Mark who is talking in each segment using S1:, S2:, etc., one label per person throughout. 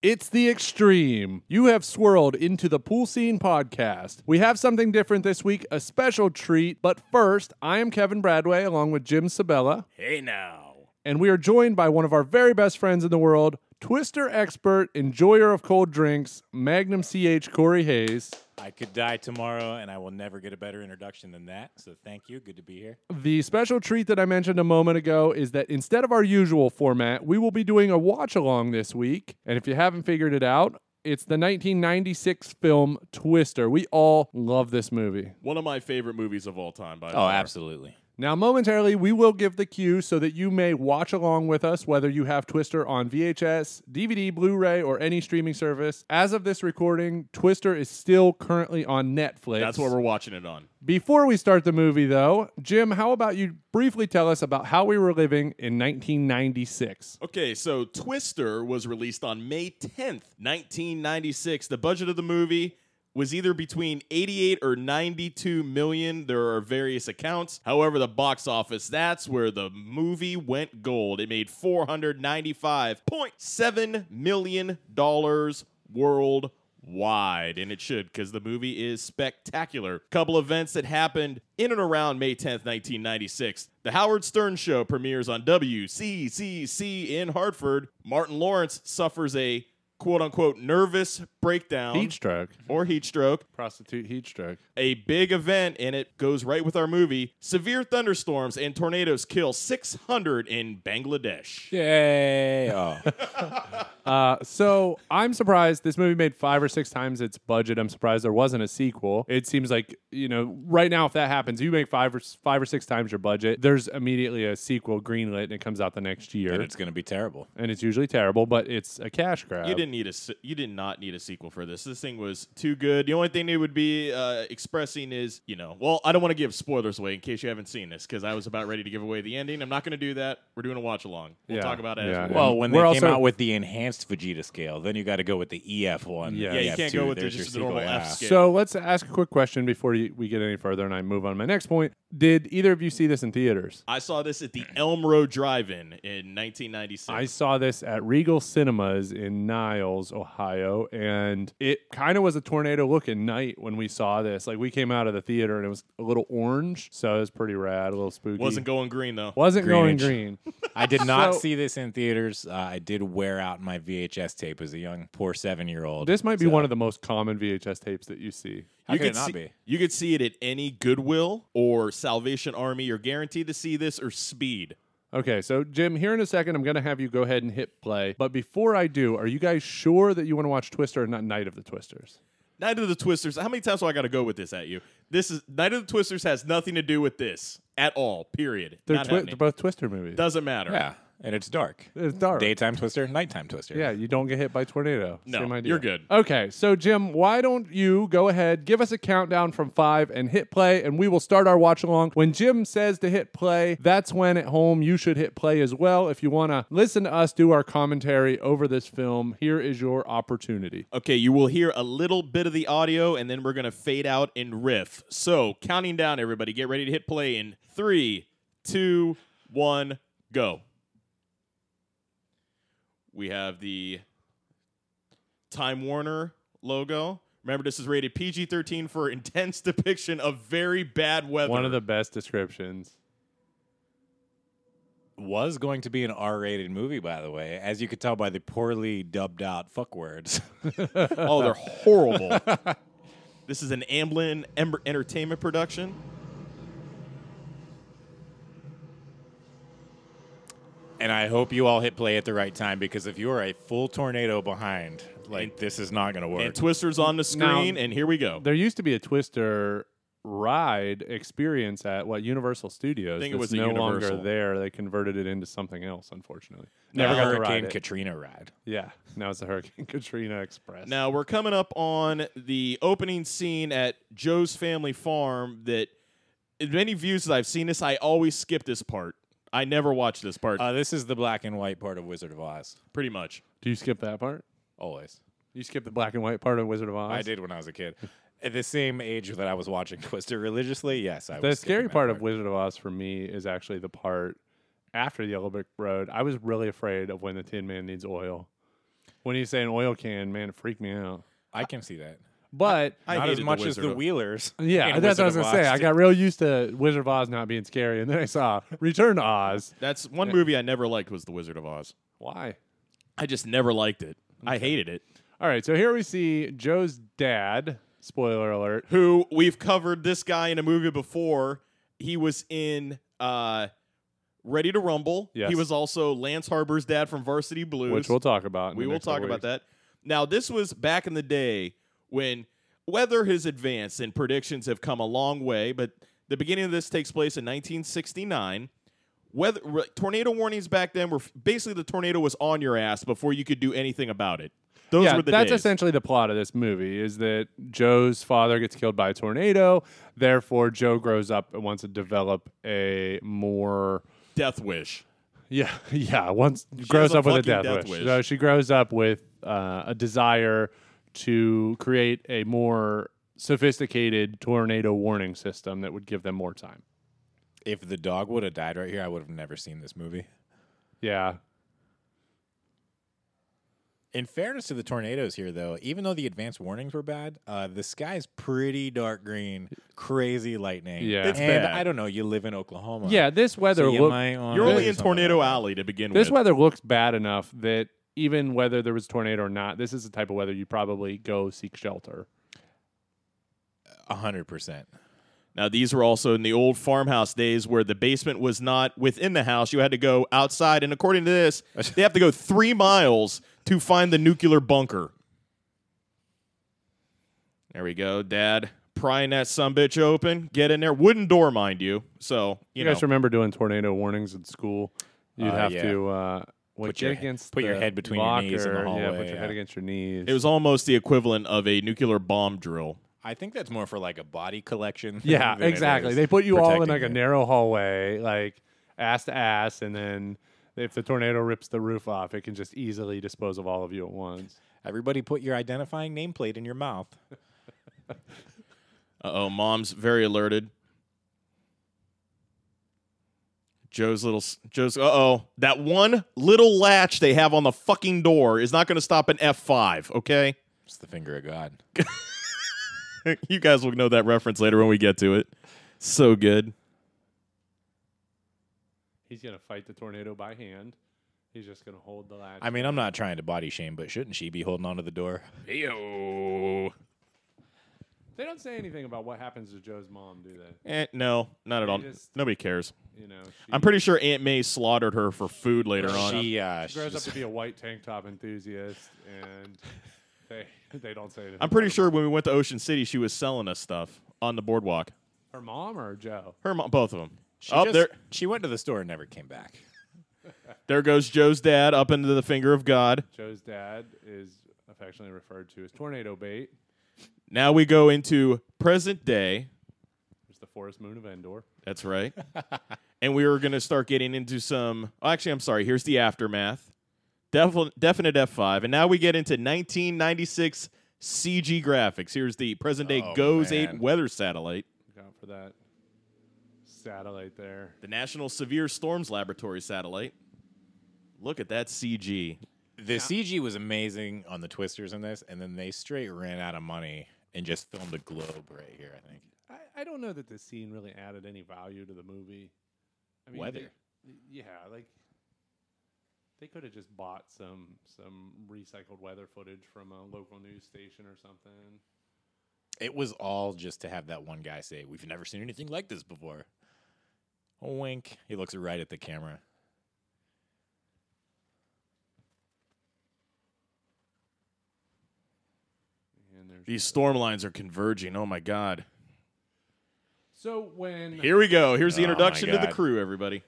S1: It's the extreme. You have swirled into the pool scene podcast. We have something different this week, a special treat. But first, I am Kevin Bradway along with Jim Sabella,
S2: Hey now.
S1: and we are joined by one of our very best friends in the world, Twister expert, enjoyer of cold drinks, Magnum CH Corey Hayes.
S2: I could die tomorrow and I will never get a better introduction than that. So thank you. Good to be here.
S1: The special treat that I mentioned a moment ago is that instead of our usual format, we will be doing a watch along this week. And if you haven't figured it out, it's the 1996 film Twister. We all love this movie.
S3: One of my favorite movies of all time, by
S2: Oh, absolutely.
S1: Now, momentarily, we will give the cue so that you may watch along with us, whether you have Twister on VHS, DVD, Blu ray, or any streaming service. As of this recording, Twister is still currently on Netflix.
S3: That's what we're watching it on.
S1: Before we start the movie, though, Jim, how about you briefly tell us about how we were living in 1996?
S3: Okay, so Twister was released on May 10th, 1996. The budget of the movie was either between 88 or 92 million. There are various accounts. However, the box office, that's where the movie went gold. It made $495.7 million worldwide. wide, and it should because the movie is spectacular. Couple events that happened in and around May 10th, 1996. The Howard Stern Show premieres on WCCC in Hartford. Martin Lawrence suffers a quote unquote nervous breakdown
S1: Heat stroke.
S3: or heat stroke
S1: Prostitute heat stroke.
S3: a big event and it goes right with our movie. Severe thunderstorms and tornadoes kill 600 in Bangladesh.
S2: Yay. Oh.
S1: Uh, so I'm surprised this movie made five or six times its budget. I'm surprised there wasn't a sequel. It seems like you know right now if that happens, you make five or s- five or six times your budget. There's immediately a sequel greenlit and it comes out the next year,
S2: and it's going to be terrible.
S1: usually terrible, but it's a cash grab.
S3: You didn't need a se- you did not need a sequel for this. This thing was too good. The only thing it would be uh, expressing is you know well I don't want to give spoilers away in case you haven't seen this because I was about ready to give away the ending. I'm not going to do that. We're doing a watch along. We'll
S1: Yeah,
S3: talk about it.
S1: yeah,
S3: As we
S1: yeah.
S3: go.
S2: Well, when
S1: We're
S2: they
S1: also-
S2: came out with the enhanced Vegeta scale, then you got to go with the EF one.
S1: Yeah.
S2: the
S1: Yeah,
S3: you
S2: EF
S3: can't
S2: two,
S3: go with the-
S2: there's
S3: just the
S2: your
S3: normal
S2: sequel
S3: F
S2: F.
S3: scale.
S1: So let's ask a quick question before you, we get any further, and I move on to my next point. Did either of you see this in theaters?
S3: I saw this at the Elm Road Drive-In in 1996.
S1: I saw this at Regal Cinemas in Niles, Ohio, and it kind of was a tornado looking night when we saw this. Like we came out of the theater and it was a little orange, so it was pretty rad, a little spooky.
S3: wasn't going green though.
S1: wasn't going green.
S2: Greenwich. Ah. I did not
S1: So-
S2: see this in theaters. Uh, I did wear out my VHS tape as a young, poor seven year old.
S1: This might be one of the most common VHS tapes that you see.
S2: How could it not
S3: see,
S2: be?
S3: You could see it at any Goodwill or Salvation Army. You're guaranteed to see this or Speed.
S1: Okay, so Jim, here in a second, I'm going to have you go ahead and hit play. But before I do, are you guys sure that you want to watch Twister and not Night of the Twisters?
S3: Night of the Twisters. How many times do I got to go with this at you? This is Night of the Twisters has nothing to do with this at all. Period.
S1: They're,
S3: Not
S1: twi-
S3: happening.
S1: they're both Twister movies.
S3: Doesn't matter.
S2: Yeah. And it's dark.
S1: it's dark.
S2: Daytime twister, nighttime twister.
S1: Yeah, you don't get hit by tornado.
S3: No,
S1: Same idea.
S3: you're good.
S1: Okay, so Jim, why don't you go ahead, give us a countdown from five, and hit play, and we will start our watch along. When Jim says to hit play, that's when at home you should hit play as well. If you want to listen to us do our commentary over this film, here is your opportunity.
S3: Okay, you will hear a little bit of the audio, and then we're gonna fade out and riff. So counting down, everybody, get ready to hit play in three, two, one, go. We have the Time Warner logo. Remember, this is rated PG 13 for intense depiction of very bad weather.
S1: One of the best descriptions.
S2: was going to be an R-rated movie, by the way, as you could tell by the poorly dubbed out fuck words.
S3: Oh, they're horrible. this is an Amblin Ember Entertainment production.
S2: and I hope you all hit play at the right time because if you are a full tornado behind, like this is not going to work.
S3: And Twister's on the screen,
S1: Now-
S3: and here we go.
S1: There used to be a Twister ride experience at what Universal Studios.
S3: I think it
S1: that's
S3: was at
S1: no
S3: Universal.
S1: longer there. They converted it into something else, unfortunately.
S2: The
S1: Never got to ride
S2: Hurricane
S1: it.
S2: Katrina ride.
S1: Yeah, now it's the Hurricane Katrina Express.
S3: Now we're coming up on the opening scene at Joe's family farm. That as many views as I've seen this, I always skip this part. I never watch this part.
S2: Uh, this is the black and white part of Wizard of Oz.
S3: pretty much.
S1: do you skip that part?
S2: Always,
S1: You skip the black and white part of Wizard of Oz.
S2: I did when I was a kid. At the same age that I was watching Twister religiously, yes, I was.
S1: The
S2: skipping
S1: scary
S2: that
S1: part of Wizard of Oz for me is actually the part after the Yellow Brick Road. I was really afraid of when the Tin Man needs oil. When you say an oil can, man, it freaked me out.
S2: I can see that.
S1: But
S2: Not
S3: hated
S2: as
S3: the
S2: much as
S3: Wizard
S2: the
S3: of-
S2: Wheelers.
S1: yeah,
S2: in
S1: that's what I was
S2: Wizard
S1: gonna
S2: of
S1: say.
S2: Oz.
S1: I got real used to Wizard of Oz not being scary, and then I saw Return to Oz.
S3: That's one movie I never liked was The Wizard of Oz.
S1: Why?
S3: I just never liked it. I hated it.
S1: All right, so here we see Joe's dad. Spoiler alert.
S3: Who we've covered this guy in a movie before. He was in uh Ready to Rumble.
S1: Yes.
S3: He was also Lance Harbor's dad from Varsity Blues.
S1: Which we'll talk about. in
S3: we
S1: the
S3: will
S1: next couple
S3: talk about
S1: weeks.
S3: that. Now, this was back in the day when weather has advanced and predictions have come a long way, but the beginning of this takes place in 1969. Weather re- tornado warnings back then were f- basically the tornado was on your ass before you could do anything about it. Those
S1: yeah,
S3: were the
S1: that's
S3: days.
S1: essentially the plot of this movie is that Joe's father gets killed by a tornado. Therefore, Joe grows up and wants to develop a more
S3: Death wish.
S1: yeah yeah once grows
S3: has a
S1: up with a
S3: fucking
S1: death,
S3: death
S1: wish.
S3: wish.
S1: So she grows up with uh, a desire to create a more sophisticated tornado warning system that would give them more time.
S2: If the dog would have died right here, I would have never seen this movie.
S1: Yeah,
S2: In fairness to the tornadoes here, though, even though the advance warnings were bad, uh, the sky's pretty dark green, crazy lightning.
S1: Yeah. It's
S2: and
S3: bad.
S2: I don't know. You live in Oklahoma.
S1: yeah. This weather
S2: so you
S1: look-
S2: might wanna
S3: You're
S2: do
S3: only in
S2: something
S3: Tornado
S2: like that.
S3: Alley to begin
S1: This
S3: with.
S1: weather looks bad enough that even whether there was a tornado or not, this is the type of weather you probably go seek shelter.
S2: A hundred percent.
S3: Now, these were also in the old farmhouse days where the basement was not within the house. You had to go outside. And according to this, they have to go three miles to find the nuclear bunker. There we go, Dad. Prying that sumbitch open. Get in there. Wooden door, mind you. So, you,
S1: You,
S3: know.
S1: guys remember doing tornado warnings in school? You'd
S2: Uh,
S1: have
S2: yeah.
S1: to uh, wait,
S2: Put
S1: get
S2: your-
S1: against
S2: put your
S1: the
S2: head between your knees in
S1: locker. Yeah,
S2: the
S1: put
S2: hallway,
S1: your
S2: yeah.
S1: head against your knees.
S3: it was almost the equivalent of a nuclear bomb drill.
S2: I think that's more for like a body collection. thing
S1: yeah,
S2: than it
S1: exactly.
S2: is
S1: They put you all in
S2: protecting
S1: like a
S2: it.
S1: narrow hallway, like ass to ass, and then if the tornado rips the roof off, it can just easily dispose of all of you at once.
S2: Everybody put your identifying nameplate in your mouth.
S3: Uh oh, mom's very alerted. Joe's little s- Joe's uh oh. That one little latch they have on the fucking door is not gonna stop an F5, okay?
S2: It's the finger of God.
S3: you guys will know that reference later when we get to it. So good.
S1: He's gonna fight the tornado by hand. He's just gonna hold the latch.
S2: I mean, I'm not trying to body shame, but shouldn't she be holding onto the door?
S3: Yo.
S1: They don't say anything about what happens to Joe's mom, do they?
S3: Eh, no, not at all.
S1: just-
S3: Nobody cares.
S1: You know, she
S3: I'm pretty sure Aunt May slaughtered her for food later on.
S2: She, uh,
S1: grows up
S2: she's-
S1: to be a white tank top enthusiast, and they they don't say anything.
S3: I'm pretty sure when we went to Ocean City, she was selling us stuff on the boardwalk.
S1: her mom or Joe.
S3: Her mom, both of them.
S2: she
S3: Up
S2: just-
S3: there,
S2: She went to the store and never came back.
S3: There goes Joe's dad up into the finger of God.
S1: Joe's dad is affectionately referred to as Tornado Bait.
S3: Now we go into present day.
S1: There's the forest moon of Endor.
S3: That's right. and we are going to start getting into some. oh, actually, I'm sorry. Here's the aftermath. Defi- definite F5. And now we get into 1996 CG graphics. Here's the present day
S2: Oh,
S3: GOES 8
S2: man.
S3: weather satellite.
S1: Look out for that satellite there.
S3: The National Severe Storms Laboratory satellite. Look at that CG.
S2: The CG was amazing on the twisters in this, and then they straight ran out of money and just filmed a globe right here. I think.
S1: I, I don't know that this scene really added any value to the movie. I
S2: Weather.
S1: they- yeah, like they could have just bought some some recycled weather footage from a local news station or something.
S2: It was all just to have that one guy say, "We've never seen anything like this before." A wink. He looks right at the camera.
S1: And there's
S3: These storm lines are converging. Oh my God.
S1: so when
S3: Here we go. Here's the
S2: Oh my
S3: introduction to the
S2: God.
S3: crew, everybody.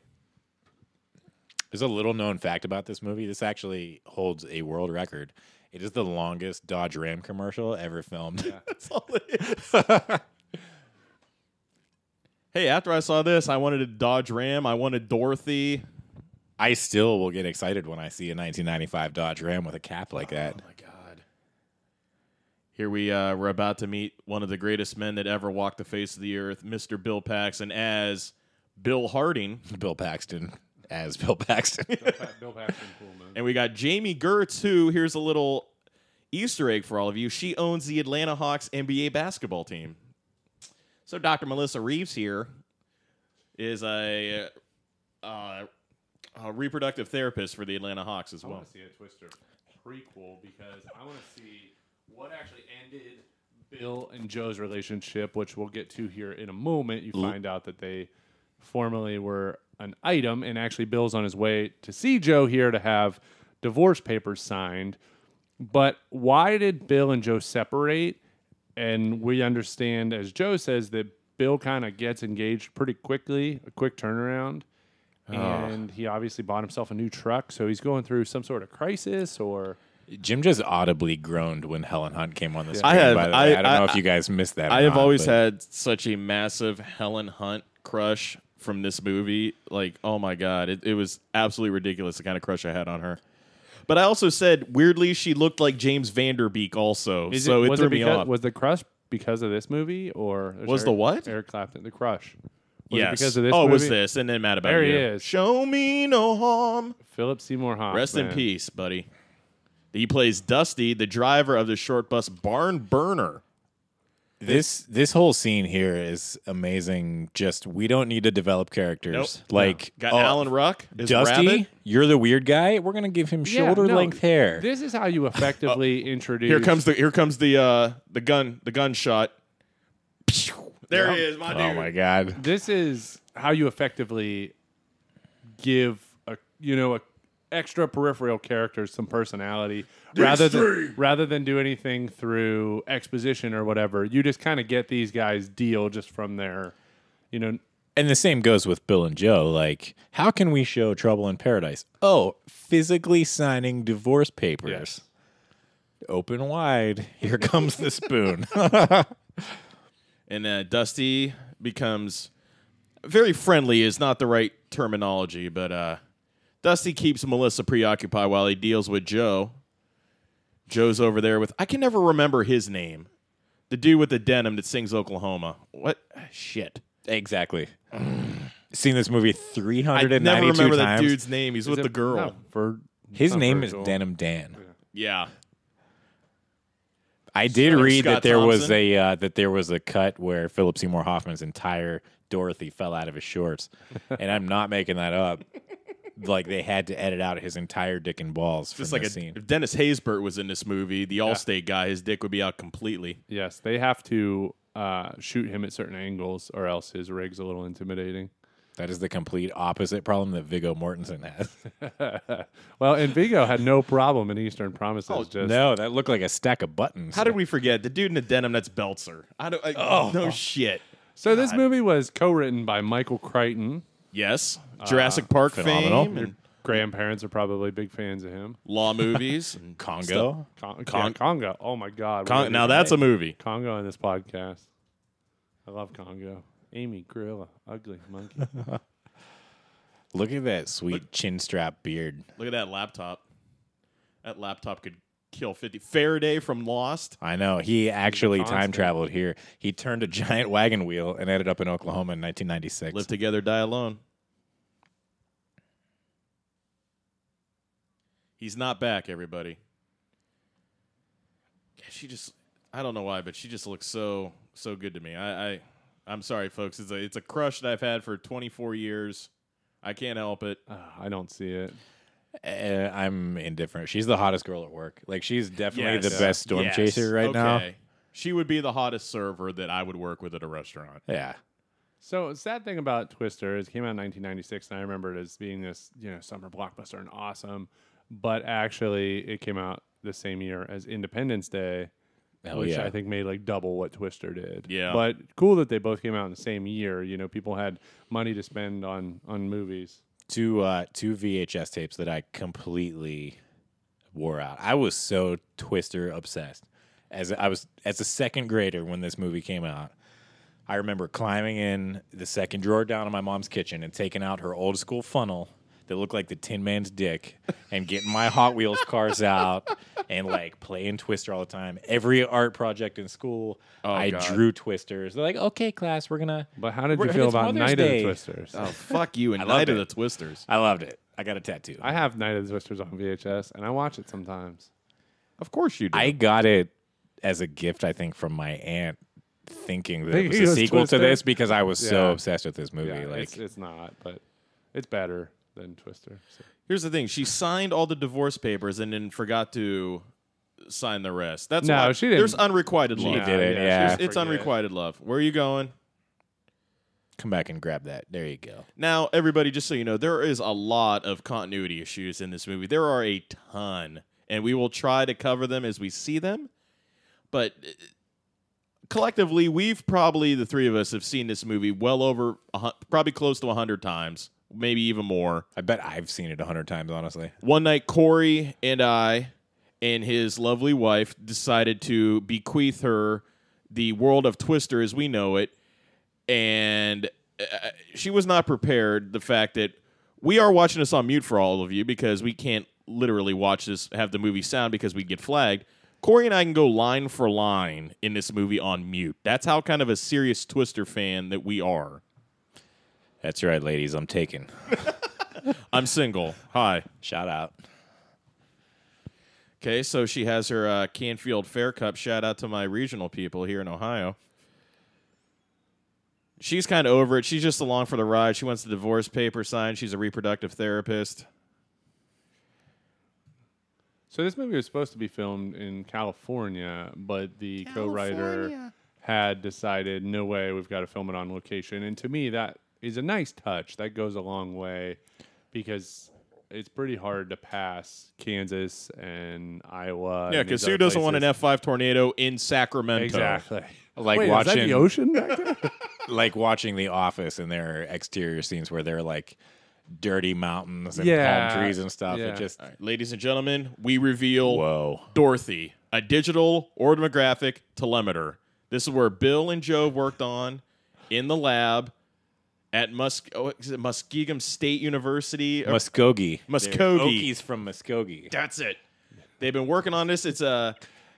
S2: There's a little known fact about this movie. This actually holds a world record. It is the longest Dodge Ram commercial ever filmed.
S3: That's all it is. hey, after I saw this, I wanted a Dodge Ram. I wanted Dorothy.
S2: I still will get excited when I see a 1995 Dodge Ram with a cap like that.
S3: Oh, my god. Here we uh, we're about to meet one of the greatest men that ever walked the face of the earth, Mr. Bill Paxton, as Bill Harding.
S2: Bill Paxton. as Bill Paxton.
S1: Bill Paxton, cool man.
S3: And we got Jamie Gertz, who here's a little Easter egg for all of you. She owns the Atlanta Hawks NBA basketball team. So Dr. Melissa Reeves here is a, uh, a reproductive therapist for the Atlanta Hawks as
S1: I
S3: well.
S1: want to see a Twister prequel because I want to see what actually ended Bill and Joe's relationship, which we'll get to here in a moment. You find out that they formerly were an item, and actually, Bill's on his way to see Joe here to have divorce papers signed. But why did Bill and Joe separate? And we understand, as Joe says, that Bill kind of gets engaged pretty quickly, a quick turnaround. And he obviously bought himself a new truck, so he's going through some sort of crisis or
S2: Jim just audibly groaned when Helen Hunt came on the screen.
S3: I have-
S2: by the way.
S3: I-
S2: I, don't know
S3: I-
S2: if you guys missed that. or
S3: I have
S2: not,
S3: always
S2: but
S3: had such a massive Helen Hunt crush from this movie. Like, oh my god, it, it was absolutely ridiculous the kind of crush I had on her. But I also said weirdly she looked like James Vanderbeek also,
S1: Is
S3: so it,
S1: was
S3: threw me
S1: because,
S3: off.
S1: Was the crush because of this movie or
S3: Was the
S1: Eric-
S3: what?
S1: Eric Clapton, the crush. Was
S3: yes.
S1: it because of this
S3: oh,
S1: movie?
S3: it was this, and then Mad About
S1: There
S3: You.
S1: he is.
S3: Show me no harm.
S1: Philip Seymour Hoffman.
S3: Rest in peace, buddy. He plays Dusty, the driver of the short bus Barn Burner.
S2: this this whole scene here is amazing. Just we don't need to develop characters like
S3: Got
S2: oh,
S3: Alan Ruck is
S2: Dusty.
S3: Rabbit.
S2: You're the weird guy. We're gonna give him
S1: Yeah,
S2: shoulder
S1: no,
S2: length hair.
S1: This is how you effectively introduce.
S3: Here comes the here comes the uh the gun the gunshot. Pew! There he is, my dude.
S2: oh my god.
S1: This is how you effectively give a you know a extra peripheral character some personality rather than rather than do anything through exposition or whatever. You just kind of get these guys deal just from their, you know,
S2: And the same goes with Bill and Joe. Like, how can we show Trouble in Paradise? Oh, physically signing divorce papers.
S1: Yes.
S2: Open wide. Here comes the spoon.
S3: And uh, Dusty becomes very friendly is not the right terminology, but uh Dusty keeps Melissa preoccupied while he deals with Joe. Joe's over there with I can never remember his name. The dude with the denim that sings Oklahoma. What shit.
S2: exactly. Seen this movie
S3: I
S2: 392
S3: never remember that
S2: times.
S3: dude's name. He's with
S1: Is
S3: the
S1: it-
S3: girl.
S1: no, Vir-
S2: His
S1: not
S2: name
S1: Virgil.
S2: is Denim Dan.
S3: Yeah.
S2: I did
S3: Like
S2: read
S3: Scott
S2: that there was
S3: Thompson?
S2: a uh, that there was a cut where Philip Seymour Hoffman's entire Dorothy fell out of his shorts, and I'm not making that up. Like they had to edit out his entire dick and balls from
S3: Just like
S2: the
S3: a,
S2: scene.
S3: if Dennis Haysbert was in this movie, the Allstate guy, his dick would be out completely.
S1: Yes, they have to uh, shoot him at certain angles, or else his rig's a little intimidating.
S2: That is the complete opposite problem that Viggo Mortensen has.
S1: Well, and Vigo had no problem in Eastern Promises.
S3: Oh,
S1: just
S2: no, that looked like a stack of buttons.
S3: How did we forget the dude in the denim that's Belzer? I don't. I, oh no shit.
S1: so, this movie was co-written by Michael Crichton.
S3: Yes, Jurassic Park
S2: phenomenal.
S3: Uh, fame and
S1: Grandparents are probably big fans of him.
S3: law movies and stuff.
S2: Congo?
S1: Con-
S3: Con-
S1: yeah, Congo. Oh my God.
S3: Con- now that's a movie.
S1: Congo in this podcast. I love Congo. Amy Gorilla, ugly monkey.
S2: Look at that sweet chin strap beard.
S3: Look at that laptop. That laptop could kill fifty. Faraday from Lost.
S2: I know. He actually time
S1: constant.
S2: traveled here. He turned a giant wagon wheel and ended up in Oklahoma in 1996.
S3: Live together, die alone. He's not back, everybody. Yeah, She just I don't know why, but she just looks so so good to me. I, I I'm sorry folks, it's a it's a crush that I've had for 24 years. I can't help it.
S1: Ah, I don't see it.
S2: Uh, I'm indifferent. She's the hottest girl at work. Like she's definitely
S3: Yes.
S2: the best storm
S3: Yes.
S2: chaser right now.
S3: Okay. She would be the hottest server that I would work with at a restaurant.
S2: Yeah.
S1: So sad thing about Twister is it came out in 1996, and I remember it as being this you know summer blockbuster and awesome, but actually it came out the same year as Independence Day,
S2: Hell
S1: which
S2: yeah.
S1: I think made like double what Twister did.
S3: Yeah.
S1: but cool that they both came out in the same year. You know, people had money to spend on on movies.
S2: Two uh two VHS tapes that I completely wore out. I was so twister obsessed. As I was as a second grader when this movie came out. I remember climbing in the second drawer down in my mom's kitchen and taking out her old school funnel that look like the Tin Man's dick and getting my Hot Wheels cars out and like playing Twister all the time. Every art project in school, I
S3: God.
S2: drew Twisters. They're like, okay, class, we're gonna.
S1: But how did
S2: we're-
S1: you feel
S2: it's
S1: about
S2: Mother's
S1: Night of the
S2: Day.
S1: Twisters?
S3: Oh, fuck you and
S2: I loved
S3: Night of the
S2: it.
S3: Twisters.
S2: I loved it. I got a tattoo.
S1: I have Night of the Twisters on VHS, and I watch it sometimes.
S3: Of course you do.
S2: I got it as a gift, I think, from my aunt, thinking that
S1: Thinking
S2: it was
S1: it
S2: a
S1: was
S2: sequel
S1: Twister?
S2: to this because I was so
S1: Yeah.
S2: obsessed with this movie.
S1: Yeah,
S2: like,
S1: it's, it's not, but it's better than Twister. so.
S3: Here's the thing: she signed all the divorce papers and then forgot to sign the rest. That's
S1: No,
S3: why
S1: she didn't.
S3: There's unrequited love.
S2: did it,
S1: she
S2: yeah.
S1: didn't
S3: It's
S1: forget.
S3: unrequited love. Where are you going?
S2: come back and grab that. There you go.
S3: Now, everybody, just so you know, there is a lot of continuity issues in this movie. There are a ton, and we will try to cover them as we see them. But uh, collectively, we've probably, the three of us, have seen this movie well over, a hun- probably close to 100 times, maybe even more.
S2: I bet I've seen it a hundred times, honestly.
S3: One night, Corey and I and his lovely wife decided to bequeath her the world of Twister as we know it. And uh, she was not prepared the fact that we are watching this on mute for all of you because we can't literally watch this, have the movie sound because we'd get flagged. Corey and I can go line for line in this movie on mute. That's how kind of a serious Twister fan that we are.
S2: That's right, ladies. I'm taken.
S3: I'm single. Hi.
S2: Shout out.
S3: Okay, so she has her uh, Canfield Fair Cup. Shout out to my regional people here in Ohio. She's kind of over it. She's just along for the ride. She wants the divorce paper signed. She's a reproductive therapist.
S1: So this movie was supposed to be filmed in California, but the co-writer had decided, no way, we've got to film it on location. And to me, that is a nice touch. That goes a long way because it's pretty hard to pass Kansas and Iowa. and
S3: Yeah,
S1: these
S3: because who
S1: other
S3: doesn't want an
S1: places.
S3: F five tornado in Sacramento?
S1: Exactly.
S2: Like
S1: Wait, is that
S2: watching,
S1: the ocean back there?
S2: like watching The Office and their exterior scenes where they're like dirty mountains and
S1: Yeah.
S2: palm trees and stuff.
S1: Yeah.
S2: It just
S3: All right, ladies and gentlemen, we reveal
S2: whoa.
S3: Dorothy, a digital or demographic telemeter. This is where Bill and Joe worked on in the lab at Musk oh, is it Muskegon State University. or-
S2: Muskogee.
S3: Muskogee.
S2: They're Okies from Muskogee.
S3: That's it. They've been working on this. It's a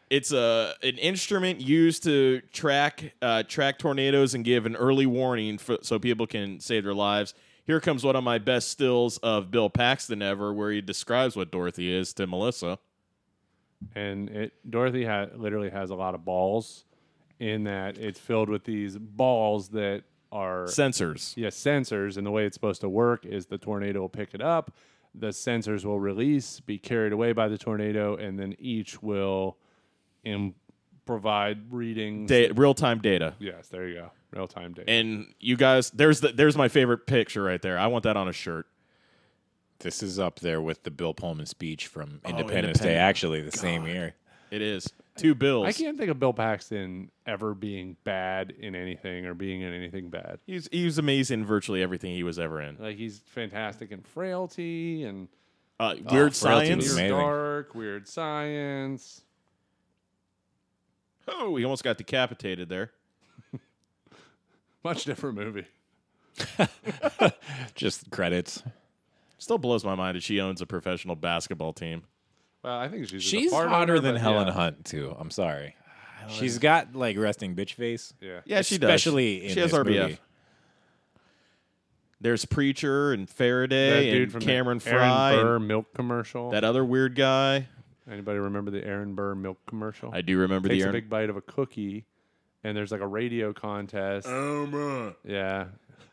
S3: it's a an instrument used to track uh, track tornadoes and give an early warning for, so people can save their lives. Here comes one of my best stills of Bill Paxton ever, where he describes what Dorothy is to Melissa.
S1: and it Dorothy ha- literally has a lot of balls in that it's filled with these balls that are
S3: Sensors.
S1: yeah, sensors and the way it's supposed to work is the tornado will pick it up, the sensors will release, be carried away by the tornado and then each will im- provide readings.
S3: Da- real time data.
S1: yes, there you go. Real-time data.
S3: And you guys, there's the, there's my favorite picture right there. I want that on a shirt.
S2: This is up there with the Bill Pullman speech from Independence Day,
S3: Independent-
S2: actually, the same year.
S3: It is two bills.
S1: I can't think of Bill Paxton ever being bad in anything or being in anything bad.
S3: He's he was amazing in virtually everything he was ever in.
S1: Like he's fantastic in Frailty and Oh,
S3: Uh, weird
S2: Frailty was
S3: science.
S2: amazing.
S1: Weird Dark, Weird Science.
S3: Oh, he almost got decapitated there.
S1: Much different movie.
S2: Just credits.
S3: Still blows my mind that she owns a professional basketball team.
S1: Well, I think she's just a
S2: She's
S1: part
S2: hotter
S1: owner,
S2: than
S1: but
S2: Helen
S1: yeah.
S2: Hunt too. I'm sorry. She's got like resting bitch face.
S1: Yeah.
S3: Yeah, she does.
S2: Especially in
S3: she has
S2: this
S3: RBF.
S2: movie.
S3: There's Preacher and
S1: That
S3: Faraday
S1: dude
S3: and
S1: from the
S3: Cameron Fry,
S1: Aaron
S3: and
S1: Burr milk commercial.
S3: that other weird guy.
S1: Anybody remember the Aaron Burr milk commercial?
S3: I do remember
S1: Takes
S3: the
S1: a
S3: Aaron.
S1: big bite of a cookie, and there's like a radio contest. Yeah,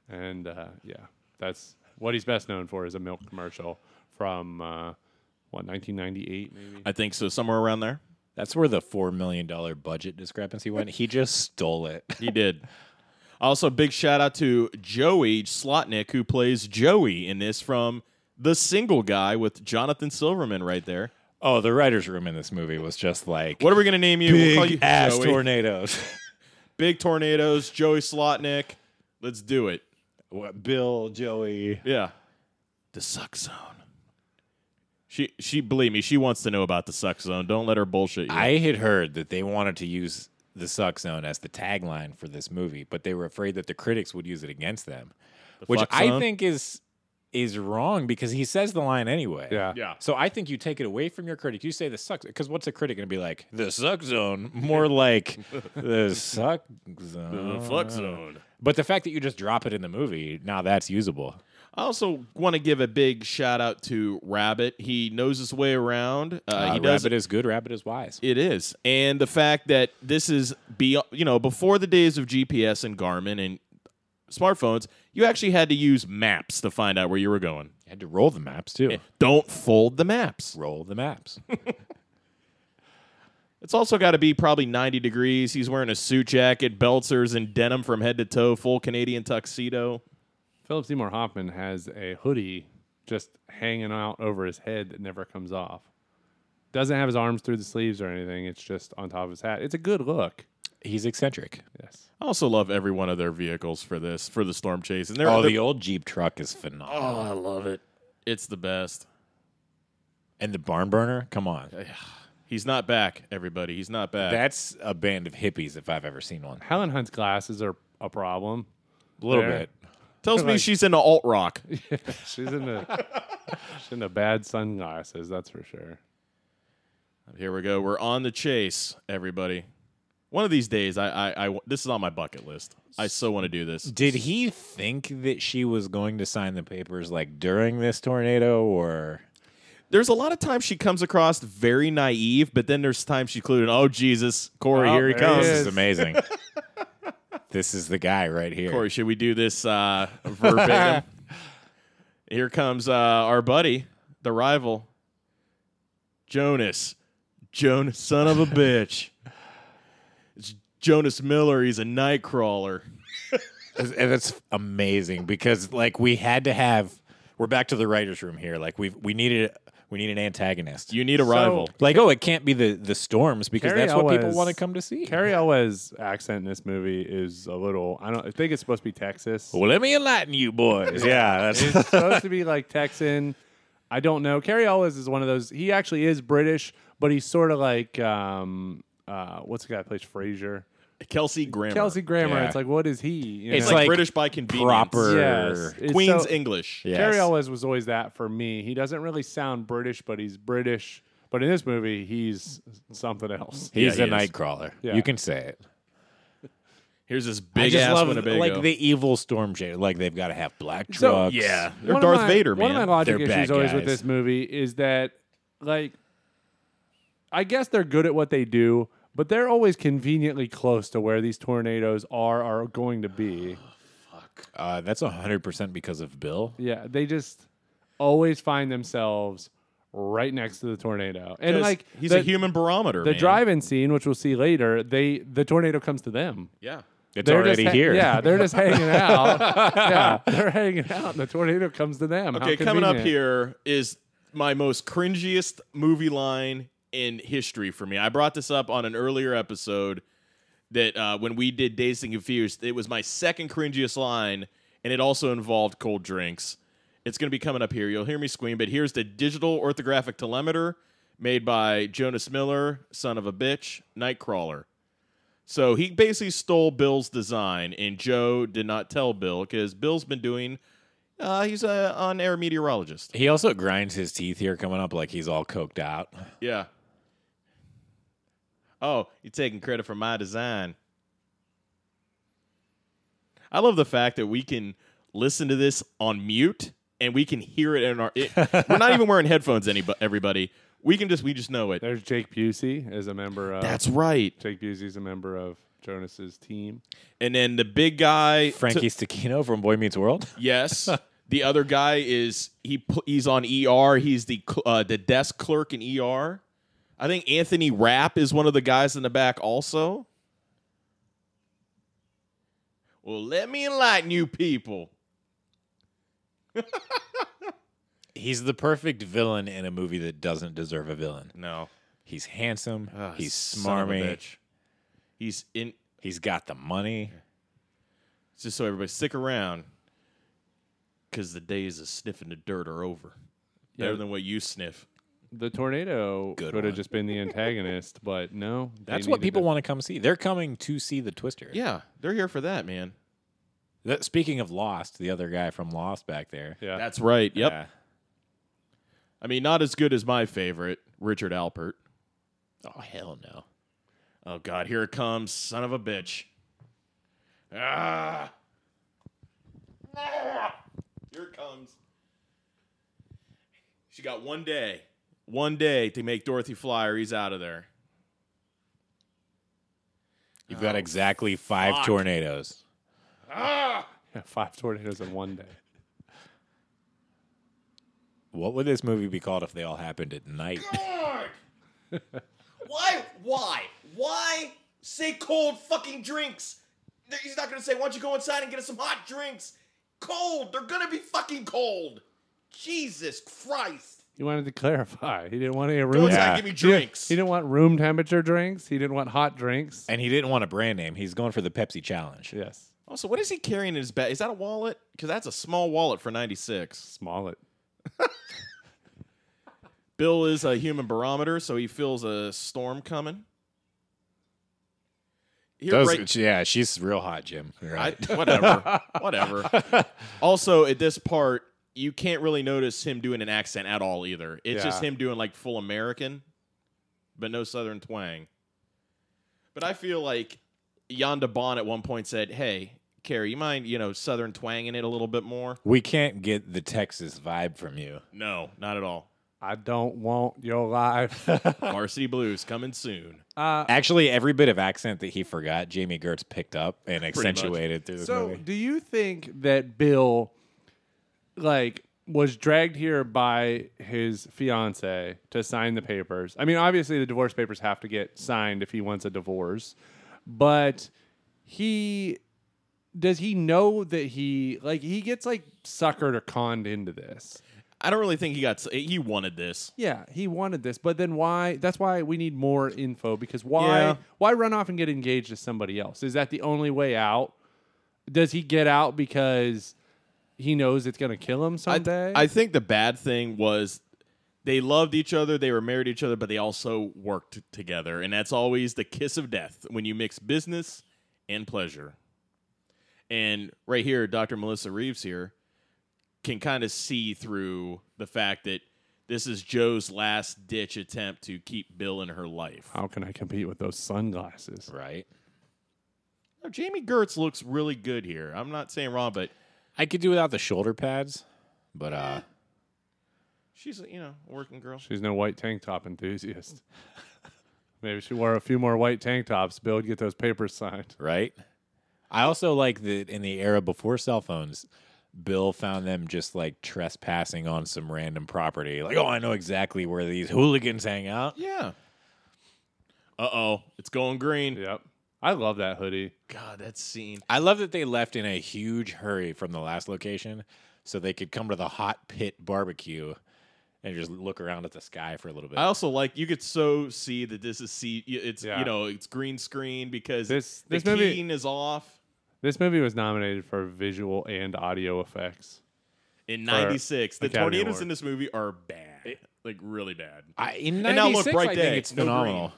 S1: and uh, yeah, that's what he's best known for is a milk commercial from uh, what 1998 maybe.
S3: I think so, somewhere around there.
S2: That's where the four million dollar budget discrepancy went. He just stole it.
S3: He did. also, big shout out to Joey Slotnick, who plays Joey in this from The Single Guy with Jonathan Silverman right there.
S2: Oh, the writers' room in this movie was just like
S3: What are we going to name you?
S2: big
S3: we'll call you
S2: ass
S3: Joey.
S2: tornadoes.
S3: Big tornadoes, Joey Slotnick. Let's do it.
S2: What, Bill, Joey.
S3: Yeah. The suck zone. She she believe me, she wants to know about the suck zone. Don't let her bullshit you.
S2: I had heard that they wanted to use the suck zone as the tagline for this movie, but they were afraid that the critics would use it against them, which
S3: fuck
S2: I
S3: zone?
S2: think is is wrong because he says the line anyway.
S1: Yeah.
S3: Yeah.
S2: So I think you take it away from your critic. You say this sucks because what's a critic going to be like? The suck zone. More like the suck zone.
S3: The flux zone.
S2: But the fact that you just drop it in the movie, now that's usable.
S3: I also want to give a big shout out to Rabbit. He knows his way around. Uh,
S2: Uh,
S3: he does
S2: rabbit is good. Rabbit is wise.
S3: It is, and the fact that this is be you know before the days of GPS and Garmin and smartphones, you actually had to use maps to find out where you were going. Eh,
S2: You had to roll the maps too.
S3: Don't fold the maps.
S2: Roll the maps.
S3: It's also got to be probably 90 degrees. He's wearing a suit jacket, belters, and denim from head to toe, full Canadian tuxedo.
S1: Philip Seymour Hoffman has a hoodie just hanging out over his head that never comes off. Doesn't have his arms through the sleeves or anything. It's just on top of his hat. It's a good look.
S2: He's eccentric.
S1: Yes.
S3: I also love every one of their vehicles for this, for the storm chase. And they're,
S2: Oh,
S3: they're-
S2: the old Jeep truck is phenomenal.
S3: oh, I love it. It's the best.
S2: And the barn burner? Come on.
S3: He's not back, everybody. He's not back.
S2: That's a band of hippies if I've ever seen one.
S1: Helen Hunt's glasses are a problem.
S2: A little
S1: There.
S2: bit.
S3: Tells me
S1: like-
S3: she's into alt rock.
S1: She's into she's into bad sunglasses, that's for sure.
S3: Here we go. We're on the chase, everybody. One of these days, I, I, I this is on my bucket list. I so want to do this.
S2: Did he think that she was going to sign the papers like during this tornado or
S3: There's a lot of times she comes across very naive, but then there's times she clued in, oh, Jesus, Corey,
S1: Oh,
S3: here he
S1: there he
S3: comes.
S1: is.
S2: this is amazing. this is the guy right here.
S3: Corey, should we do this uh, verbatim? Here comes uh, our buddy, the rival, Jonas. Jonas, son of a bitch. It's Jonas Miller. He's a night crawler.
S2: That's- And that's amazing because like we had to have we're back to the writers room here. Like we we needed we need an antagonist.
S3: You need a rival.
S2: like oh it can't be the the storms because
S1: Carrie
S2: that's what people
S1: Elwes-
S2: want to come to see.
S1: Carrie Elwes' accent in this movie is a little I don't I think it's supposed to be Texas.
S2: well, let me enlighten you boys. yeah, that's
S1: It's supposed to be like Texan. I don't know. Carrie Ellis is one of those. He actually is British, but he's sort of like um, uh, what's the guy that plays Frasier?
S3: Kelsey Grammer.
S1: Kelsey Grammer.
S2: Yeah.
S1: It's like what is he? you
S3: It's
S1: know?
S3: like,
S2: like
S3: British by convenience.
S2: proper
S1: Yes. It's
S3: Queen's
S1: so-
S3: English.
S2: Yeah.
S1: Carrie
S2: yes.
S1: Ellis was always that for me. He doesn't really sound British, but he's British. But in this movie, he's something else.
S2: he's
S3: Yeah,
S2: a
S3: he is.
S2: night crawler.
S1: Yeah.
S2: You can say it.
S3: Here's this big
S2: I just
S3: ass
S2: love
S3: Winnebago.
S2: like the evil storm shade. Like they've got to have black trucks.
S1: So-
S3: yeah,
S1: One
S3: they're
S1: of
S3: Darth
S1: my-
S3: Vader,
S1: One
S3: man.
S1: of my logic
S2: They're bad
S1: issues always with
S2: guys.
S1: this movie is that, like, I guess they're good at what they do, but they're always conveniently close to where these tornadoes are are going to be.
S2: Uh, that's hundred percent because of Bill.
S1: Yeah, they just always find themselves right next to the tornado, and
S3: Yes,
S1: like
S3: he's
S1: the,
S3: a human barometer.
S1: the
S3: man.
S1: drive-in scene, which we'll see later, they the tornado comes to them.
S3: Yeah.
S2: It's
S1: They're just
S2: already
S1: ha-
S2: here.
S1: Yeah, they're just hanging out. yeah, they're hanging out, and the tornado comes to them. How
S3: Okay, coming up
S1: convenient.
S3: here is my most cringiest movie line in history for me. I brought this up on an earlier episode that uh, when we did Dazed and Confused, it was my second cringiest line, and it also involved cold drinks. It's going to be coming up here. You'll hear me scream, but here's the digital orthographic telemeter made by Jonas Miller, son of a bitch, Nightcrawler. So he basically stole Bill's design, and Joe did not tell Bill because Bill's been doing. Uh, he's a on-air meteorologist.
S2: He also grinds his teeth here coming up like he's all coked out.
S3: Yeah. Oh, you're taking credit for my design. I love the fact that we can listen to this on mute and we can hear it in our. It, we're not even wearing headphones, any everybody. We can just we just know it.
S1: There's Jake Busey as a member of.
S3: That's right.
S1: Jake Busey's a member of Jonas's team.
S3: And then the big guy,
S2: Frankie Stakino from Boy Meets World.
S3: Yes. The other guy is he pl- he's on ER. He's the cl- uh, the desk clerk in ER. I think Anthony Rapp is one of the guys in the back also. Well, let me enlighten you people.
S2: He's the perfect villain in a movie that doesn't deserve a villain.
S3: No.
S2: He's handsome. he's
S3: Ah, son of a
S2: smarmy.
S3: bitch. He's in
S2: He's got the money.
S3: just so everybody stick around cuz the days of sniffing the dirt are over. Better
S1: Yeah.
S3: than what you sniff.
S1: The tornado
S2: Good
S1: could have
S2: one.
S1: just been the antagonist, but no. they
S2: That's what
S1: needed
S2: people
S1: to-
S2: want to come see. They're coming to see the Twister.
S3: Yeah, they're here for that, man.
S2: That, speaking of Lost, the other guy from Lost back there.
S1: Yeah.
S3: That's right. Yep.
S2: Yeah.
S3: I mean, not as good as my favorite, Richard Alpert.
S2: Oh hell no.
S3: Oh God, here it comes, son of a bitch. Ah. Ah. Here it comes. She got one day, one day to make Dorothy fly, or he's out of there.
S2: You've got exactly five
S3: Oh, fuck.
S2: tornadoes.
S1: Yeah, five tornadoes in one day.
S2: What would this movie be called if they all happened at night?
S3: why? Why? Why say cold fucking drinks? He's not gonna say, "Why don't you go inside and get us some hot drinks?" Cold. They're gonna be fucking cold. Jesus Christ.
S1: He wanted to clarify. He didn't want any
S3: Go
S1: room.
S3: inside
S2: Yeah.
S3: and give me drinks.
S1: He didn't want room temperature drinks. He didn't want hot drinks.
S2: and he didn't want a brand name. He's going for the Pepsi challenge.
S1: Yes,
S3: Also, what is he carrying in his bag? Is that a wallet? Because that's a small wallet for 96.
S1: small it.
S3: Bill is a human barometer, so he feels a storm coming. Here,
S2: Those-
S3: right-
S2: yeah, she's real hot, Jim. You're
S3: I,
S2: right.
S3: whatever. whatever. Also, at this part, you can't really notice him doing an accent at all either. It's just
S1: Yeah.
S3: him doing like full American, but no Southern twang. But I feel like Yonda Bon at one point said, Hey, Carrie, you mind, you know, Southern twanging it a little bit more?
S2: we can't get the Texas vibe from you.
S3: No, not at all.
S1: I don't want your life.
S3: Varsity Blues coming soon.
S1: Uh,
S2: Actually, every bit of accent that he forgot, Jamie Gertz picked up and
S3: much.
S2: accentuated through the
S1: so,
S2: movie.
S1: do you think that Bill, like, was dragged here by his fiance to sign the papers? I mean, obviously, the divorce papers have to get signed if he wants a divorce, but he does he know that he like he gets like suckered or conned into this
S3: I don't really think he got. He wanted this.
S1: Yeah, he wanted this, but then why? That's why we need more info because why?
S3: Yeah.
S1: Why run off and get engaged to somebody else? Is that the only way out? Does he get out because he knows it's gonna kill him someday?
S3: I think the bad thing was they loved each other, they were married to each other, but they also worked together, and that's always the kiss of death when you mix business and pleasure. And right here, Dr. Melissa Reeves here can kind of see through the fact that this is Joe's last ditch attempt to keep Bill in her life.
S1: How can I compete with those sunglasses?
S2: right.
S3: Now, Jamie Gertz looks really good here. I'm not saying wrong, but
S2: I could do without the shoulder pads, but uh,
S3: she's you know a working girl.
S1: She's no white tank top enthusiast. Maybe she wore a few more white tank tops. Bill would get those papers signed.
S2: right? I also like that in the era before cell phones, Bill found them just like trespassing on some random property. Like, oh, I know exactly where these hooligans hang out.
S3: Yeah. Uh oh, it's going green.
S1: Yep, I love that hoodie.
S3: God, that scene.
S2: I love that they left in a huge hurry from the last location so they could come to the hot pit barbecue and just look around at the sky for a little bit.
S3: I also like you could so see that this is see it's
S1: Yeah.
S3: you know it's green screen because
S1: This-
S3: the
S1: this movie-
S3: keen is off
S1: This movie was nominated for visual and audio effects.
S3: in '96. The
S1: Academy
S3: tornadoes
S1: Award.
S3: in this movie are bad, like really bad.
S2: I- in
S3: And now look,
S2: 96,
S3: bright
S2: I
S3: day,
S2: think it's
S3: no green.
S2: phenomenal.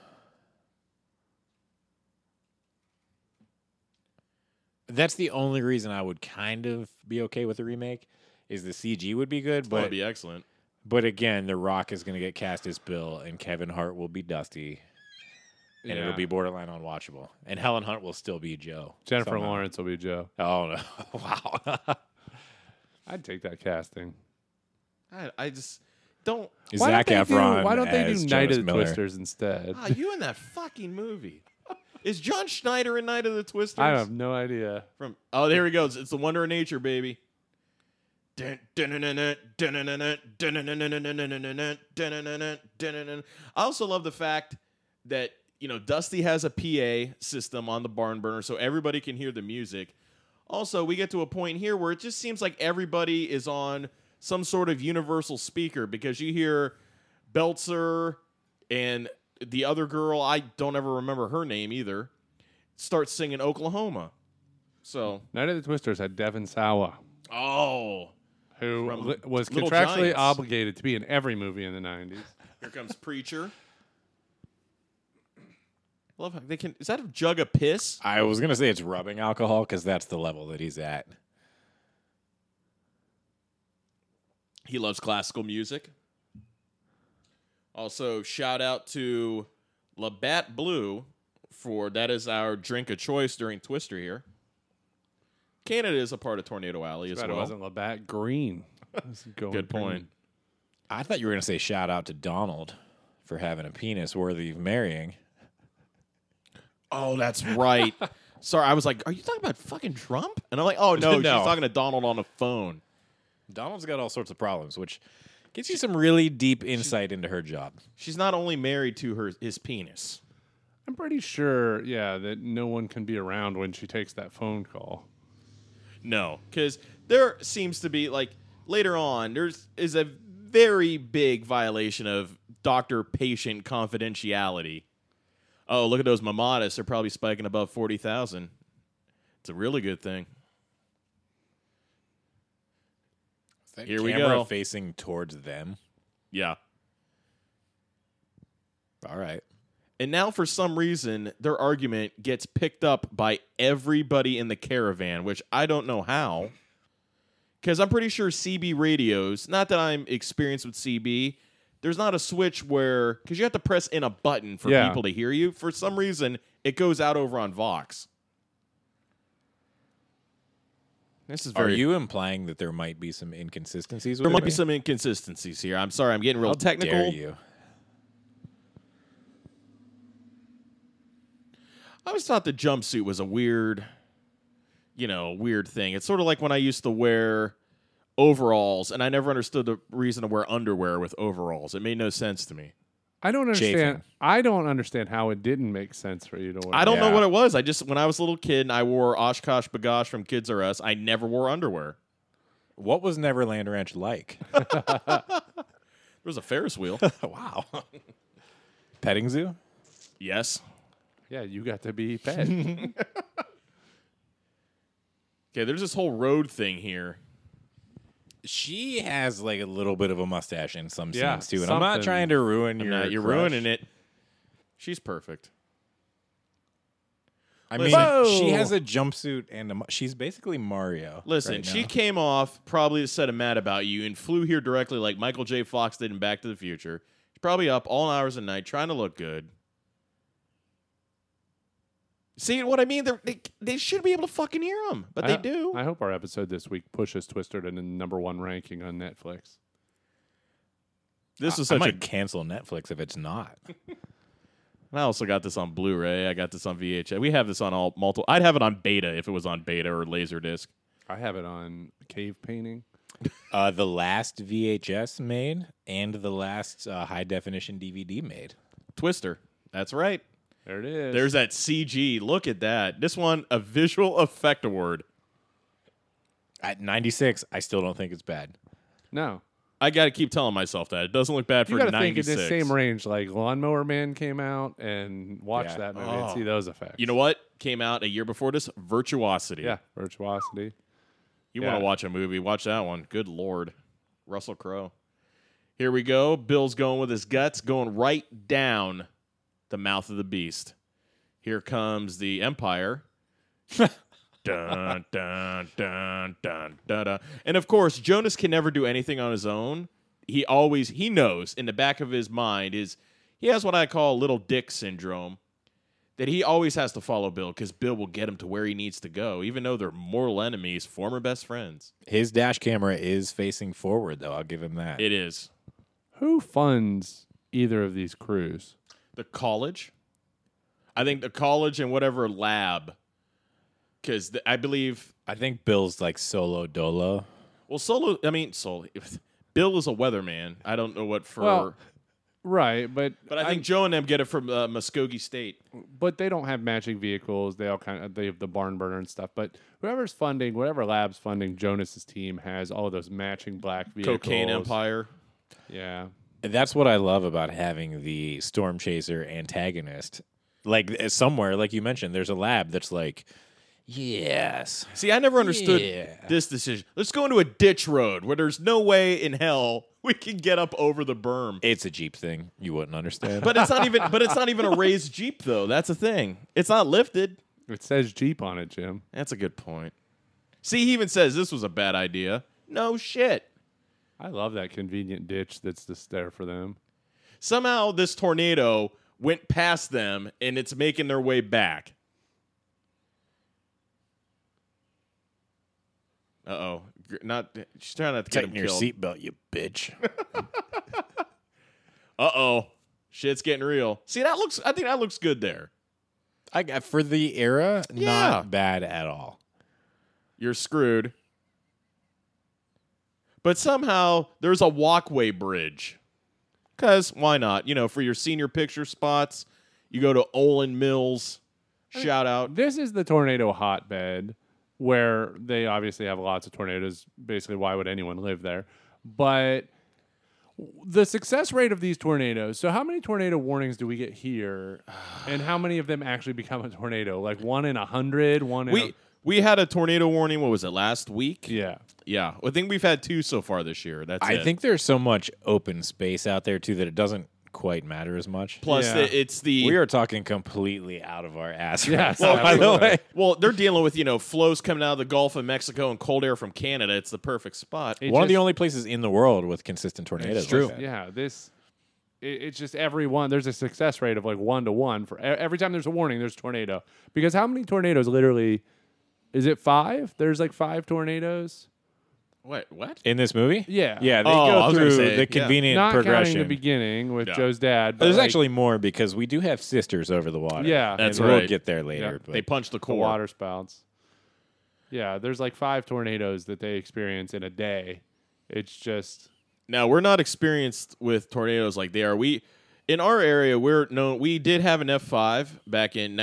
S2: That's the only reason I would kind of be okay with a remake is the CG would be good,
S3: But
S2: but
S3: would be excellent.
S2: but again, The Rock is going to get cast as Bill, and Kevin Hart will be Dusty, and
S1: Yeah.
S2: it'll be borderline unwatchable, and Helen Hunt will still be Joe.
S1: Jennifer
S2: somehow.
S1: Lawrence will be Joe.
S2: Oh no! wow.
S1: I'd take that casting.
S3: I, I just don't.
S2: Zac
S1: don't they
S2: Efron.
S1: Do, why don't they do
S2: as
S1: Night
S2: Jonas
S1: of the
S2: Miller.
S1: Twisters instead?
S3: Ah, you in that fucking movie? Is John Schneider in Night of the Twisters?
S1: I have no idea.
S3: From oh, there he goes. It's the wonder of nature, baby. Dun, dun, dun, dun, dun, dun, dun, dun, dun, dun, dun, dun, dun, dun, dun, dun, dun, dun, dun, dun, dun, dun, dun. I also love the fact that you know Dusty has a PA system on the barn burner, so everybody can hear the music. Also, we get to a point here where it just seems like everybody is on some sort of universal speaker because you hear Belzer and the other girl. I don't ever remember her name either. Start singing Oklahoma. So
S1: Night of the Twisters had Devin Sawa,
S3: Oh,
S1: who
S3: From
S1: li- was
S3: Little
S1: contractually
S3: Giants.
S1: obligated to be in every movie in the '90s.
S3: here comes preacher. Love how they can. Is that a jug of piss?
S2: I was gonna say it's rubbing alcohol because that's the level that he's at.
S3: He loves classical music. Also, shout out to Labatt Blue for that is our drink of choice during Twister here. Canada is a part of Tornado Alley as
S1: That
S3: well.
S1: wasn't Labatt Green. This is going
S3: Good
S1: green.
S3: point.
S2: I thought you were going to say shout out to Donald for having a penis worthy of marrying.
S3: Oh, that's right. Sorry, I was like, are you talking about fucking Trump? And I'm like, oh
S2: No.
S3: no, she's talking to Donald on the phone.
S2: Donald's got all sorts of problems, which gives you some really deep insight into her job.
S3: She's not only married to her his penis.
S1: I'm pretty sure, yeah, that no one can be around when she takes that phone call.
S3: No, because there seems to be like later on there's is a very big violation of doctor patient confidentiality. Oh, look at those mamadas! They're probably spiking above forty thousand. It's a really good thing. Here we
S2: Camera
S3: go.
S2: facing towards them.
S3: Yeah.
S2: All right.
S3: And now, for some reason, their argument gets picked up by everybody in the caravan, which I don't know how. Because I'm pretty sure CB radios, not that I'm experienced with CB, there's not a switch where, because you have to press in a button for
S1: Yeah.
S3: people to hear you. For some reason, it goes out over on Vox. This is
S2: Are
S3: very.
S2: you implying that there might be some inconsistencies? With
S3: there might
S2: it?
S3: be some inconsistencies here. I'm sorry, I'm getting real
S2: How
S3: technical.
S2: Dare you?
S3: I always thought the jumpsuit was a weird, you know, weird thing. It's sort of like when I used to wear overalls, and I never understood the reason to wear underwear with overalls. It made no sense to me.
S1: I don't understand.
S2: Chafing.
S1: I don't understand how it didn't make sense for you to. Wear
S3: I don't know
S2: Yeah.
S3: what it was. I just, when I was a little kid and I wore Oshkosh Bagosh from Kids R Us, I never wore underwear.
S2: What was Neverland Ranch like?
S3: It was a Ferris wheel.
S2: wow. Petting zoo?
S3: yes.
S1: Yeah, you got to be fed.
S3: Okay, there's this whole road thing here.
S2: She has like a little bit of a mustache in some
S1: Yeah,
S2: scenes too, and I'm not
S1: something.
S2: trying to ruin
S3: You're,
S2: your.
S3: you're
S2: crush.
S3: ruining it. She's perfect.
S2: I mean,
S1: Whoa.
S2: she has a jumpsuit and a, mu- she's basically Mario.
S3: Listen,
S2: right
S3: she
S2: now.
S3: came off probably to set a mad about you and flew here directly like Michael J. Fox did in Back to the Future. She's probably up all hours of night trying to look good. See what I mean? They're, they they should be able to fucking hear them, but they
S1: I-
S3: do.
S1: I hope our episode this week pushes Twister to the number one ranking on Netflix.
S3: this is
S2: I
S3: such a.
S2: might cancel Netflix if it's not.
S3: I also got this on Blu-ray. I got this on VHS. We have this on all multiple. I'd have it on Beta if it was on Beta or Laserdisc.
S1: I have it on cave painting.
S2: uh, the last VHS made and the last uh, high definition DVD made.
S3: Twister. That's right.
S1: There it is.
S3: There's that CG. Look at that. This one, a visual effect award.
S2: At 96, I still don't think it's bad.
S1: no.
S3: I got to keep telling myself that it doesn't look bad
S1: You
S3: for
S1: got to think in
S3: 96.
S1: this same range. Like Lawnmower Man came out and watch
S2: Yeah.
S1: that movie and
S3: Oh.
S1: see those effects.
S3: You know what came out a year before this? Virtuosity.
S1: Yeah, Virtuosity.
S3: You
S1: Yeah.
S3: want to watch a movie? Watch that one. Good lord, Russell Crowe. Here we go. Bill's going with his guts, going right down the mouth of the beast. Here comes the Empire. dun, dun, dun, dun, dun, dun. And of course, Jonas can never do anything on his own. He always he knows in the back of his mind is he has what I call little dick syndrome that he always has to follow Bill because Bill will get him to where he needs to go, even though they're mortal enemies, former best friends.
S2: His dash camera is facing forward, though. I'll give him that.
S3: It is
S1: Who funds either of these crews?
S3: the college. I think the college and whatever lab, because I believe
S2: I think Bill's like solo dolo.
S3: well, solo. I mean, solo. Bill is a weatherman. I don't know what for,
S1: Well, Right, but
S3: but I think Joe and them get it from uh, Muskogee State.
S1: but they don't have matching vehicles. They all kind of they have the barn burner and stuff. But whoever's funding, whatever lab's funding Jonas's team has all those matching black vehicles.
S3: Cocaine Empire.
S1: Yeah.
S2: That's what I love about having the storm chaser antagonist. Like uh, somewhere, like you mentioned, there's a lab that's like, yes,
S3: See, I never understood
S2: Yeah.
S3: this decision. Let's go into a ditch road where there's no way in hell we can get up over the berm.
S2: it's a jeep thing. You wouldn't understand.
S3: but it's not even but it's not even a raised jeep though that's a thing it's not lifted
S1: It says Jeep on it, Jim.
S3: that's a good point see he even says this was a bad idea no shit
S1: I love that convenient ditch that's just there for them.
S3: Somehow this tornado went past them and it's making their way back. Uh oh. Not she's trying not to get
S2: Tighten
S3: him
S2: your
S3: killed.
S2: seatbelt, you bitch.
S3: Uh oh. Shit's getting real. See that looks I think that looks good there.
S2: I got for the era,
S3: Yeah.
S2: not bad at all.
S3: You're screwed. But somehow there's a walkway bridge. Cause why not? You know, for your senior picture spots, you go to Olin Mills. Shout out.
S1: This is the tornado hotbed where they obviously have lots of tornadoes. Basically, why would anyone live there? But the success rate of these tornadoes. So, how many tornado warnings do we get here, and how many of them actually become a tornado? Like one in a hundred, one in a,
S3: We we had a tornado warning, what was it, last week?
S1: yeah.
S3: Yeah, I think we've had two so far this year. That's
S2: I
S3: it.
S2: think there's so much open space out there too that it doesn't quite matter as much.
S3: Plus,
S1: Yeah.
S3: the, it's the Oh,
S2: We are talking completely out of our ass. right
S1: Yes,
S2: now, by the way,
S3: well, they're dealing with you know flows coming out of the Gulf of Mexico and cold air from Canada. It's the perfect spot.
S1: It
S2: one of the
S1: just-
S2: only places in the world with consistent tornadoes. like that.
S1: Yeah, this it, it's just every one. There's a success rate of like one to one for e- every time there's a warning. There's tornado because how many tornadoes? Literally, is it five? There's like five tornadoes.
S3: What? What?
S2: In this movie?
S1: Yeah.
S2: Yeah, they
S3: Oh, I
S2: go
S3: was gonna
S2: through
S3: say, yeah.
S2: the convenient
S1: Not counting the
S2: progression.
S1: beginning with
S3: Yeah.
S1: Joe's dad. But
S2: There's
S1: like,
S2: actually more because we do have sisters over the water.
S1: Yeah.
S2: And
S1: That's
S2: We'll
S3: right.
S2: get there later. But
S3: They punch the
S1: the
S3: core.
S1: water spouts. Yeah, there's like five tornadoes that they experience in a day. It's just
S3: Now we're not experienced with tornadoes like they are. We in our area, we're known. We did have an F five back in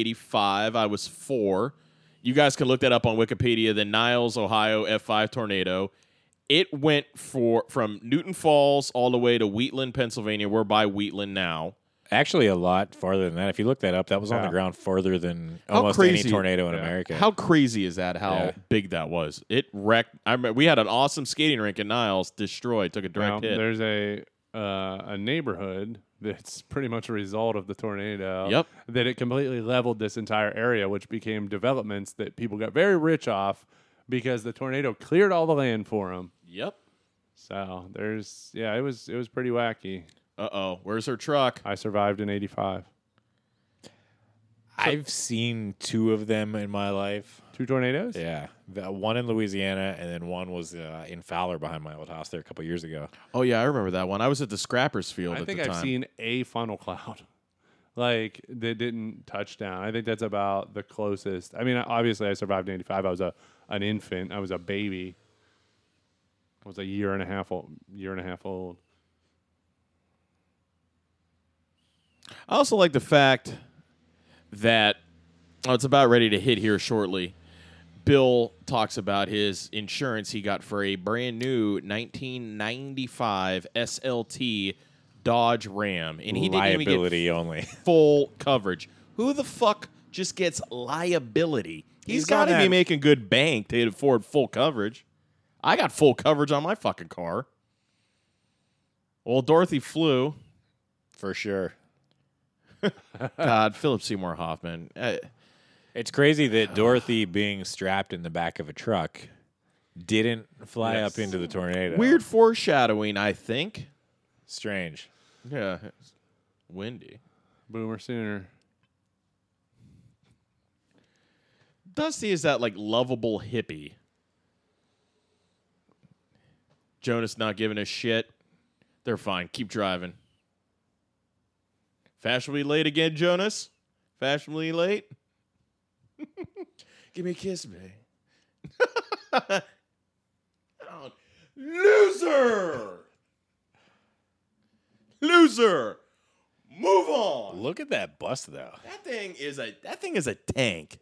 S3: 1985. I was four. You guys can look that up on Wikipedia. The Niles, Ohio F five tornado. It went for from Newton Falls all the way to Wheatland, Pennsylvania. We're by Wheatland now.
S2: actually, a lot farther than that. If you look that up, that was on
S1: Yeah.
S2: the ground farther than
S3: How
S2: almost
S3: crazy-
S2: any tornado in
S1: Yeah.
S2: America.
S3: How crazy is that? How
S2: Yeah.
S3: big that was? It wrecked. I remember we had an awesome skating rink in Niles, destroyed, took a
S1: Well,
S3: direct hit.
S1: There's a uh, a neighborhood that's pretty much a result of the tornado.
S3: Yep.
S1: That it completely leveled this entire area, which became developments that people got very rich off because the tornado cleared all the land for them.
S3: Yep.
S1: So there's yeah, it was it was pretty wacky.
S3: Uh oh. Where's her truck?
S1: I survived in '85.
S2: I've seen two of them in my life.
S1: Two tornadoes.
S2: Yeah, The- one in Louisiana, and then one was uh, in Fowler behind my old house there a couple years ago.
S3: Oh yeah, I remember that one. I was at the Scrappers Field
S1: I
S3: at
S1: think
S3: the
S1: I've
S3: time.
S1: seen a funnel cloud. Like they didn't touch down. I think that's about the closest. I mean, obviously, I survived in '85. I was a an infant. I was a baby. I was a year and a half old. Year and a half old.
S3: I also like the fact that oh, it's about ready to hit here shortly. Bill talks about his insurance he got for a brand new 1995 SLT Dodge Ram, and he didn't even get
S2: Liability only.
S3: full coverage. Who the fuck just gets liability? He's
S2: He's
S3: got to
S2: on
S3: be
S2: that-
S3: making good bank to afford full coverage. I got full coverage on my fucking car. Well, Dorothy flew.
S2: For sure.
S3: God, Philip Seymour Hoffman. Uh,
S2: It's crazy that Dorothy being strapped in the back of a truck didn't fly up into the tornado.
S3: weird foreshadowing, I think.
S2: Strange.
S3: Yeah. it's Windy.
S1: Boomer sooner.
S3: Dusty is that like lovable hippie. Jonas not giving a shit. They're fine. Keep driving. Fashionably late again, Jonas. Fashionably late. Give me a kiss, babe. Oh, Loser! Loser! Move on!
S2: Look at that bus though.
S3: That thing is a that thing is a tank.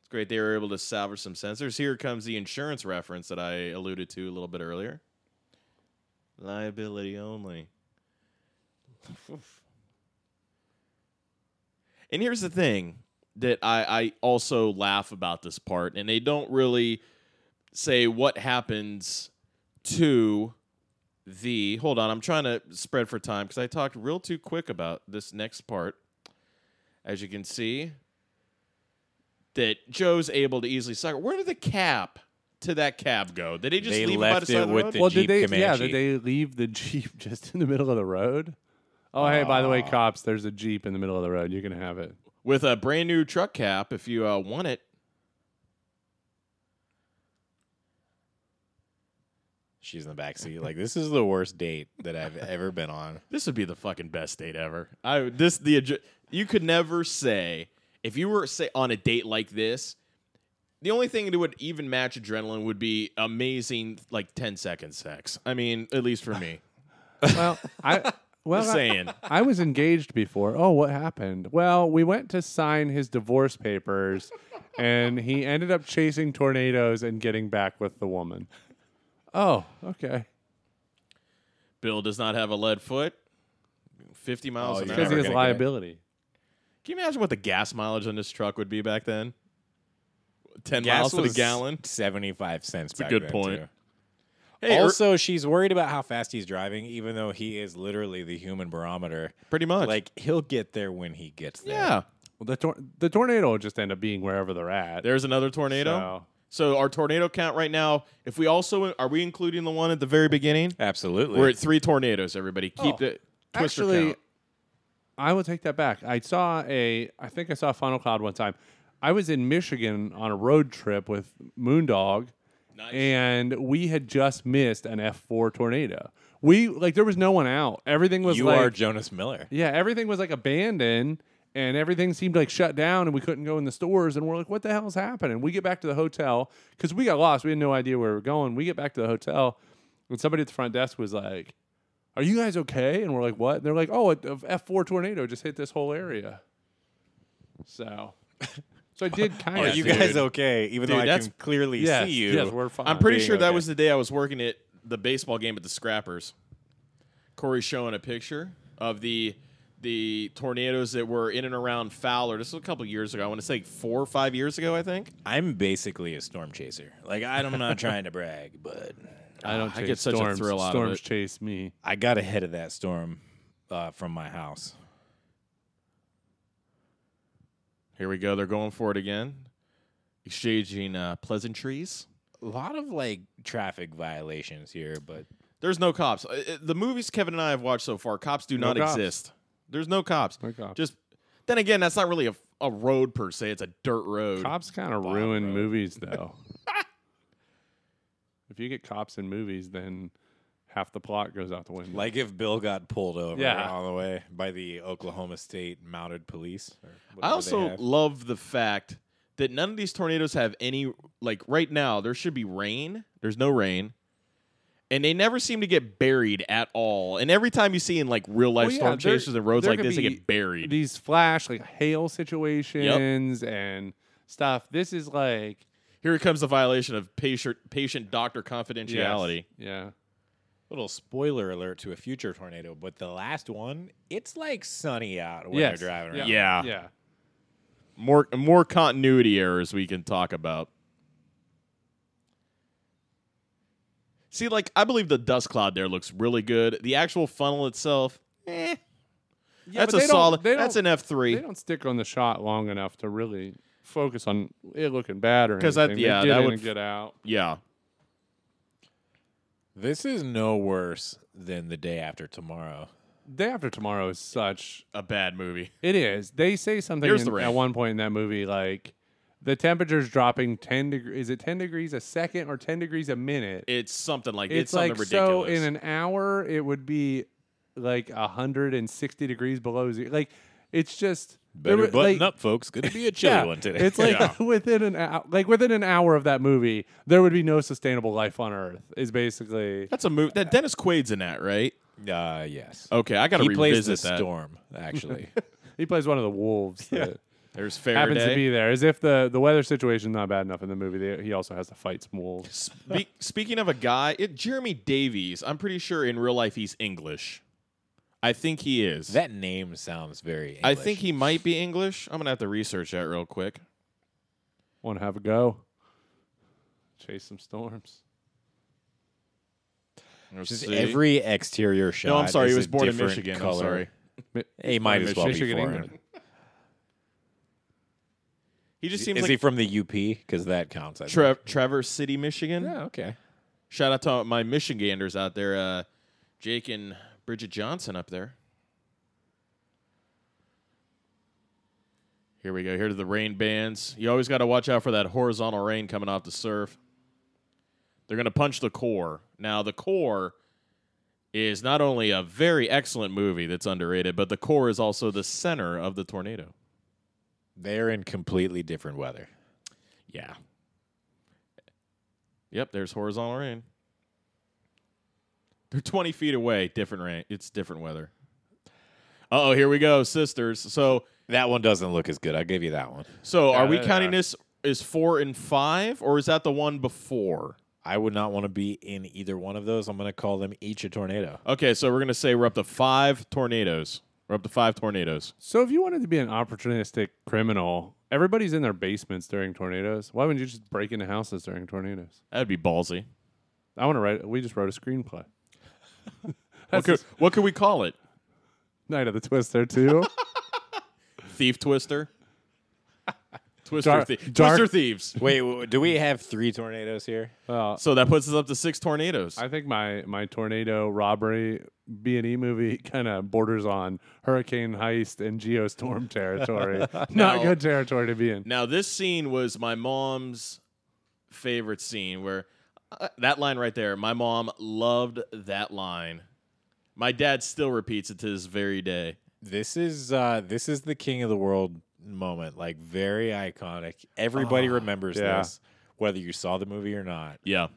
S3: It's great they were able to salvage some sensors. Here comes the insurance reference that I alluded to a little bit earlier. Liability only. and here's the thing that I, I also laugh about this part, and they don't really say what happens to the hold on i'm trying to spread for time because i talked real too quick about this next part as you can see that joe's able to easily sucker where did the cap to that cab go? Did they just
S2: They
S3: leave it by
S2: left
S3: the side
S2: it
S3: of the
S2: with
S3: road?
S2: the
S1: well,
S2: Jeep
S1: did they? Yeah,
S2: Comanche.
S1: did they leave the Jeep just in the middle of the road? Oh, hey, by the way, cops, there's a Jeep in the middle of the road. You can have it.
S3: with a brand new truck cap if you uh, want it.
S2: She's in the back seat. Like this is the worst date that I've ever been on.
S3: This would be the fucking best date ever. I this the adj- you could never say if you were say on a date like this. The only thing that would even match adrenaline would be amazing like 10 second sex. I mean, at least for me.
S1: Well, I well,
S3: Just
S1: I-
S3: saying.
S1: I was engaged before. Oh, what happened? Well, we went to sign his divorce papers, and he ended up chasing tornadoes and getting back with the woman. Oh, okay.
S3: Bill does not have a lead foot. 50 miles
S2: Oh,
S3: an
S2: you're
S1: Because
S3: hour.
S1: he
S2: never
S1: has
S2: gonna get it.
S1: liability.
S3: Can you imagine what the gas mileage on this truck would be back then? 10
S2: Gas
S3: miles to the
S2: was
S3: gallon.
S2: seventy-five cents. It's
S3: a good point. Hey, er-
S2: Also, she's worried about how fast he's driving, even though he is literally the human barometer.
S3: pretty much.
S2: Like he'll get there when he gets there.
S3: yeah.
S1: Well, the tor- the tornado will just end up being wherever they're at.
S3: There's another tornado.
S1: So-
S3: So our tornado count right now, if we also are we including the one at the very beginning?
S2: absolutely.
S3: We're at three tornadoes, everybody. Keep
S1: Oh,
S3: the twister
S1: Actually,
S3: count.
S1: I will take that back. I saw a, I think I saw Funnel Cloud one time. I was in Michigan on a road trip with Moondog,
S3: Nice.
S1: and we had just missed an F4 tornado. We like there was no one out. Everything was
S2: you
S1: like
S2: are Jonas Miller.
S1: yeah, everything was like abandoned and everything seemed like shut down and we couldn't go in the stores and we're like, what the hell's happening? We get back to the hotel because we got lost. We had no idea where we were going. We get back to the hotel and somebody at the front desk was like, are you guys okay? And we're like, what? And they're like, oh, a F F4 tornado just hit this whole area. So, so I did kind
S2: Are
S1: of.
S2: Oh, you
S3: dude.
S2: guys okay? Even
S3: Dude,
S2: though I
S3: that's-
S2: can clearly
S1: Yes,
S2: see you.
S1: yes, we're fine.
S3: I'm pretty
S2: being
S3: sure that
S2: okay.
S3: was the day I was working at the baseball game at the Scrappers. Corey's showing a picture of the the tornadoes that were in and around Fowler. This was a couple years ago. I want to say four or five years ago, I think.
S2: I'm basically a storm chaser. Like I'm not trying to brag, but
S1: I don't.
S3: Ah, I
S1: chase
S3: get such a
S1: storms.
S3: thrill out of
S1: Storms
S3: it.
S1: chase me.
S2: I got ahead of that storm uh, from my house.
S3: Here we go. They're going for it again. Exchanging uh, pleasantries.
S2: A lot of like traffic violations here, but
S3: There's no cops. Uh, uh, The movies Kevin and I have watched so far, cops do
S1: No
S3: not
S1: cops.
S3: exist. There's no cops.
S1: No cops.
S3: Just then again, that's not really a, a road per se. It's a dirt road.
S1: Cops kind of ruin movies, though. if you get cops in movies, then half the plot goes out the window.
S2: like if Bill got pulled over
S1: Yeah.
S2: on the way by the Oklahoma State Mounted Police. or
S3: I
S2: whatever they
S3: also
S2: have.
S3: love the fact that none of these tornadoes have any like right now there should be rain. There's no rain. And they never seem to get buried at all. And every time you see in like real life
S1: Well, yeah,
S3: storm
S1: there-
S3: chases and roads
S1: there
S3: like
S1: could
S3: this, they
S1: be
S3: get buried.
S1: These flash, like hail situations and stuff. This is like
S3: Here comes the violation of patient patient doctor confidentiality.
S1: Yeah.
S2: little spoiler alert to a future tornado, but the last one, it's like sunny out when
S1: Yes.
S2: they're driving around.
S3: Yeah.
S1: Yeah.
S3: More more continuity errors we can talk about. See, like I believe the dust cloud there looks really good. The actual funnel itself, eh,
S1: but
S3: that's a
S1: they don't-
S3: solid.
S1: they
S3: That's
S1: don't-
S3: an F
S1: They
S3: three.
S1: don't stick on the shot long enough to really focus on it looking bad or
S3: 'Cause
S1: anything.
S3: that-
S1: They
S3: yeah,
S1: get
S3: that
S1: in
S3: would
S1: and
S3: f-
S1: get out.
S3: Yeah,
S2: This is no worse than the day after tomorrow.
S1: Day after tomorrow is such
S3: a bad movie.
S1: It is. They say something
S3: Here's
S1: in-
S3: the rain.
S1: at one point in that movie like the temperature's dropping 10 degrees. Is it 10 degrees a second or 10 degrees a minute?
S3: It's something like
S1: it's
S3: something
S1: like so
S3: ridiculous.
S1: in an hour it would be like 160 degrees below zero. Like it's just there were- like,
S2: up, folks. Gonna be a chilly
S1: Yeah, it's like
S3: Yeah.
S1: within an hour, like within an hour of that movie, there would be no sustainable life on Earth. Is basically
S3: that's a movie that Dennis Quaid's in that, right?
S2: uh, yes.
S3: Okay, I gotta
S2: he plays
S3: revisit
S2: the
S3: that.
S2: storm. Actually,
S1: he plays one of the wolves that
S3: There's Faraday.
S1: happens to be there. As if the the weather situation's not bad enough in the movie, they, he also has to fight some wolves.
S3: Spe- speaking of a guy, it, Jeremy Davies. I'm pretty sure in real life he's English. I think he is.
S2: that name sounds very. English.
S3: I think he might be English. I'm gonna have to research that real quick.
S1: Want to have a go? Chase some storms.
S3: Let's
S2: Just
S3: see.
S2: every exterior shot.
S3: no, I'm sorry.
S2: is
S3: He
S2: a
S3: was born in
S2: different
S3: Michigan.
S2: Color.
S3: I'm sorry.
S1: Mi-
S2: He might as well be
S1: Michigan,
S2: foreign.
S1: England.
S3: He just
S2: Is
S3: seems like
S2: he from the UP? Because that counts. I think.
S3: Tra- Traverse City, Michigan.
S2: Yeah, okay.
S3: Shout out to my Michiganders out there, uh, Jake and Bridget Johnson up there. Here we go. Here to the rain bands. You always got to watch out for that horizontal rain coming off the surf. They're going to punch the core. Now, the core is not only a very excellent movie that's underrated, but the core is also the center of the tornado.
S2: They're in completely different weather.
S3: Yeah. Yep, there's horizontal rain. They're 20 feet away, different rain. It's different weather. Oh, here we go, sisters. So,
S2: That one doesn't look as good. I'll give you that one.
S3: so are we
S1: they
S3: counting
S1: are.
S3: this as four and five, or is that the one before?
S2: I would not want to be in either one of those. I'm going to call them each a tornado.
S3: Okay, so we're gonna say we're up to five tornadoes. We're up to five tornadoes.
S1: So if you wanted to be an opportunistic criminal, everybody's in their basements during tornadoes. Why wouldn't you just break into houses during tornadoes?
S3: That'd be ballsy.
S1: I want to write. We just wrote a screenplay.
S3: What
S1: That's
S3: could, what could we call it?
S1: Night of the Twister too.
S3: Thief Twister. Twister,
S1: Dar-
S3: thie-
S1: dark-
S3: Twister thieves.
S2: Wait, w- do we have three tornadoes here?
S1: well,
S3: So that puts us up to six tornadoes.
S1: I think my my tornado robbery B and E movie kind of borders on hurricane heist and geostorm territory. Not good territory to be in.
S3: Now, this scene was my mom's favorite scene where uh, that line right there, my mom loved that line. My dad still repeats it to this very day.
S2: This is uh, this is the king of the world moment. Like very iconic. Everybody
S3: Ah,
S2: remembers
S1: yeah.
S2: this, whether you saw the movie or not.
S3: Yeah.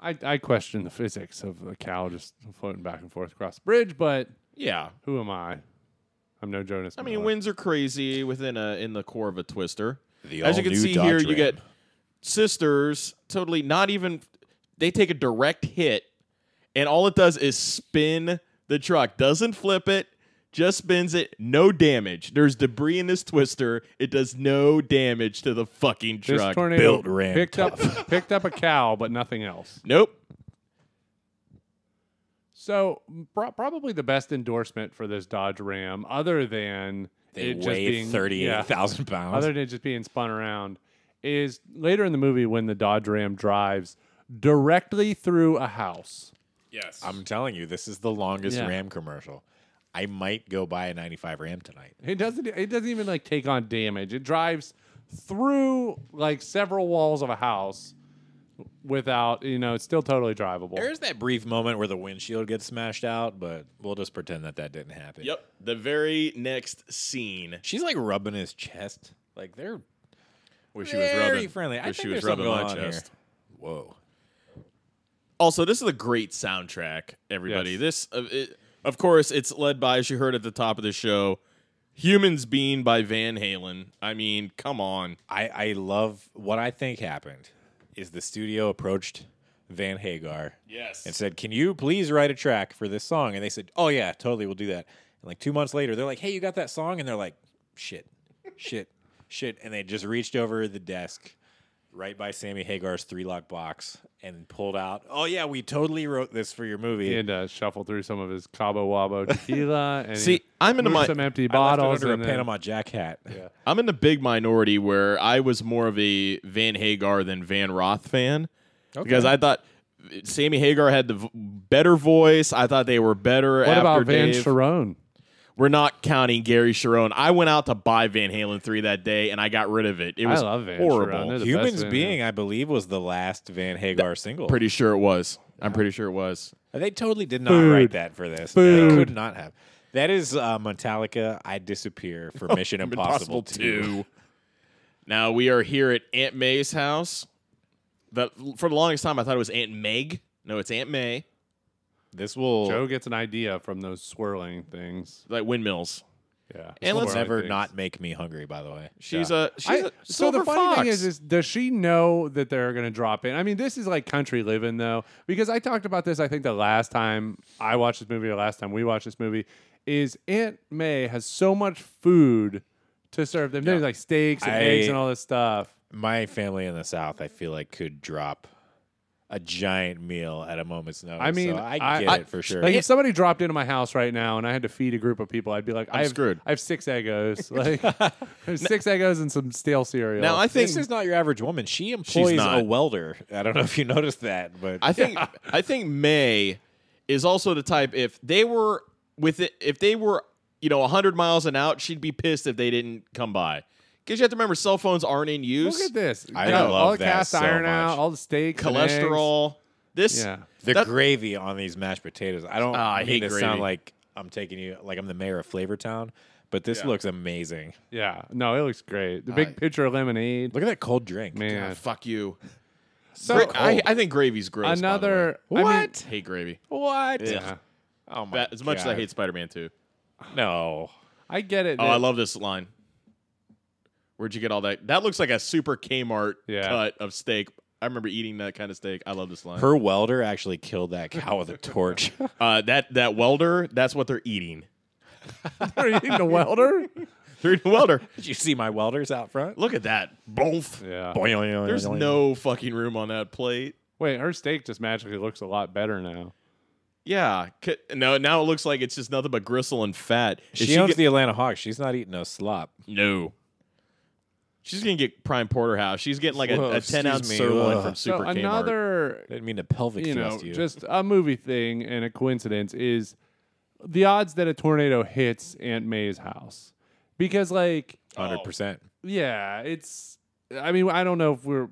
S1: I, I question the physics of a cow just floating back and forth across the bridge, but
S3: Yeah.
S1: who am I? I'm no Jonas.
S3: I mean,
S1: Miller.
S3: winds are crazy within a in the core of a twister.
S2: The
S3: As you can
S2: all-new
S3: see
S2: Dodge
S3: here, you
S2: Ram.
S3: get sisters totally not even they take a direct hit and all it does is spin the truck. Doesn't flip it, just spins it. No damage. There's debris in this twister. It does no damage to the fucking
S1: this
S3: truck.
S1: tornado
S2: built Ram
S1: picked up picked up a cow, but nothing else.
S3: nope.
S1: So pro- probably the best endorsement for this Dodge Ram, other than
S2: they
S1: it just
S2: weigh
S1: being
S2: thirty-eight thousand pounds.
S1: other than it just being spun around, is later in the movie when the Dodge Ram drives directly through a house.
S3: Yes.
S2: I'm telling you, this is the longest
S1: Yeah.
S2: Ram commercial. I might go buy a 95 Ram tonight.
S1: It doesn't. It doesn't even like take on damage. It drives through like several walls of a house without you know. It's still totally drivable.
S2: There is that brief moment where the windshield gets smashed out, but we'll just pretend that that didn't happen.
S3: yep. The very next scene.
S2: She's like rubbing his chest. Like they're
S3: Where she
S2: very
S3: was rubbing.
S2: friendly. I
S3: where
S2: think
S3: she was
S2: there's something
S3: rubbing my
S2: going on
S3: chest.
S2: Here. Whoa.
S3: Also, this is a great soundtrack, everybody.
S1: Yes.
S3: This, uh, it, of course, it's led by, as you heard at the top of the show, Humans Being by Van Halen. I mean, come on.
S2: I, I love what I think happened is the studio approached Van Hagar
S3: Yes.
S2: and said, Can you please write a track for this song? And they said, Oh yeah, totally, we'll do that. And like two months later, they're like, Hey, you got that song? And they're like, Shit, shit, shit. And they just reached over the desk right by Sammy Hagar's three lock box and pulled out, Oh yeah, we totally wrote this for your movie.
S1: He had to shuffle through some of his Cabo Wabo tequila. And
S3: See,
S1: he
S3: I'm into
S1: moved
S3: my-
S1: some empty
S2: I left it
S1: bottles
S2: under a
S1: and then-
S2: Panama Jack hat.
S3: I'm in the big minority where I was more of a Van Hagar than Van Roth fan because I thought Sammy Hagar had the v- better voice. I thought they were better.
S1: What
S3: after
S1: about Van
S3: Dave.
S1: Sharon?
S3: We're not counting Gary Sharon. I went out to buy Van Halen three that day and I got rid of it. It
S1: I
S3: was
S1: love Van
S3: horrible.
S1: Sharon. They're the best
S2: Humans
S1: band.
S2: Being, I believe, was the last Van Hagar single.
S3: Pretty sure it was. I'm pretty sure it was.
S2: They totally did not
S1: Food.
S2: write that for this. They
S1: Food.
S2: could not have. That is uh, Metallica. I disappear for Mission Impossible,
S3: Impossible
S2: Two.
S3: Two. Now we are here at Aunt May's house. That for the longest time I thought it was Aunt Meg. No, it's Aunt May.
S2: This will
S1: Joe gets an idea from those swirling things.
S3: Like windmills.
S1: Yeah.
S3: And let's-
S1: Swirling
S2: never
S1: things.
S2: not make me hungry. By the way,
S3: She's
S1: Yeah.
S3: a she's
S1: I-
S3: a
S1: so the
S3: silver
S1: funny thing
S3: fox.
S1: is, is does she know that they're going to drop in? I mean, this is like country living though, because I talked about this. I think the last time I watched this movie, or last time we watched this movie, is Aunt May has so much food to serve them. There's like steaks and
S2: I-
S1: eggs and all this stuff.
S2: my family in the South, I feel like could drop a giant meal at a moment's notice.
S1: I mean,
S2: So I get it for sure.
S1: Like, if somebody dropped into my house right now and I had to feed a group of people, I'd be like, I'm have,
S3: screwed.
S1: I have six egos, like I have six egos and some stale cereal.
S3: Now I think
S2: this is not your average woman. She employs
S3: not.
S2: a welder. I don't know if you noticed that, but
S3: I think I think May is also the type if they were with it if they were you know 100 miles an out she'd be pissed if they didn't come by because you have to remember cell phones aren't in use
S1: look at this.
S2: I
S1: Got
S2: love
S1: all the
S2: that
S1: cast
S2: so
S1: iron
S2: much.
S1: out, all the steak,
S3: cholesterol this
S1: Yeah.
S2: the
S3: that-
S2: gravy on these mashed potatoes. I don't
S3: Ah, I
S2: mean
S3: hate
S2: to
S3: gravy.
S2: sound like I'm taking you like I'm the mayor of Flavortown, but this
S3: Yeah.
S2: looks amazing.
S1: Yeah, no, it looks great. The big pitcher of lemonade,
S2: Look at that cold drink.
S1: man.
S3: Ah, fuck you
S1: so Oh.
S3: Gra- I, I think gravy's gross by the
S1: another
S3: way.
S1: I mean-
S3: hate gravy
S2: What?
S1: yeah,
S2: Oh my
S3: Ba- as much as I
S2: God.
S3: hate Spider-Man 2
S2: No.
S1: I get it.
S3: oh
S1: that-
S3: I love this line where'd you get all that that looks like a super Kmart
S1: Yeah.
S3: cut of steak I remember eating that kind of steak I love this line
S2: Her welder actually killed that cow with a torch.
S3: uh, that that welder that's what they're eating
S1: Are you eating the welder?
S3: They're eating welder
S2: Did you see my welders out front?
S3: Look at that. Both.
S1: Yeah.
S2: There's
S3: There's no fucking room on that plate.
S1: Wait, her steak just magically looks a lot better now.
S3: Yeah. c- No, now it looks like it's just nothing but gristle and fat. Is
S2: She owns
S3: get-
S2: the Atlanta Hawks. She's not eating no slop.
S3: No. She's gonna get prime porterhouse. She's getting like
S2: Whoa,
S3: a, a
S2: excuse
S3: ten ounce
S2: me.
S3: sirloin
S2: Ugh.
S3: from
S1: So
S3: Super Kmart.
S1: another
S2: Didn't mean to pelvic
S1: you know,
S2: thrust you.
S1: just a movie thing and a coincidence is the odds that a tornado hits Aunt May's house. Because, like,
S2: 100%.
S1: yeah, it's. I mean, I don't know if we're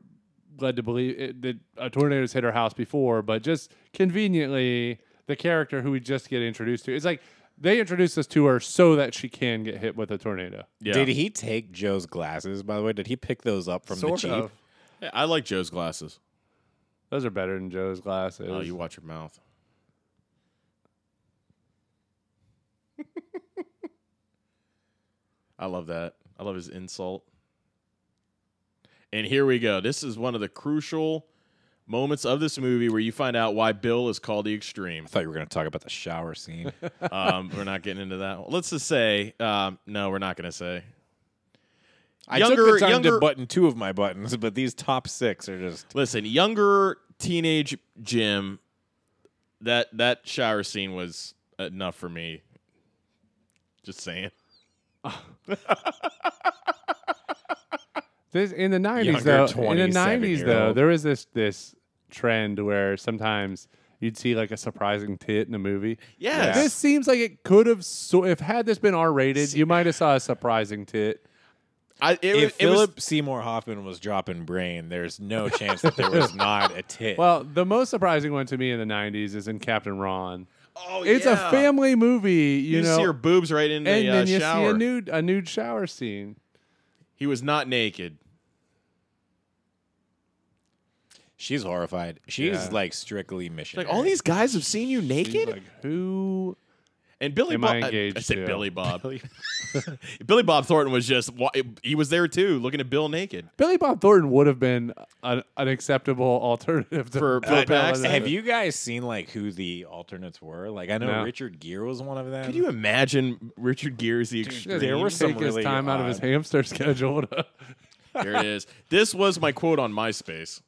S1: led to believe it, that a tornado's hit her house before, but just conveniently, the character who we just get introduced to, it's like they introduced us to her so that she can get hit with a tornado.
S3: Yeah.
S2: Did he take Joe's glasses, by the way? Did he pick those up from
S1: Sort
S2: the Jeep?
S1: of.
S3: Yeah, I like Joe's glasses.
S1: Those are better than Joe's glasses.
S3: Oh, you watch your mouth. I love that. I love his insult. And here we go. This is one of the crucial moments of this movie where you find out why Bill is called the extreme.
S2: I thought you were going to talk about the shower scene.
S3: Um, we're not getting into that. Let's just say, um, no, we're not going to say.
S2: I
S3: Younger-
S2: took the time
S3: younger-
S2: to button two of my buttons, but these top six are just
S3: Listen, younger teenage Jim, that that shower scene was enough for me. Just saying.
S1: This in the nineties though.
S2: Younger
S1: In the
S2: 27
S1: nineties
S2: year
S1: though,
S2: old.
S1: there was this this trend where sometimes you'd see like a surprising tit in a movie.
S3: Yes.
S1: This seems like it could have so if had this been R rated, you might have saw a surprising tit.
S3: I, it, was-
S2: if
S3: it was-
S2: Philip Seymour Hoffman was dropping brain, there's no chance that there was not a tit.
S1: Well, the most surprising one to me in the nineties is in Captain Ron.
S3: oh,
S1: It's
S3: yeah.
S1: a family movie, you,
S3: You,
S1: know.
S3: see her boobs right in the
S1: and
S3: uh,
S1: then you
S3: shower.
S1: see a nude a nude shower scene.
S3: he was not naked.
S2: she's horrified. She's
S1: Yeah.
S2: like strictly missionary.
S3: Like all these guys have seen you
S1: She's
S3: naked.
S1: like, who
S3: and Billy
S1: Am
S3: Bob.
S1: I engaged
S3: I said
S1: to?
S3: Billy Bob. Billy Bob Thornton was just wa- he was there too, looking at Bill naked.
S1: Billy Bob Thornton would have been an, an acceptable alternative to
S3: For-
S1: Bill
S3: for Paxton.
S1: Paxton.
S2: have you guys seen like who the alternates were? Like I know
S1: No.
S2: Richard Gere was one of them.
S3: Could you imagine Richard Gere's the extreme?
S1: Just
S2: There were
S1: take
S2: some
S1: his
S2: really
S1: time out of his
S2: odd-
S1: hamster schedule. to-
S3: There it is. This was my quote on MySpace.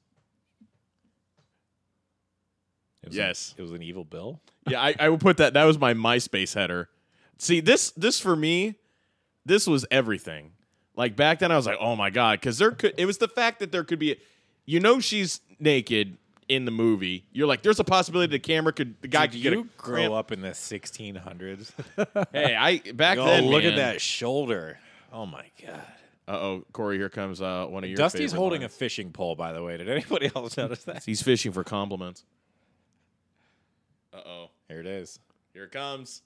S2: It was
S3: Yes.
S2: an, it was an evil Bill.
S3: Yeah, I, I would put that. That was my MySpace header. See, this this for me, this was everything. Like back then, I was like, oh my god, because there could it was the fact that there could be, you know, she's naked in the movie. You're like, there's a possibility the camera could the guy
S2: Did
S3: could get
S2: you
S3: a
S2: grow
S3: cramp.
S2: up in the 1600s?
S3: Hey, I back
S2: oh,
S3: then.
S2: look at that shoulder. Oh my god.
S3: Uh oh, Corey, here comes uh, one of your.
S2: Dusty's holding a fishing pole, by the way. Did anybody else notice that?
S3: He's fishing for compliments. Uh oh,
S2: Here it is.
S3: here it comes.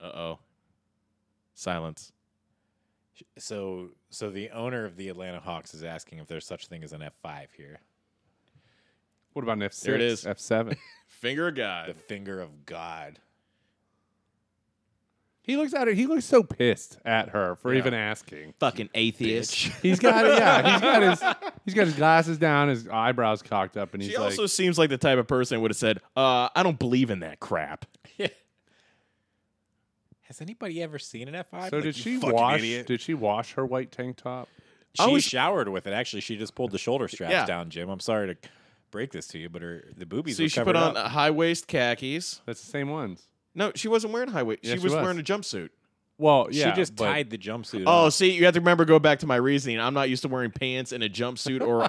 S3: Uh oh. Silence.
S2: So, so the owner of the Atlanta Hawks is asking if there's such thing as an F5 here.
S1: what about an F six?
S3: There it is.
S1: F seven.
S3: Finger of God.
S2: The finger of God.
S1: He looks at her. He looks so pissed at her for
S2: Yeah.
S1: even asking.
S3: fucking atheist.
S1: He's got yeah. He's got his he's got his glasses down, his eyebrows cocked up, and he's
S3: She
S1: like,
S3: also seems like the type of person who would have said, uh, I don't believe in that crap.
S2: Has anybody ever seen an F5?
S1: "So
S2: Like,
S1: did
S2: you
S1: she
S2: fucking
S1: wash?
S2: idiot.
S1: Did she wash her white tank top?
S2: She
S3: was-
S2: showered with it. Actually, she just pulled the shoulder straps
S3: Yeah.
S2: down, Jim. I'm sorry to break this to you, but her the boobies.
S3: See,
S2: were
S3: she
S2: covered
S3: put on
S1: uh,
S2: up.
S3: high waist khakis.
S1: That's the same ones.
S3: No, she wasn't wearing high waist.
S1: Yeah,
S3: she,
S1: she
S3: was,
S1: was.
S3: wearing a jumpsuit.
S1: Well, yeah,
S2: she just
S1: but-
S2: tied the jumpsuit.
S3: Oh,
S2: on.
S3: see, you have to remember go back to my reasoning. I'm not used to wearing pants and a jumpsuit, or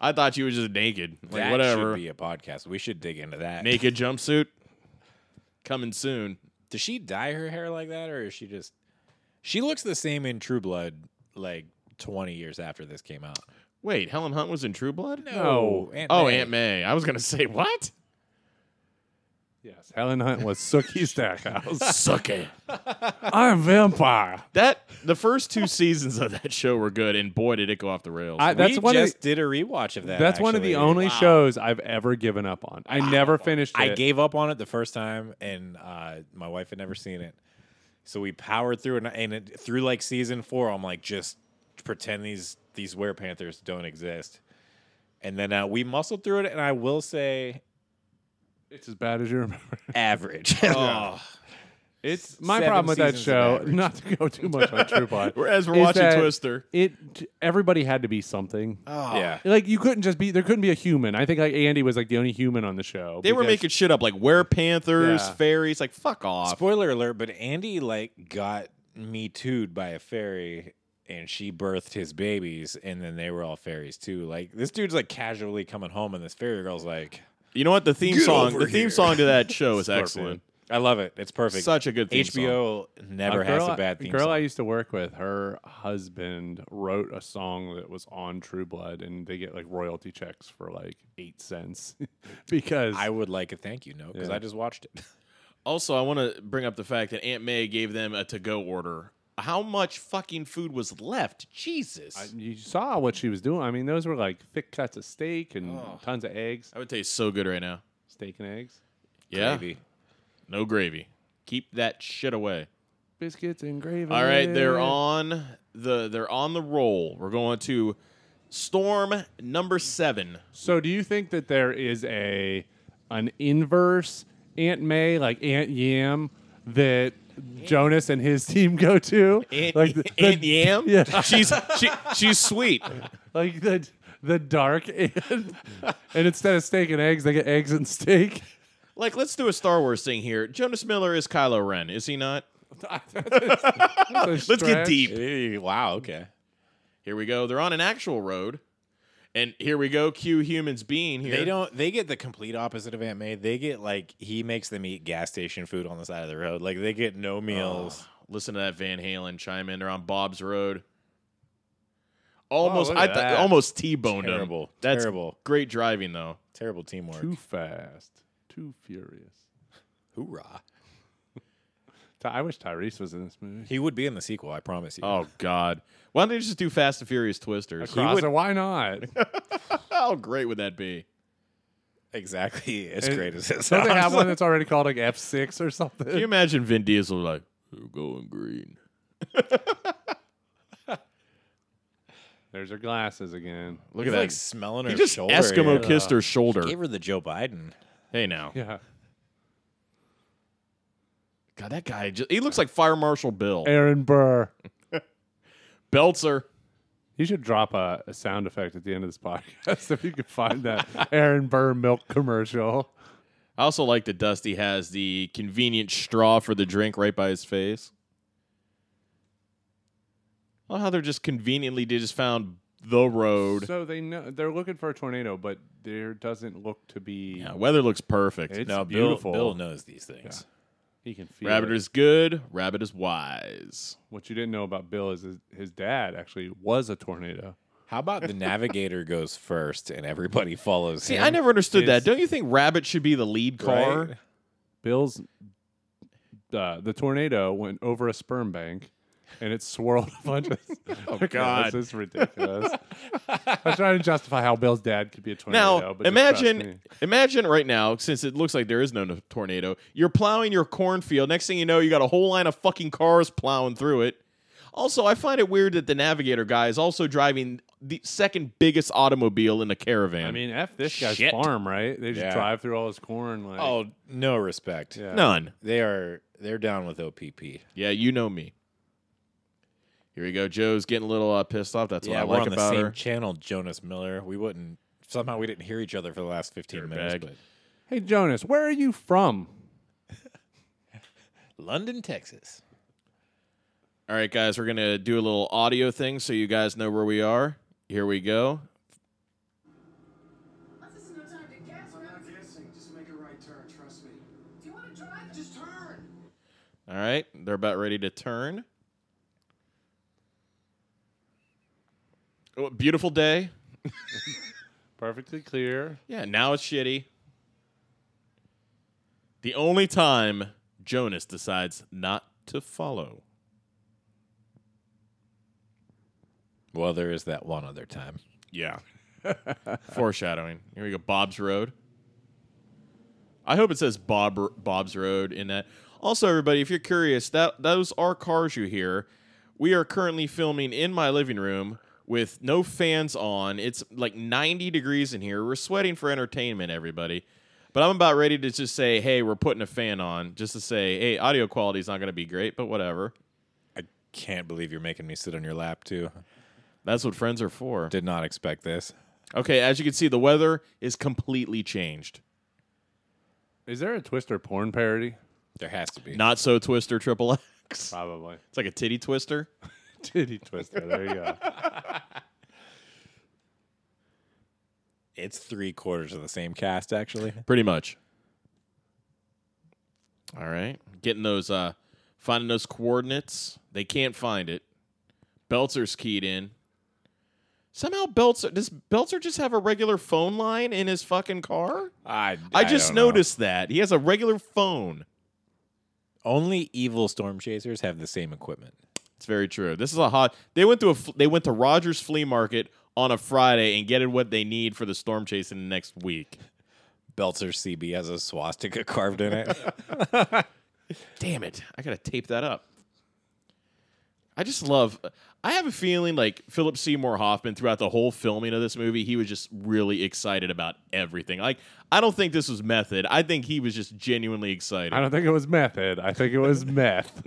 S3: I thought you were just naked, like
S2: that
S3: whatever.
S2: should be a podcast. We should dig into that.
S3: Naked jumpsuit coming soon.
S2: Does she dye her hair like that, or is she just? She looks the same in True Blood, like 20 years after this came out.
S3: Wait, Helen Hunt was in True Blood?
S1: No.
S2: Aunt
S3: Oh,
S2: May.
S3: Aunt May. I was gonna say what?
S1: Yes, Helen Hunt was Sookie Stackhouse.
S3: Suck it.
S1: I'm vampire.
S3: That the first two seasons of that show were good, and boy did it go off the rails.
S1: I, that's
S2: we
S1: one
S2: just
S1: of
S2: did a rewatch of
S1: the,
S2: that.
S1: that's one of the
S2: actually.
S1: only shows I've ever given up on. I never finished it.
S2: I gave up on it the first time, and uh, my wife had never seen it, so we powered through it. And it, through like season four, I'm like, just pretend these these wear panthers don't exist. And then uh, we muscled through it, and I will say,
S1: it's as bad as you remember.
S2: average.
S3: oh, it's
S1: My
S2: Seven
S1: problem with that
S2: seasons of
S1: show,
S2: average.
S1: not to go too much on True Blood,
S3: Whereas we're
S1: is
S3: watching
S1: that
S3: Twister. Uh,
S1: It everybody had to be something.
S2: Oh,
S3: Oh,
S2: yeah,
S1: Like you couldn't just be there. Couldn't be a human. I think like Andy was like the only human on the show.
S3: They were
S1: because-
S3: making shit up like were panthers,
S1: Yeah.
S3: fairies, like fuck off.
S2: Spoiler alert, but Andy like got me tooed by a fairy and she birthed his babies and then they were all fairies too. Like this dude's like casually coming home and this fairy girl's like
S3: You know what? The theme
S2: Get
S3: song,
S2: over
S3: the theme
S2: here.
S3: song to that show is
S1: Scorpion.
S3: excellent.
S2: I love it. It's perfect.
S3: Such a good theme song.
S2: HBO
S1: A
S2: never
S1: Uh, girl,
S2: has a bad
S1: a
S2: theme
S1: girl I
S2: song.
S1: used to work with, her husband wrote a song that was on True Blood, and they get like royalty checks for like eight cents because
S2: I, would like a thank you note because
S1: Yeah.
S2: I just watched it.
S3: Also, I want to bring up the fact that Aunt May gave them a to-go order. How much fucking food was left? Jesus.
S1: I-
S3: I,
S1: you saw what she was doing. I mean, those were like thick cuts of steak and tons of eggs,
S3: would taste so good right now.
S1: steak and eggs,
S3: Yeah.
S2: Maybe.
S3: No gravy. Keep that shit away.
S1: biscuits and gravy.
S3: All right, they're on the they're on the roll. We're going to storm number 7.
S1: So, do you think that there is a an inverse Aunt May, like Aunt Yam, that Jonas and his team go to?
S3: Aunt,
S1: like the, the-
S3: Aunt Yam?
S1: Yeah.
S3: She's she, she's sweet.
S1: like the the dark and, and instead of steak and eggs, they get eggs and steak.
S3: Like let's do a Star Wars thing here. Jonas Miller is Kylo Ren, is he not?
S1: Let's
S3: Let's get deep.
S2: Hey, wow. Okay.
S3: Here we go. They're on an actual road. And here we go. Cue humans being here.
S2: They don't. They get the complete opposite of Aunt May. They get like he makes them eat gas station food on the side of the road. Like they get no meals.
S3: listen to that Van Halen chime in. They're on Bob's Road. Almost,
S1: Oh, look
S3: I
S1: at
S3: th-
S1: that.
S3: almost T-boned him.
S2: terrible.
S3: That's
S2: terrible.
S3: great driving though.
S2: Terrible teamwork.
S1: Too fast, too furious.
S2: Hoorah.
S1: Ty- I wish Tyrese was in this movie.
S2: He would be in the sequel, I promise you.
S3: Oh God, why don't they just do Fast and Furious Twisters?
S1: Crosser, why not?
S3: How great would that be?
S2: Exactly as
S1: And-
S2: great as it
S1: Don't
S2: sounds.
S1: they have one that's already called like F six or something?
S3: Can you imagine Vin Diesel like we're going green?
S1: There's her glasses again.
S3: Look
S2: He's
S3: at
S2: like
S3: that.
S2: smelling her
S3: He just
S2: shoulder.
S3: Eskimo
S2: here.
S3: kissed her shoulder.
S2: Gave her the Joe Biden.
S3: Hey now,
S1: Yeah.
S3: God, that guy just—he looks like Fire Marshal Bill
S1: Aaron Burr.
S3: Belzer.
S1: You should drop a, a sound effect at the end of this podcast if you could find that Aaron Burr milk commercial.
S3: I also like that Dusty has the convenient straw for the drink right by his face. I love how they're just conveniently they just found the road.
S1: So they know they're looking for a tornado, but there doesn't look to be.
S3: yeah, weather looks perfect.
S1: It's
S2: no, Bill,
S1: beautiful.
S2: Bill knows these things.
S1: He can feel
S3: Rabbit
S1: it.
S3: is good. Rabbit is wise.
S1: What you didn't know about Bill is his, his dad actually was a tornado.
S2: How about the navigator goes first and everybody follows
S3: See,
S2: him?
S3: I never understood that.
S1: is-
S3: Don't you think Rabbit should be the lead car?
S2: Right?
S1: Bill's uh, the tornado went over a sperm bank, and it swirled a bunch of. oh
S3: God.
S1: this is ridiculous. I'm trying to justify how Bill's dad could be a tornado.
S3: Now,
S1: but just trust me.
S3: imagine imagine right now, since it looks like there is no n- tornado, you're plowing your cornfield. Next thing you know, you got a whole line of fucking cars plowing through it. Also, I find it weird that the navigator guy is also driving the second biggest automobile in the caravan.
S1: I mean, f this guy's
S3: Shit.
S1: farm, right? They just
S2: Yeah.
S1: drive through all his corn. Like,
S2: Oh, no respect.
S1: Yeah.
S3: none.
S2: They are they're down with OPP.
S3: Yeah, you know me. Here we go. Joe's getting a little uh, pissed off. That's
S2: yeah,
S3: what I
S2: we're
S3: like
S2: on the
S3: about
S2: same
S3: her.
S2: channel, Jonas Miller. We wouldn't somehow we didn't hear each other for the last fifteen minutes.
S3: Dirtbag.
S2: But
S1: Hey, Jonas, where are you from?
S2: London, Texas.
S3: All right, guys, we're gonna do a little audio thing so you guys know where we are. Here we go.
S4: This is no time to guess,
S5: I'm not
S4: Do
S5: guessing. Just make a right turn. Trust me.
S4: you want to drive?
S5: Just turn.
S3: All right, they're about ready to turn. Oh, beautiful day.
S1: Perfectly clear.
S3: Yeah, now it's shitty. The only time Jonas decides not to follow.
S2: Well, there is that one other time.
S3: Yeah. Foreshadowing. Here we go. Bob's Road. I hope it says Bob Bob's Road in that. Also, everybody, if you're curious, that those are cars you hear. We are currently filming in my living room with no fans on. It's like 90 degrees in here. We're sweating for entertainment, everybody. But I'm about ready to just say, hey, we're putting a fan on, just to say, hey, audio quality's not going to be great, but whatever.
S2: I can't believe you're making me sit on your lap too.
S3: That's what friends are for.
S2: Did not expect this.
S3: Okay, as you can see, the weather is completely changed.
S1: Is there a Twister porn parody?
S2: There has to be.
S3: Not so twister triple X.
S1: Probably.
S3: It's like a titty twister.
S1: Titty Twister. There you go.
S2: It's three quarters of the same cast, actually.
S3: Pretty much. All right. Getting those uh finding those coordinates. They can't find it. Belzer's keyed in. Somehow Belzer does Belzer just have a regular phone line in his fucking car?
S2: I
S3: I, just
S2: don't know.
S3: noticed that. He has a regular phone.
S2: only evil storm chasers have the same equipment.
S3: It's very true. This is a hot. They went to a. fl- They went to Rogers Flea Market on a Friday and getting what they need for the storm chasing next week.
S2: Belzer CB has a swastika carved in it.
S3: Damn it! I gotta tape that up. I just love. I have a feeling like Philip Seymour Hoffman throughout the whole filming of this movie, he was just really excited about everything. Like I don't think this was method. I think he was just genuinely excited.
S1: I don't think it was method. I think it was meth.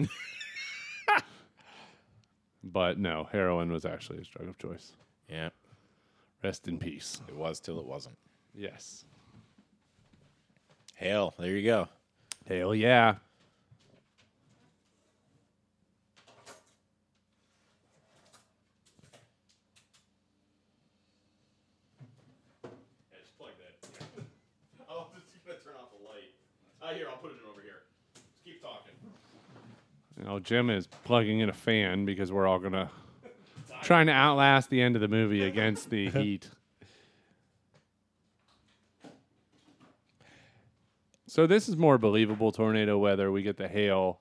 S1: but no, heroin was actually his drug of choice.
S3: yeah.
S1: Rest in peace.
S2: it was till it wasn't.
S1: Yes.
S2: Hell, there you go.
S1: Hell yeah.
S3: just plug that. I'll just you turn off the light. Uh, here, I'll put it in over here. Just keep talking.
S1: You know, Jim is plugging in a fan because we're all gonna trying to outlast the end of the movie against the heat. So this is more believable tornado weather. We get the hail,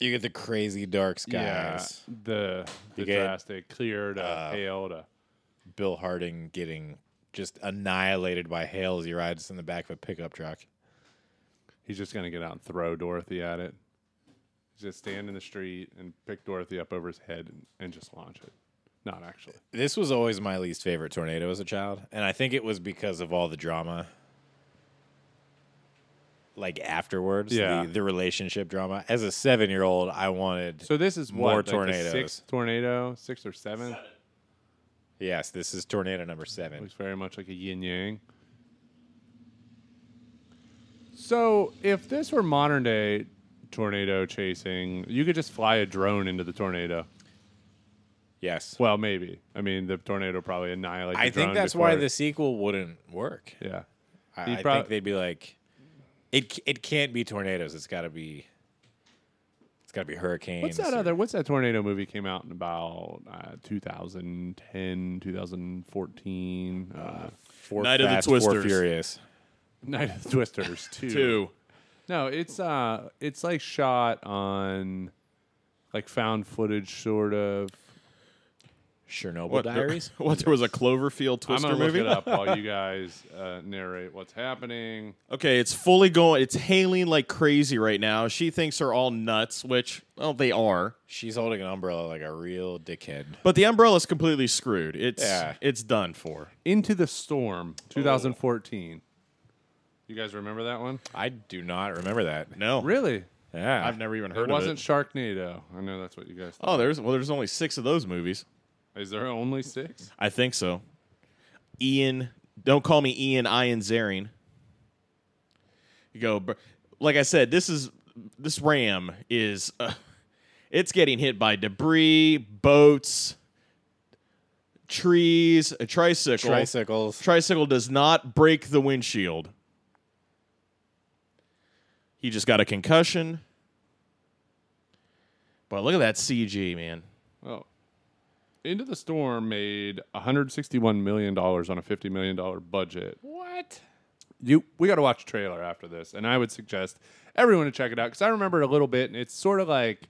S2: You get the crazy dark
S1: yeah,
S2: skies.
S1: the, the
S2: You get, uh,
S1: drastic clear to hail to
S2: Bill Harding getting just annihilated by hail as he rides in the back of a pickup truck.
S1: He's just gonna get out and throw Dorothy at it. Just stand in the street and pick Dorothy up over his head and, and just launch it. Not actually.
S2: This was always my least favorite tornado as a child, and I think it was because of all the drama. Like afterwards,
S1: Yeah.
S2: the, the relationship drama. As a seven year old, I wanted.
S1: So this is
S2: More
S1: what, like the
S2: tornadoes.
S1: sixth tornado, six or seven.
S2: yes, this is tornado number seven.
S1: Looks very much like a yin yang. So if this were modern day tornado chasing, you could just fly a drone into the tornado.
S2: Yes.
S1: Well, maybe. I mean, the tornado probably annihilates.
S2: I
S1: the drone
S2: think that's why
S1: before-
S2: the sequel wouldn't work.
S1: Yeah.
S2: I,
S1: You'd
S2: I
S1: prob-
S2: think they'd be like, it c- it can't be tornadoes. It's got to be, it's got to be hurricanes.
S1: What's that
S2: or-
S1: other? What's that tornado movie came out in about uh, 2010, 2014? Uh,
S2: Four
S3: Night of the
S2: Fast, Four
S3: Twisters.
S2: Furious.
S1: Night of the Twisters two.
S3: Two.
S1: No, it's uh, it's like shot on, like found footage sort of.
S2: Chernobyl
S3: What, there-
S2: Diaries.
S3: what there was a Cloverfield
S1: I'm
S3: Twister
S1: gonna
S3: movie?
S1: look it up while you guys uh, narrate what's happening.
S3: Okay, it's fully going. It's hailing like crazy right now. She thinks they're all nuts, which well they are.
S2: She's holding an umbrella like a real dickhead.
S3: But the umbrella's completely screwed. It's
S2: Yeah.
S3: it's done for.
S1: Into the Storm,
S3: Oh.
S1: 2014. You guys remember that one?
S2: I do not remember that.
S3: No,
S1: Really?
S2: Yeah.
S3: I've never even heard
S1: It
S3: of
S1: wasn't
S3: it.
S1: Sharknado. I know that's what you guys. Thought.
S3: Oh, there's well, there's only six of those movies.
S1: Is there only six?
S3: I think so. Ian, don't call me Ian. Ian Zarin. You go, br- like I said, this is this ram is, uh, it's getting hit by debris, boats, trees, a tricycle.
S2: Tricycles.
S3: Tricycle does not break the windshield. He just got a concussion. But look at that CG, man.
S1: Oh. Into the Storm made 161 million dollars on a 50 million dollar budget.
S2: what?
S1: You we got to watch a trailer after this and I would suggest everyone to check it out cuz I remember it a little bit and it's sort of like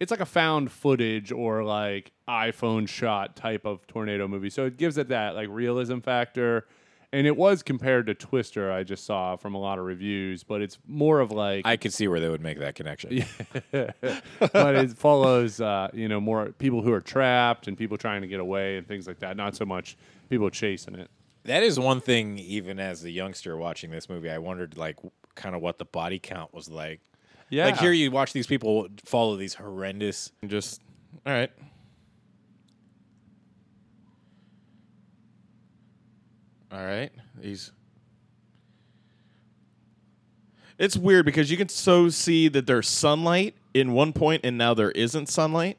S1: it's like a found footage or like iPhone shot type of tornado movie. So it gives it that like realism factor and it was compared to Twister I just saw from a lot of reviews, but it's more of like
S2: I could see where they would make that connection.
S1: but it follows uh, you know more people who are trapped and people trying to get away and things like that. Not so much people chasing it.
S2: That is one thing. Even as a youngster watching this movie, I wondered like kind of what the body count was like.
S1: Yeah,
S2: Like here, you watch these people follow these horrendous.
S3: And just, all right. All right. He's. It's weird because you can so see that there's sunlight in one point and now there isn't sunlight.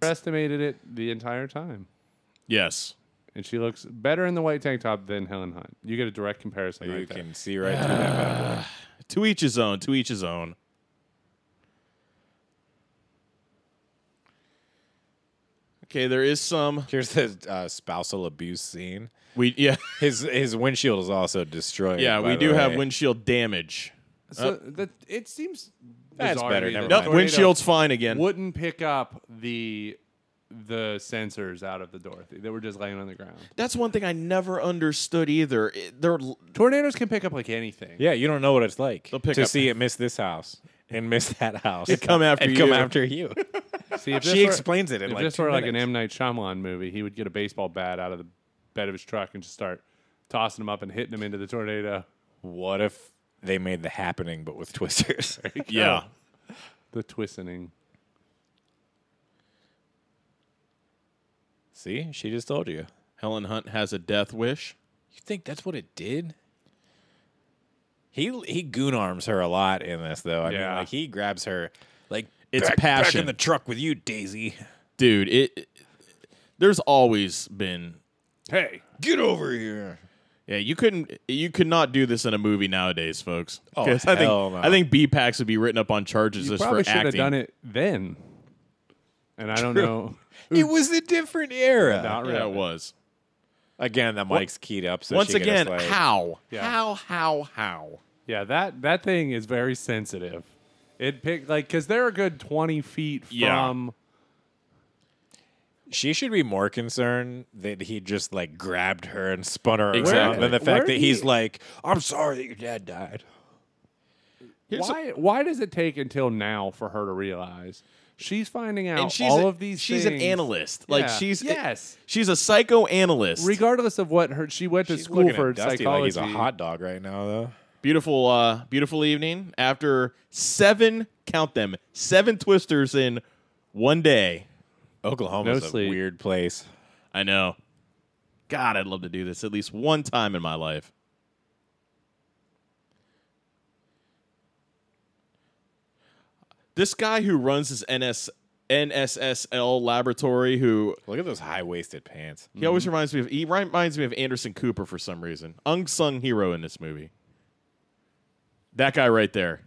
S1: estimated it the entire time,
S3: Yes.
S1: and she looks better in the white tank top than Helen Hunt. You get a direct comparison.
S2: You
S1: right there.
S2: can see right through that.
S3: To each his own. To each his own. Okay, there is some.
S2: Here's the uh, spousal abuse scene.
S3: We yeah
S2: His his windshield is also destroyed.
S3: yeah
S2: by
S3: we
S2: the
S3: do have
S2: way.
S3: windshield damage.
S1: So that it seems
S2: Uh, That's
S1: bizarre
S2: better,
S1: To me
S2: never
S1: that
S2: mind.
S3: Nope,
S1: the
S3: windshield's
S1: tornado
S3: fine again.
S1: Wouldn't pick up the the sensors out of the Dorothy. They were just laying on the ground.
S3: That's one thing I never understood either. It- they're l-
S1: Tornadoes can pick up like anything.
S2: Yeah, you don't know what it's like
S3: They'll pick
S2: to
S3: up-
S2: see it miss this house and miss that house
S3: And come after
S2: and come
S3: you.
S2: after you.
S1: See, if
S2: she
S1: this were-
S2: explains it in
S1: if
S2: like
S1: this
S2: two
S1: were like an
S2: minutes.
S1: M Night Shyamalan movie, he would get a baseball bat out of the bed of his truck and just start tossing them up and hitting them into the tornado.
S2: What if they made the happening but with twisters?
S3: yeah.
S1: The twistening.
S2: See, she just told you.
S3: Helen Hunt has a death wish.
S2: You think that's what it did? He he goon arms her a lot in this though. I mean,
S1: Yeah.
S2: like he grabs her like
S3: It's
S2: back, Back
S3: passion.
S2: in the truck with you, Daisy.
S3: Dude, it there's always been
S1: Hey,
S2: Get over here.
S3: yeah, you couldn't you could not do this in a movie nowadays, folks.
S2: Oh,
S3: 'Cause I think
S2: hell no.
S3: I think B packs would be written up on charges
S1: you
S3: just
S1: probably
S3: for
S1: should
S3: acting.
S1: have done it then. And I don't know.
S2: It was a different era.
S1: Not really.
S3: Yeah, it was.
S2: Again, the mic's keyed up. So
S3: Once
S2: she can
S3: again,
S2: just, like-
S3: how?
S1: Yeah.
S3: How, how, how?
S1: Yeah, that that thing is very sensitive. It picked like because they're a good twenty feet from.
S3: Yeah.
S2: She should be more concerned that he just like grabbed her and spun her
S3: Exactly.
S2: around than the
S1: Where
S2: fact that
S1: did
S2: he's
S1: he-
S2: like, "I'm sorry that your dad died."
S3: Here's a-
S1: Why why does it take until now for her to realize she's finding out
S3: and she's
S1: all
S3: a-
S1: of these?
S3: She's an
S1: things-
S3: analyst. Like
S1: Yeah.
S3: she's
S1: yes.
S3: she's a psychoanalyst.
S1: Regardless of what her she went to
S2: She's
S1: school
S2: looking
S1: for
S2: at Dusty
S1: psychology.
S2: like he's a hot dog right now, though.
S3: beautiful uh beautiful evening after seven count them seven twisters in one day
S2: Oklahoma's
S1: No
S2: a
S1: sleep.
S2: weird place.
S3: i know god i'd love to do this at least one time in my life this guy who runs his ns nssl laboratory who
S2: Look at those high waisted pants.
S3: he always reminds me of he reminds me of anderson cooper for some reason unsung hero in this movie that guy right there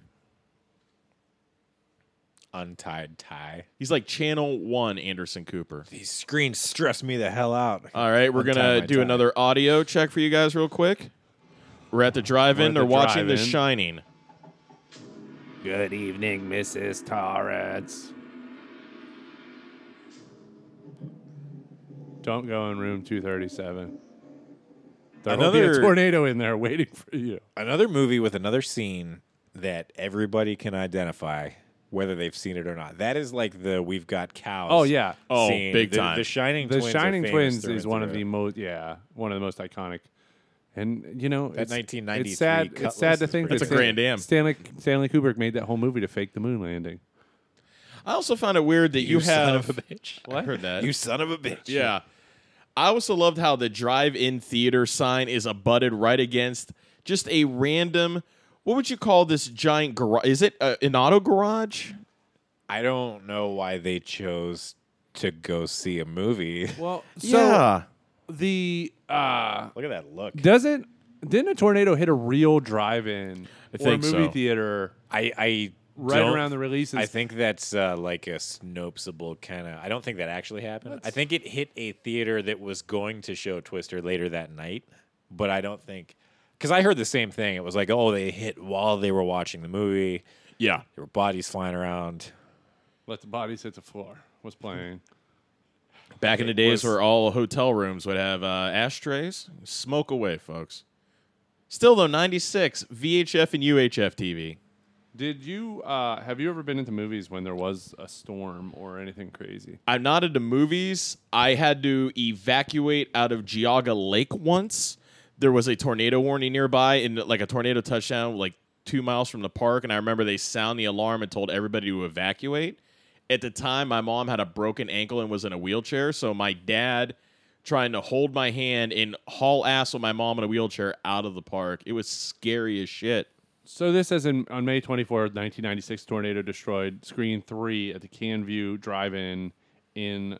S2: Untied tie.
S3: He's like Channel One Anderson Cooper.
S2: These screens stress me the hell out.
S3: All right, we're
S2: Untie
S3: gonna
S2: my
S3: do
S2: tie.
S3: another audio check for you guys real quick. We're at the drive-in.
S1: We're
S3: They're
S1: at the
S3: watching The
S1: drive-in.
S3: Shining.
S1: Good evening, Mrs. Torrance. Don't go in room 237. There will be
S2: Another-
S1: a tornado in there waiting for you.
S2: Another movie with another scene that everybody can identify, whether they've seen it or not. That is like the we've got cows.
S1: Oh, yeah.
S3: Oh,
S2: scene.
S3: big
S2: The-
S3: time.
S2: The Shining
S1: The
S2: Twins. are
S1: Shining
S2: famous
S1: Twins
S2: through
S1: is
S2: and
S1: one of
S2: through.
S1: the most, yeah, one of the most iconic And you know, it's,
S2: 1993
S1: it's sad.
S2: Cutlass
S1: It's sad to
S2: is
S1: think
S2: pretty
S1: that
S3: That's a grand dam.
S1: Stanley Stanley Kubrick made that whole movie to fake the moon landing.
S3: I also found it weird that you,
S2: son
S3: have
S2: of a bitch.
S3: I heard that.
S2: You son of a bitch.
S3: yeah. I also loved how the drive-in theater sign is abutted right against just a random. What would you call this giant garage? Is it uh, an auto garage?
S2: I don't know why they chose to go see a movie.
S1: Well, the uh,
S2: Look at that look.
S1: doesn't didn't a tornado hit a real drive-in or
S3: think
S1: movie
S3: so.
S1: theater
S2: I, I
S1: right
S2: don't-
S1: around the release?
S2: I think that's uh, like a snopesable kind of. I don't think that actually happened. I think it hit a theater that was going to show Twister later that night, but I don't think because I heard the same thing. It was like, oh, they hit while they were watching the movie.
S3: yeah.
S2: There were bodies flying around.
S1: let the bodies hit the floor was playing.
S3: Back in the days
S2: was-
S3: where all hotel rooms would have uh, ashtrays, smoke away, folks. Still though, ninety six VHF and UHF TV.
S1: Did you uh, have you ever been into movies when there was a storm or anything crazy?
S3: I'm not into movies. I had to evacuate out of Geauga Lake once. There was a tornado warning nearby, and like a tornado touchdown, like two miles from the park. And I remember they sound the alarm and told everybody to evacuate. At the time, my mom had a broken ankle and was in a wheelchair, so my dad trying to hold my hand and haul ass with my mom in a wheelchair out of the park. It was scary as shit.
S1: So this says in on May 24, 1996, tornado destroyed Screen Three at the Canview Drive-In in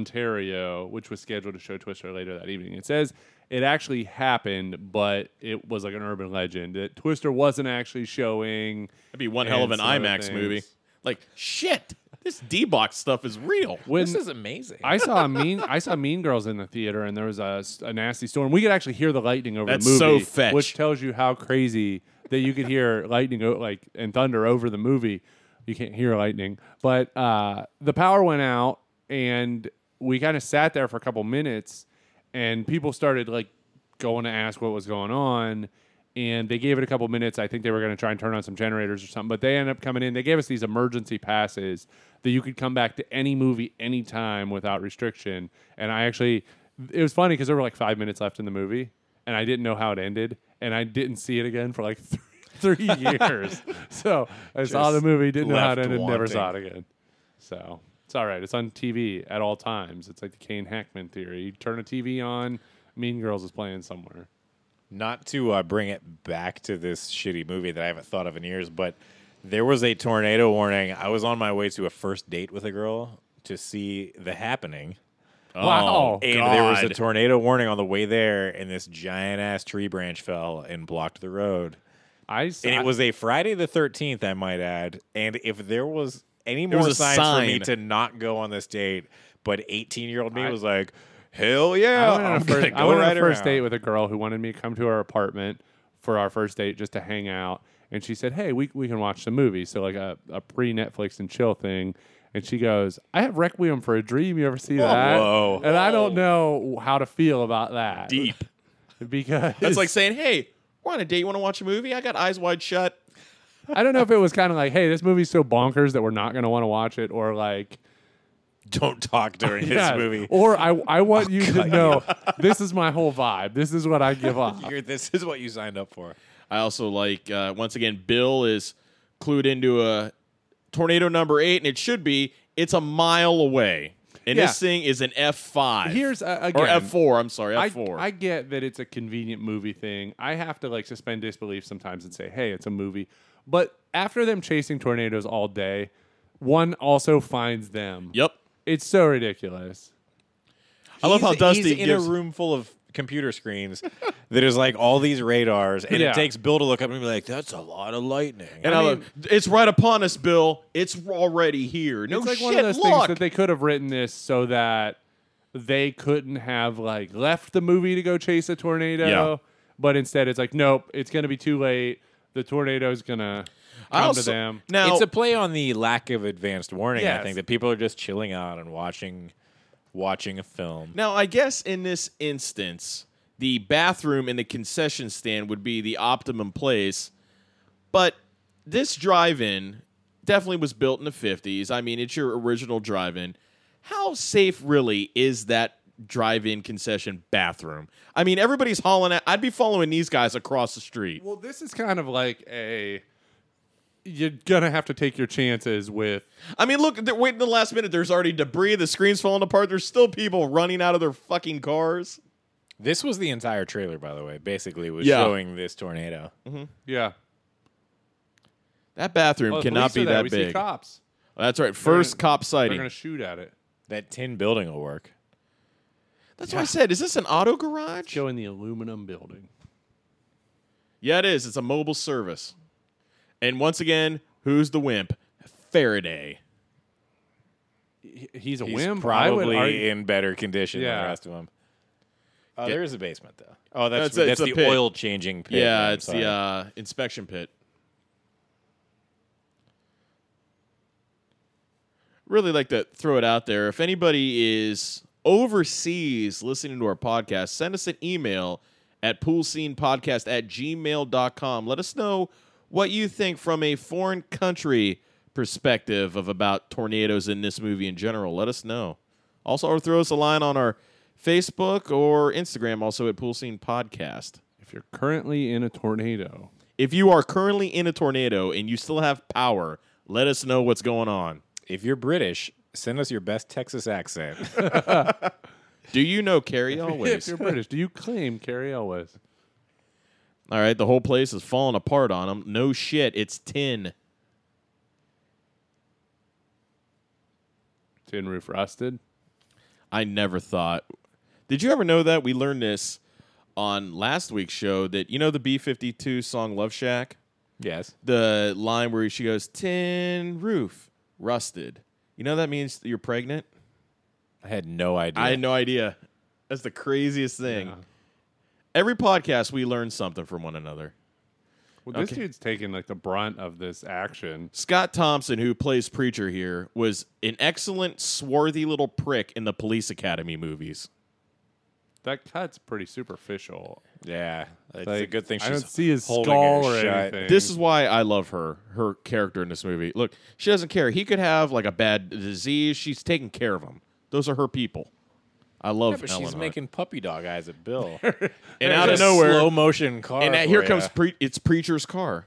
S1: Ontario, which was scheduled to show Twister later that evening. It says it actually happened, but it was like an urban legend that Twister wasn't actually showing.
S3: That'd be one hell of
S1: And
S3: an
S1: some other
S3: IMAX
S1: things.
S3: movie. Like shit, this D box stuff is real.
S1: When
S2: this is amazing.
S1: I saw a mean I saw Mean Girls in the theater, and there was a, s- a nasty storm. We could actually hear the lightning over
S3: That's
S1: the
S3: so
S1: movie,
S3: fetch.
S1: which tells you how crazy that you could hear lightning o- like and thunder over the movie. You can't hear lightning, but uh, the power went out, and we kind of sat there for a couple minutes, and people started like going to ask what was going on. And they gave it a couple minutes. I think they were going to try and turn on some generators or something, but they ended up coming in. They gave us these emergency passes that you could come back to any movie anytime without restriction. And I actually, it was funny because there were like five minutes left in the movie, and I didn't know how it ended, and I didn't see it again for like three, three years. So I saw the
S2: Just
S1: movie, didn't know how it
S2: left
S1: ended, never
S2: wanting.
S1: saw it again. So it's all right. It's on TV at all times. It's like the Kane Hackman theory. You turn a TV on, Mean Girls is playing somewhere.
S2: not to uh, bring it back to this shitty movie that I haven't thought of in years, but there was a tornado warning. I was on my way to a first date with a girl to see The Happening.
S1: wow.
S2: And there was a
S3: Oh, God.
S2: tornado warning on the way there, and this giant ass tree branch fell and blocked the road.
S1: I s-
S2: And
S1: I-
S2: it was a Friday the 13th, I might add. And if there was any more
S3: was a
S2: signs for me
S3: sign.
S2: to not go on this date, but 18 year old me was like, hell yeah.
S1: I went on
S2: Oh, I'm
S1: a first,
S2: gonna
S1: I
S2: go
S1: went on
S2: right
S1: a first
S2: around."
S1: date with a girl who wanted me to come to her apartment for our first date just to hang out. And she said, Hey, we, we can watch some movies. So, like a, a pre Netflix and chill thing. And she goes, I have Requiem for a Dream. You ever see that?
S2: whoa.
S1: And I don't know how to feel about that.
S3: deep.
S1: Because
S3: That's like saying, "Hey, we're on a date. You want to watch a movie? I got eyes wide shut."
S1: I don't know if it was kind of like, Hey, this movie's so bonkers that we're not going to want to watch it. Or like,
S2: Don't talk during
S1: yeah.
S2: this movie. Oh,
S1: Or I, I want you to know this is my whole vibe. This is what I give off.
S2: You're- this is what you signed up for.
S3: I also like uh, once again, Bill is clued into a tornado number eight, and it should be it's a mile away, and
S1: Yeah.
S3: this thing is an F five.
S1: Here's uh, again.
S3: or F four. I'm sorry,
S1: I,
S3: F four.
S1: I get that it's a convenient movie thing. I have to like suspend disbelief sometimes and say, hey, it's a movie. But after them chasing tornadoes all day, one also finds them.
S3: yep.
S1: It's so ridiculous.
S3: I love how
S2: He's-
S3: Dusty
S2: he's in a
S3: gives.
S2: room full of computer screens that is like all these radars, and
S1: Yeah.
S2: it takes Bill to look up and be like, "That's a lot of lightning."
S3: and I,
S2: I mean,
S3: love, it's right upon us, Bill. It's already here. No
S1: it's like
S3: shit.
S1: one of those
S3: look.
S1: things that they could have written this so that they couldn't have like left the movie to go chase a tornado.
S3: Yeah.
S1: But instead, it's like, nope, it's going to be too late. The tornado's going to come
S3: also,
S1: to them.
S3: Now
S2: it's a play on the lack of advanced warning. I
S1: Yes.
S2: think that people are just chilling out and watching, watching a film.
S3: Now, I guess in this instance, the bathroom and the concession stand would be the optimum place. But this drive in definitely was built in the 50s. I mean, it's your original drive in. How safe, really, is that drive-in concession bathroom. I mean, everybody's hauling at. I'd be following these guys across the street.
S1: Well, this is kind of like a you're gonna have to take your chances with
S3: I mean, look, they're waiting the last minute. There's already debris. The screen's falling apart. There's still people running out of their fucking cars.
S2: This was the entire trailer, by the way. Basically, it was
S3: Yeah.
S2: showing this tornado.
S1: yeah.
S3: That bathroom
S1: Well, the
S3: cannot
S1: police
S3: be
S1: are there.
S3: that
S1: we See
S3: big.
S1: cops.
S3: That's right. First cop
S1: They're
S3: sighting.
S1: gonna shoot at it.
S2: That tin building will work.
S3: That's what I said. Is this an auto garage?
S1: Showing the aluminum building.
S3: Yeah, it is. It's a mobile service. And once again, who's the wimp? Faraday.
S1: He's a
S2: He's
S1: whim. I would
S2: probably
S1: argue-
S2: in better condition than
S1: Yeah.
S2: the rest of them. Uh,
S3: Get-
S2: there is a basement though. Oh, that's
S3: That's a-
S2: that's,
S3: it's
S2: the
S3: a pit.
S2: oil changing pit.
S3: yeah,
S2: I'm
S3: it's
S2: sorry.
S3: the uh, inspection pit. Really like to throw it out there. If anybody is overseas listening to our podcast, send us an email at poolscenepodcast at gmail.com. Let us know what you think from a foreign country perspective of about tornadoes in this movie in general. Let us know. Also, or throw us a line on our Facebook or Instagram, also at Pool Scene Podcast.
S1: if you're currently in a tornado,
S3: If you are currently in a tornado and you still have power, let us know what's going on.
S2: if you're British, send us your best Texas accent.
S3: Do you know Carrie
S1: if
S3: always?
S1: you're British, do you claim Carrie Elwes?
S3: All right, the whole place is falling apart on them. No shit, it's tin.
S1: Tin roof rusted.
S3: I never thought. Did you ever know that we learned this on last week's show that you know the B52 song Love Shack?
S2: yes.
S3: The line where she goes tin roof rusted. You know that means that you're pregnant?
S2: I had no idea.
S3: I had no idea. That's the craziest thing. Every podcast we learn something from one another.
S1: Well, this
S3: Okay.
S1: dude's taking like the brunt of this action.
S3: Scott Thompson, who plays Preacher here, was an excellent, swarthy little prick in the Police Academy movies.
S1: That cut's pretty superficial.
S2: yeah, it's a
S1: Like,
S2: good thing she's
S1: I don't see his
S2: holding
S1: skull
S2: her
S1: or
S2: shut.
S1: anything.
S3: This is why I love her, her character in this movie. Look, she doesn't care. He could have like a bad disease. She's taking care of him. Those are her people. I love
S2: Yeah, but
S3: Ellen
S2: she's
S3: Hunt.
S2: making puppy dog eyes at Bill.
S3: and out of
S2: Just
S3: nowhere,
S2: slow motion car.
S3: and here
S2: for
S3: comes
S2: ya.
S3: pre- it's Preacher's car.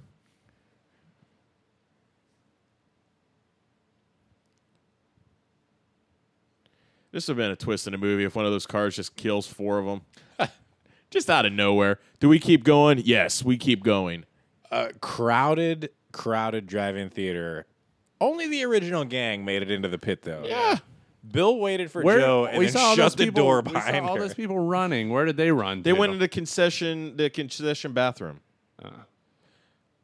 S3: This would have been a twist in a movie if one of those cars just kills four of them, just out of nowhere. Do we keep going? Yes, we keep going.
S2: a crowded, crowded drive-in theater. Only the original gang made it into the pit, though. Yeah. Bill waited for Joe and
S1: we
S2: then
S1: saw all
S2: shut
S1: those
S2: the
S1: people-
S2: door
S1: we saw
S2: behind
S1: all
S2: her.
S1: those people running. Where did they run?
S3: They
S1: to?
S3: went into concession, the concession bathroom.
S2: Uh.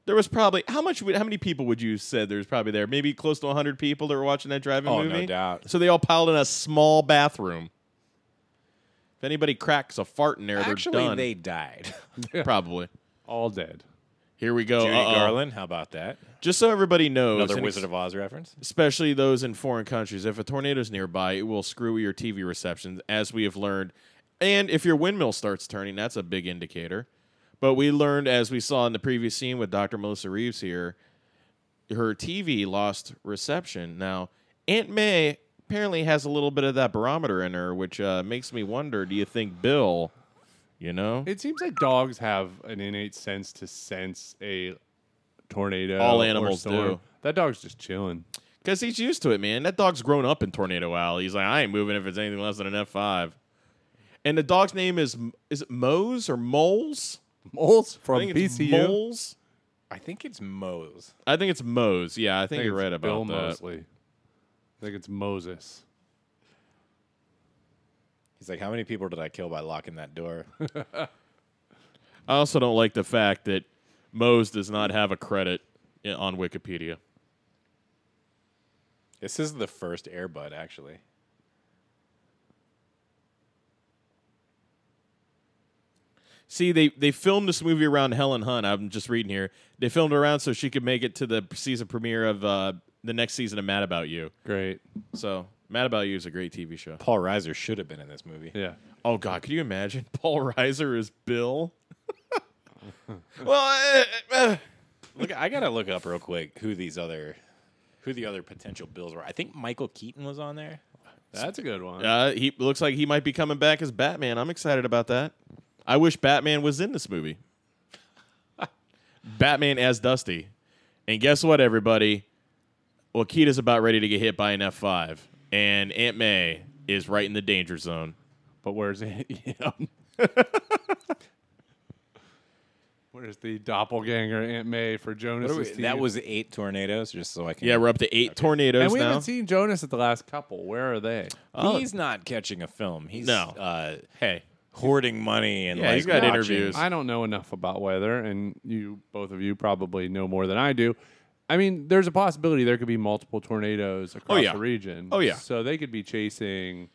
S3: There was probably how much? Would, how many people would you have said there was probably there? Maybe close to hundred people that were watching that drive-in
S2: Oh, no
S3: movie.
S2: doubt.
S3: So they all piled in a small bathroom. If anybody cracks a fart in there, they're
S2: Actually,
S3: done.
S2: they died.
S3: probably.
S1: all dead.
S3: Here we go.
S2: Judy
S3: Uh-oh.
S2: Garland, how about that?
S3: Just so everybody knows,
S2: Another
S3: and
S2: Wizard of Oz reference.
S3: especially those in foreign countries. If a tornado's nearby, it will screw your TV reception, as we have learned. And if your windmill starts turning, that's a big indicator. But we learned, as we saw in the previous scene with Dr. Melissa Reeves here, her TV lost reception. Now, Aunt May apparently has a little bit of that barometer in her, which uh, makes me wonder do you think Bill, you know?
S1: It seems like dogs have an innate sense to sense a tornado.
S3: All
S1: or
S3: animals
S1: storm.
S3: do.
S1: That dog's just chilling.
S3: Because he's used to it, man. That dog's grown up in Tornado Alley. He's like, I ain't moving if it's anything less than an F five. And the dog's name is is it Mose or Moles?
S1: Moles
S3: I
S1: from
S3: think it's
S1: PCU.
S3: Moles.
S2: I think it's Moe's.
S3: I think it's Mose. Yeah, I think,
S1: I think
S3: you're
S1: it's
S3: right about
S1: Bill
S3: that.
S1: Mosley. I think it's Moses.
S2: He's like, how many people did I kill by locking that door?
S3: I also don't like the fact that Mose does not have a credit i- on Wikipedia.
S2: this is the first Airbud, actually.
S3: See, they they filmed this movie around Helen Hunt. I'm just reading here. They filmed it around so she could make it to the season premiere of uh, the next season of Mad About You.
S1: Great.
S3: So Mad About You is a great TV show.
S2: Paul Reiser should have been in this movie.
S1: Yeah.
S3: Oh God, could you imagine Paul Reiser is Bill? well, uh, uh,
S2: Look, I gotta look up real quick who these other, who the other potential Bills were. I think Michael Keaton was on there.
S1: That's a good one.
S3: Uh, he looks like he might be coming back as Batman. I'm excited about that. I wish Batman was in this movie. Batman as Dusty. And guess what, everybody? Wakita's about ready to get hit by an F5, and Aunt May is right in the danger zone.
S1: But where's it? Yeah. where's the doppelganger Aunt May for Jonas?
S2: What are we, that was eight tornadoes, just so I can.
S3: Yeah, we're up to eight tornadoes
S1: and we
S3: now.
S1: haven't seen Jonas at the last couple. Where are they?
S2: He's not catching a film. He's
S3: No.
S2: uh,
S3: hey,
S2: hoarding money and
S3: Yeah,
S2: like,
S3: he's got
S2: watching-
S3: interviews.
S1: I don't know enough about weather, and you both of you probably know more than I do. I mean, there's a possibility there could be multiple tornadoes across
S3: yeah.
S1: the region.
S3: Oh, yeah.
S1: So they could be chasing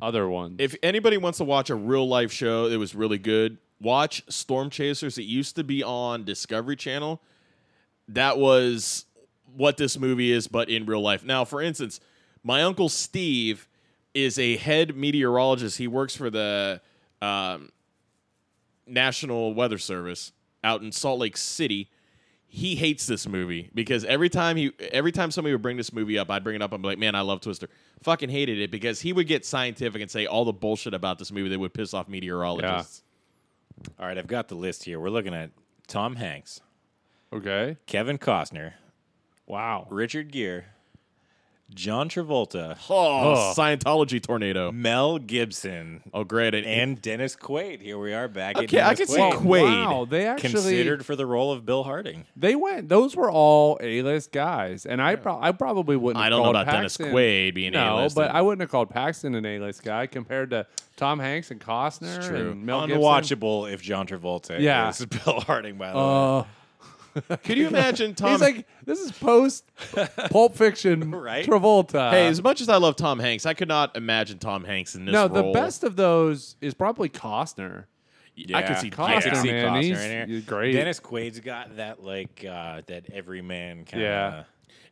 S1: other ones.
S3: if anybody wants to watch a real life show that was really good, watch Storm Chasers. It used to be on Discovery Channel. That was what this movie is, but in real life. Now, for instance, my uncle Steve is a head meteorologist. He works for the um, National Weather Service out in Salt Lake City. He hates this movie because every time he every time somebody would bring this movie up, I'd bring it up. I'm like, man, I love Twister. Fucking hated it because he would get scientific and say all the bullshit about this movie that would piss off meteorologists.
S2: All right, I've got the list here. We're looking at Tom Hanks,
S1: okay.
S2: Kevin Costner,
S1: Wow.
S2: Richard Gere, John Travolta,
S3: Oh, Scientology tornado.
S2: Mel Gibson,
S3: Oh, great. And,
S2: and Dennis Quaid. Here we are back.
S3: Okay,
S2: at
S3: I
S2: Dennis
S3: could see
S2: Quaid,
S3: Quaid.
S1: Wow. Oh, They actually
S2: considered for the role of Bill Harding.
S1: They went. Those were all A-list guys, and I pro- I probably wouldn't.
S3: I
S1: have
S3: don't know
S1: called
S3: about
S1: Paxton.
S3: Dennis Quaid being
S1: No,
S3: A-list.
S1: but I wouldn't have called Paxton an A-list guy compared to Tom Hanks and Costner
S2: True.
S1: and Mel Gibson.
S2: Unwatchable if John Travolta
S1: Yeah.
S2: is Bill Harding, by the way.
S1: Uh,
S3: could you imagine Tom?
S1: he's like this is post Pulp Fiction,
S2: Right?
S1: Travolta.
S3: hey, as much as I love Tom Hanks, I could not imagine Tom Hanks in this
S1: no,
S3: role.
S1: the best of those is probably Costner.
S3: I could see
S1: Costner,
S3: yeah.
S1: man.
S2: Costner
S1: He's-
S2: in here.
S1: he's great.
S2: Dennis Quaid's got that like uh, that everyman kind of.
S1: Yeah.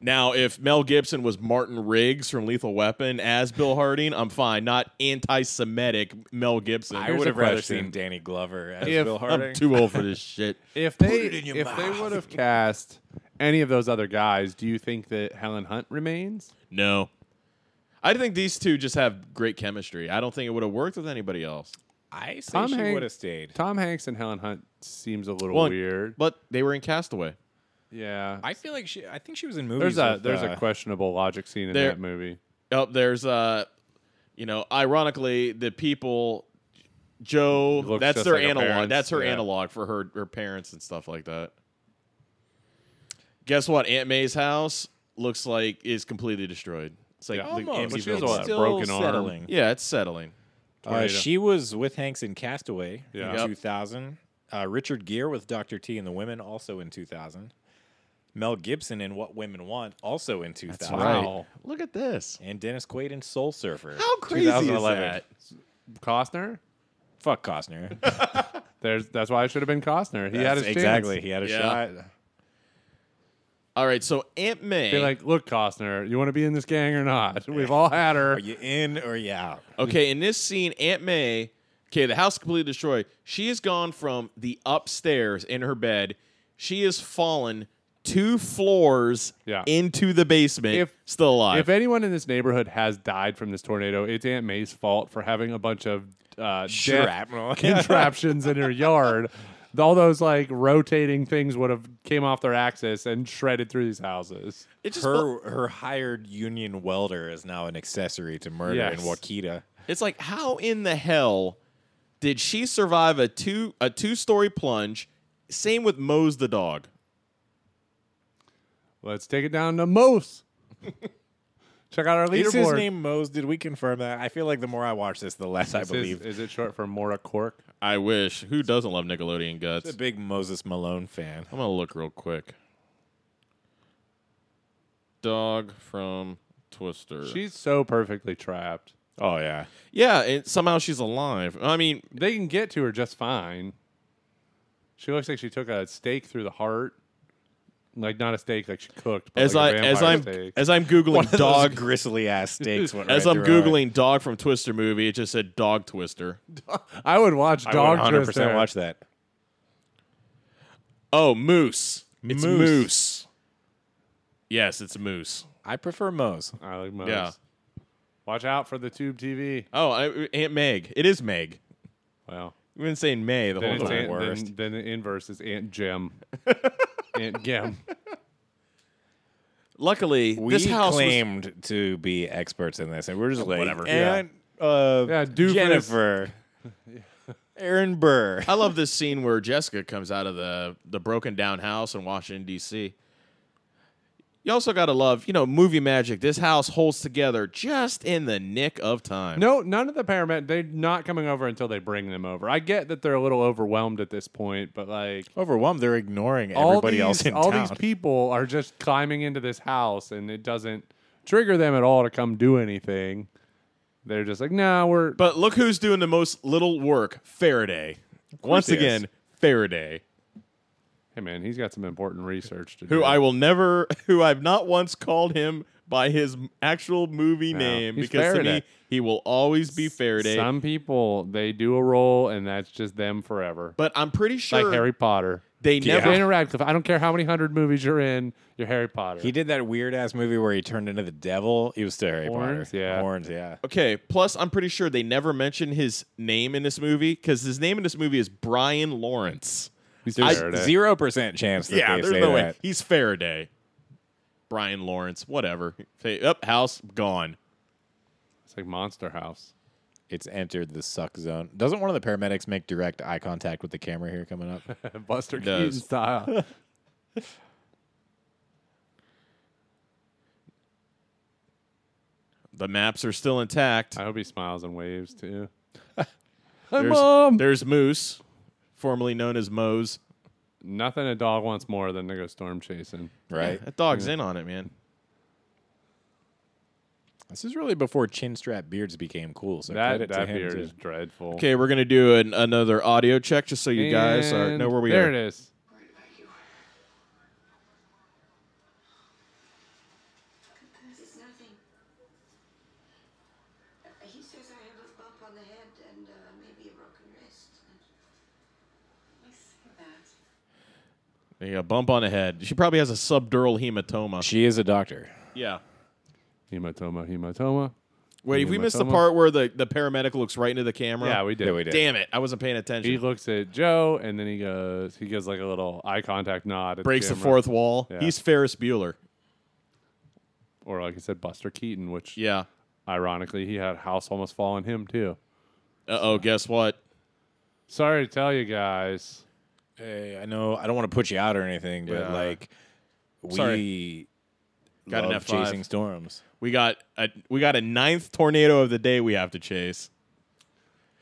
S3: Now, if Mel Gibson was Martin Riggs from Lethal Weapon as Bill Harding, I'm fine. Not anti-Semitic Mel Gibson.
S2: I would have rather seen Danny Glover as
S1: If-
S2: Bill Harding.
S3: I'm too old for this shit.
S1: If they
S2: it in your
S1: if they
S2: mouth.
S1: would have cast any of those other guys, do you think that Helen Hunt remains?
S3: No, I think these two just have great chemistry. I don't think it would have worked with anybody else.
S2: I say
S1: Tom
S2: she
S1: Hanks-
S2: would have stayed.
S1: Tom Hanks and Helen Hunt seems a little
S3: Well,
S1: weird.
S3: but they were in Castaway.
S1: yeah,
S2: I feel like she. I think she was in movies.
S1: There's a
S2: with,
S1: there's
S2: uh,
S1: a questionable logic scene in
S3: there-
S1: that movie.
S3: Oh, there's uh, you know, ironically, the people. Joe,
S1: Looks
S3: that's
S1: just
S3: their
S1: like her
S3: analog.
S1: parents,
S3: that's her
S1: yeah.
S3: analog for her her parents and stuff like that. Guess what? Aunt May's house looks like is completely destroyed. It's like
S1: Yeah.
S3: the
S2: almost,
S3: empty
S2: but she
S1: built
S2: was
S1: on
S3: building.
S1: that
S2: still
S1: broken arm.
S2: settling.
S3: Yeah, it's settling.
S2: Uh,
S1: Tornado.
S2: she was with Hanks in Castaway
S1: Yeah.
S2: in
S1: Yep.
S2: 2000. Uh, Richard Gere with Dr. T and the Women also in 2000. Mel Gibson in What Women Want also in 2000.
S1: Wow.
S3: Look at this.
S2: And Dennis Quaid in Soul Surfer.
S3: How crazy is
S2: 2011.
S3: that?
S1: Costner.
S2: Fuck Costner.
S1: There's that's why it should have been Costner. He had his
S2: That's
S1: chance.
S2: exactly. He had a
S3: Yeah.
S2: shot.
S3: All right, so Aunt May.
S1: Be like, look, Costner, you want to be in this gang or not? We've all had her.
S2: Are you in or you out?
S3: Okay, in this scene, Aunt May, okay, the house completely destroyed. She has gone from the upstairs in her bed. She has fallen two floors
S1: Yeah.
S3: into the basement,
S1: If-
S3: still alive.
S1: If anyone in this neighborhood has died from this tornado, it's Aunt May's fault for having a bunch of uh, death
S2: Shrapnel.
S1: contraptions in her yard. All those like rotating things would have came off their axis and shredded through these houses.
S3: it just bu-
S2: Her her hired union welder is now an accessory to murder
S1: Yes.
S2: in Wakita.
S3: it's like how in the hell did she survive a two a two story plunge? Same with Mose the dog.
S1: Let's take it down to Mose. Check out our leaderboard.
S2: Is his name Mose? Did we confirm that? I feel like the more I watch this, the less I
S1: This is-
S2: believe.
S1: Is, it short for Mora Cork?
S3: I wish. Who doesn't love Nickelodeon guts?
S2: a big Moses Malone fan.
S3: I'm gonna look real quick. Dog from Twister.
S1: She's so perfectly trapped.
S2: Oh yeah,
S3: yeah, and somehow she's alive. I mean,
S1: They can get to her just fine. She looks like she took a steak through the heart. Like not a steak like she cooked, but
S3: as
S1: like
S3: I
S1: a
S3: as
S1: vampire
S3: I'm
S1: steak.
S3: as I'm googling dog
S2: gristly ass steaks. Went
S3: as
S2: right
S3: I'm
S2: through our-
S3: googling dog from Twister movie, it just said dog Twister.
S1: I would watch
S2: I would
S1: Dog
S2: 100
S1: Twister.
S2: percent watch that.
S3: Oh, moose. It's
S2: Moose.
S3: moose. Yes, it's moose.
S2: I prefer Mose.
S1: I like most.
S3: Yeah.
S1: Watch out for the tube TV.
S3: Oh, I, Aunt Meg. It is Meg.
S1: Well,
S3: We've been saying May the
S1: then,
S3: whole
S1: it's
S3: time.
S1: Aunt,
S3: Worst.
S1: then, then the inverse is Aunt Gem. Aunt Gem.
S3: Luckily,
S2: We
S3: this house was- Oh,
S2: claimed to be experts in this, and we're just like
S3: Whatever.
S2: And uh,
S1: Yeah, doofus.
S2: Jennifer, Aaron Burr.
S3: I love this scene where Jessica comes out of the the broken down house in Washington D.C. You also got to love, you know, movie magic. This house holds together just in the nick of time.
S1: No, none of the paramedic. They're not coming over until they bring them over. I get that they're a little overwhelmed at this point, but like
S2: Overwhelmed, they're ignoring
S1: all
S2: everybody
S1: these,
S2: else in
S1: all
S2: town.
S1: these people are just climbing into this house, and it doesn't trigger them at all to come do anything. They're just like, nah, we're
S3: But look who's doing the most little work, Faraday. Once
S2: he is.
S3: again, Faraday,
S1: hey man, he's got some important research to do.
S3: who I will never, who I've not once called him by his m- actual movie name
S1: he's
S3: because to
S1: Faraday.
S3: me he will always be Faraday.
S1: Some people they do a role, and that's just them forever.
S3: but I'm pretty sure
S1: Like Harry Potter.
S3: they
S2: Yeah.
S3: never.
S1: Daniel Radcliffe. I don't care how many hundred movies you're in, you're Harry Potter.
S2: He did that weird ass movie where he turned into the devil. He was still Harry
S1: Horns,
S2: Potter.
S1: yeah.
S2: Horns, yeah.
S3: Okay. Plus, I'm pretty sure they never mention his name in this movie because his name in this movie is Brian Lawrence.
S1: He's
S3: I-
S1: Faraday.
S2: Zero percent chance that
S3: yeah,
S2: they
S3: there's
S2: say
S3: no
S2: that.
S3: way he's Faraday. Brian Lawrence, whatever. Say, up house gone.
S1: It's like Monster House.
S2: It's entered the suck zone. Doesn't one of the paramedics make direct eye contact with the camera here coming up?
S1: Buster
S3: Does.
S1: Keaton style.
S3: The maps are still intact.
S1: I hope he smiles and waves too. Hi,
S3: There's,
S1: mom.
S3: there's Moose, formerly known as Mose.
S1: Nothing a dog wants more than to go storm chasing.
S2: Right.
S3: That dog's in on it, man.
S2: This is really before chin strap beards became cool. So
S1: that
S2: credit to
S1: that
S2: him
S1: beard
S2: too.
S1: is dreadful.
S3: Okay, we're gonna do an, another audio check just so you guys are,
S1: And
S3: know where we
S1: there
S3: are.
S1: it is.
S5: Right back you are.
S4: It's nothing. Uh, He says I have a bump on the head and uh, maybe a broken wrist. I see that.
S3: There you go, bump on the head. She probably has a subdural hematoma.
S2: She is a doctor.
S3: yeah.
S1: Hematoma, hematoma.
S3: Wait, if we missed the
S1: Hematoma.
S3: part where the, the paramedic looks right into the camera.
S1: Yeah, we did.
S2: Yeah, we did.
S3: Damn it. I wasn't paying
S1: He
S3: attention.
S1: looks at Joe and then he goes. He gives like a little eye contact nod. At
S3: Breaks the
S1: camera.
S3: fourth wall.
S1: Yeah.
S3: He's Ferris Bueller.
S1: or like he said, Buster Keaton, which
S3: Yeah.
S1: ironically he had a house almost fall on him too.
S3: Uh oh, guess what?
S1: Sorry to tell you guys.
S2: Hey, I know I don't want to put you out or anything, but
S3: Yeah.
S2: like we
S3: Sorry. Got an
S2: love
S3: F5.
S2: chasing storms.
S3: We got a we got a ninth tornado of the day we have to chase.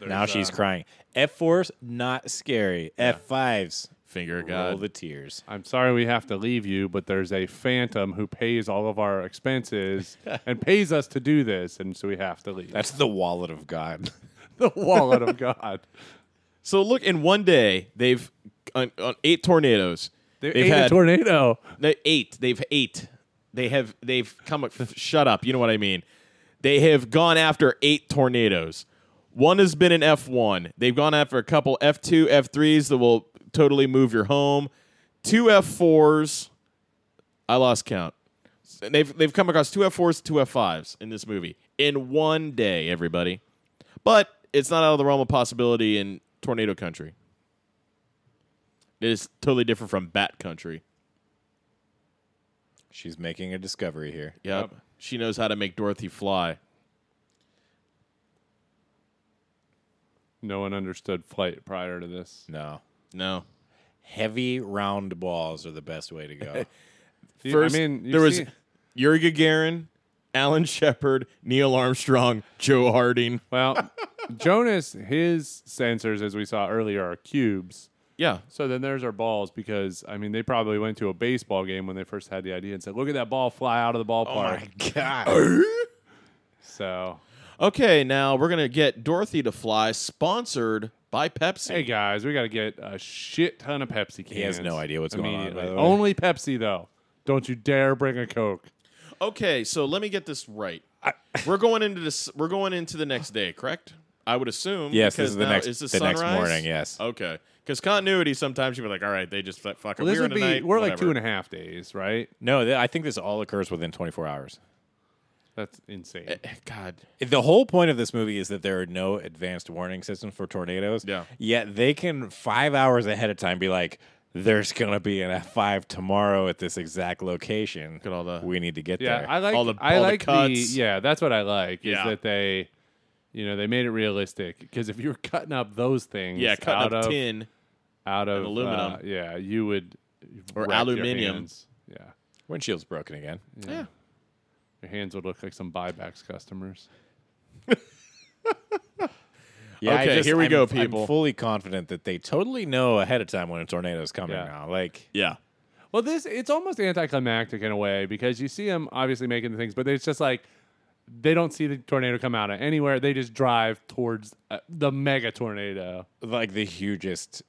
S2: now she's
S3: uh,
S2: crying. F fours not scary. F fives
S3: Finger of
S2: roll
S3: God.
S2: the tears.
S1: I'm sorry we have to leave you, but there's a phantom who pays all of our expenses and pays us to do this, and so we have to leave.
S2: That's the wallet of God.
S1: the wallet of God.
S3: so look, in one day they've on, on eight tornadoes.
S1: They
S3: have
S1: ate
S3: had
S1: a tornado.
S3: they- eight. They've eight. They have they've come. up- shut up. You know what I mean. They have gone after eight tornadoes. One has been an F one. They've gone after a couple F two, F threes that will totally move your home. Two F fours. I lost count. And they've they've come across two F fours, two F fives in this movie in one day, everybody. But it's not out of the realm of possibility in tornado country. It is totally different from bat country.
S2: she's making a discovery here.
S3: Yep. She knows how to make Dorothy fly.
S1: No one understood flight prior to this.
S2: No.
S3: No.
S2: Heavy round balls are the best way to go.
S1: You-
S3: First,
S1: I mean,
S3: there was
S1: see,
S3: Yuri Gagarin, Alan Shepard, Neil Armstrong, Joe Harding.
S1: well, Jonas, his sensors, as we saw earlier, are cubes.
S3: Yeah.
S1: So then there's our balls because I mean they probably went to a baseball game when they first had the idea and said, "Look at that ball fly out of the
S2: Oh
S1: ballpark."
S2: God.
S1: So
S3: Okay, now we're going to get Dorothy to fly, sponsored by Pepsi.
S1: Hey guys, we got to get a shit ton of Pepsi cans.
S2: has no idea what's going on,
S1: immediately.
S2: by the way.
S1: Only Pepsi though. Don't you dare bring a Coke.
S3: Okay, so let me get this right. we're going into this. We're going into the next day, correct? I would assume.
S2: Yes, this
S3: because
S2: is the
S3: now-
S2: next-
S3: Is this
S2: the next
S3: sunrise?
S2: morning, yes.
S3: Okay, because continuity sometimes you'd be like, all right, they just fu- fuck.
S1: Well, this
S3: here
S1: would be
S3: tonight,
S1: we're like two and
S3: whatever."
S1: a half days, right?
S2: no, th- I think this all occurs within 24 hours.
S1: That's insane.
S3: Eh, God.
S2: The whole point of this movie is that there are no advanced warning systems for tornadoes.
S3: Yeah.
S2: Yet they can five hours ahead of time be like, "There's gonna be an F five tomorrow at this exact location.
S3: at all the-
S2: we need to get
S1: Yeah,
S2: there."
S1: I like
S3: All the-
S1: I
S3: all the
S1: like
S3: cuts.
S1: yeah, that's what I like is
S3: Yeah.
S1: that they, you know, they made it realistic because if you were cutting up those things,
S3: Yeah,
S1: out
S3: cutting up
S1: of
S3: tin.
S1: out of
S3: aluminum.
S1: uh, yeah, you would
S3: Or
S1: wreck your
S3: aluminium.
S1: hands. Yeah,
S2: Windshield's broken again.
S3: Yeah.
S1: your hands would look like some buybacks customers.
S2: Yeah, I
S3: Okay,
S2: just-
S3: here we
S2: I'm-
S3: go,
S2: I'm
S3: people.
S2: fully confident that they totally know ahead of time when a tornado's coming
S1: Yeah.
S2: now. Like,
S3: Yeah.
S1: Well, this it's almost anticlimactic in a way because you see them obviously making the things, but it's just like they don't see the tornado come out of anywhere. They just drive towards uh, the mega tornado.
S2: like the hugest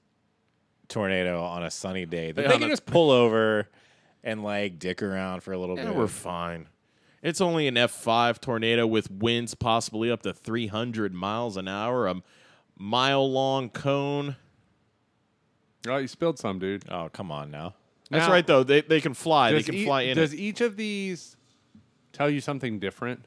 S2: tornado on a sunny day. That
S3: Yeah,
S2: they
S3: on
S2: can
S3: a-
S2: just pull over and like dick around for a little
S3: Yeah,
S2: bit.
S3: we're fine. It's only an F5 tornado with winds possibly up to 300 miles an hour, a mile long cone.
S1: Oh, you spilled some, dude.
S2: oh, come on now.
S3: That's
S1: Now-
S3: right, though. They, they can fly. They
S1: Does
S3: can
S1: ea-
S3: fly in
S1: Does
S3: it.
S1: each of these tell you something different?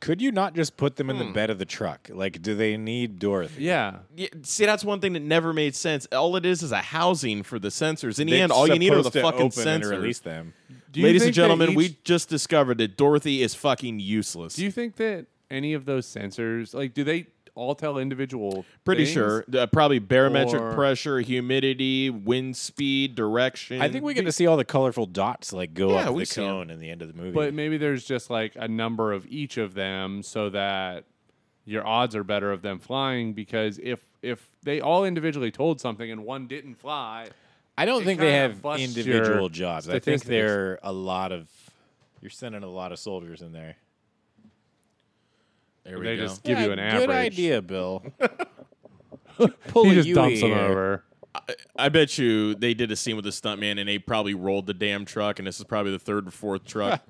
S2: Could you not just put them in the bed of the truck? Like, do they need Dorothy?
S1: Yeah.
S3: Hmm. Yeah, see, that's one thing that never made sense. All it is is a housing for the sensors. In the end, all you need are the fucking
S2: open and release
S3: sensors.
S2: them.
S1: Do you
S3: Ladies and
S1: think that
S3: gentlemen,
S1: each-
S3: we just discovered that Dorothy is fucking useless.
S1: do you think that any of those sensors, like, do they all tell individual?
S3: Pretty
S1: things?
S3: sure. Uh, probably barometric
S1: Or-
S3: pressure, humidity, wind speed, direction.
S2: I think we get to see all the colorful dots like go
S3: Yeah,
S2: up
S3: we
S2: the
S3: see 'em.
S2: cone in the end of the movie.
S1: But maybe there's just like a number of each of them so that your odds are better of them flying because if if they all individually told something and one didn't fly,
S2: I don't
S1: it
S2: think they
S1: kinda
S2: have
S1: busts your
S2: individual jobs. I think
S1: statistics.
S2: they're a lot of. You're sending a lot of soldiers in there.
S3: There we
S1: they
S3: go.
S1: just give you an
S2: Yeah,
S1: average.
S2: Good idea, Bill. You Pull
S1: He
S2: a E
S1: just
S2: Yui
S1: dumps them
S2: here.
S1: over.
S3: I bet you they did a scene with the stuntman and they probably rolled the damn truck, and this is probably the third or fourth truck.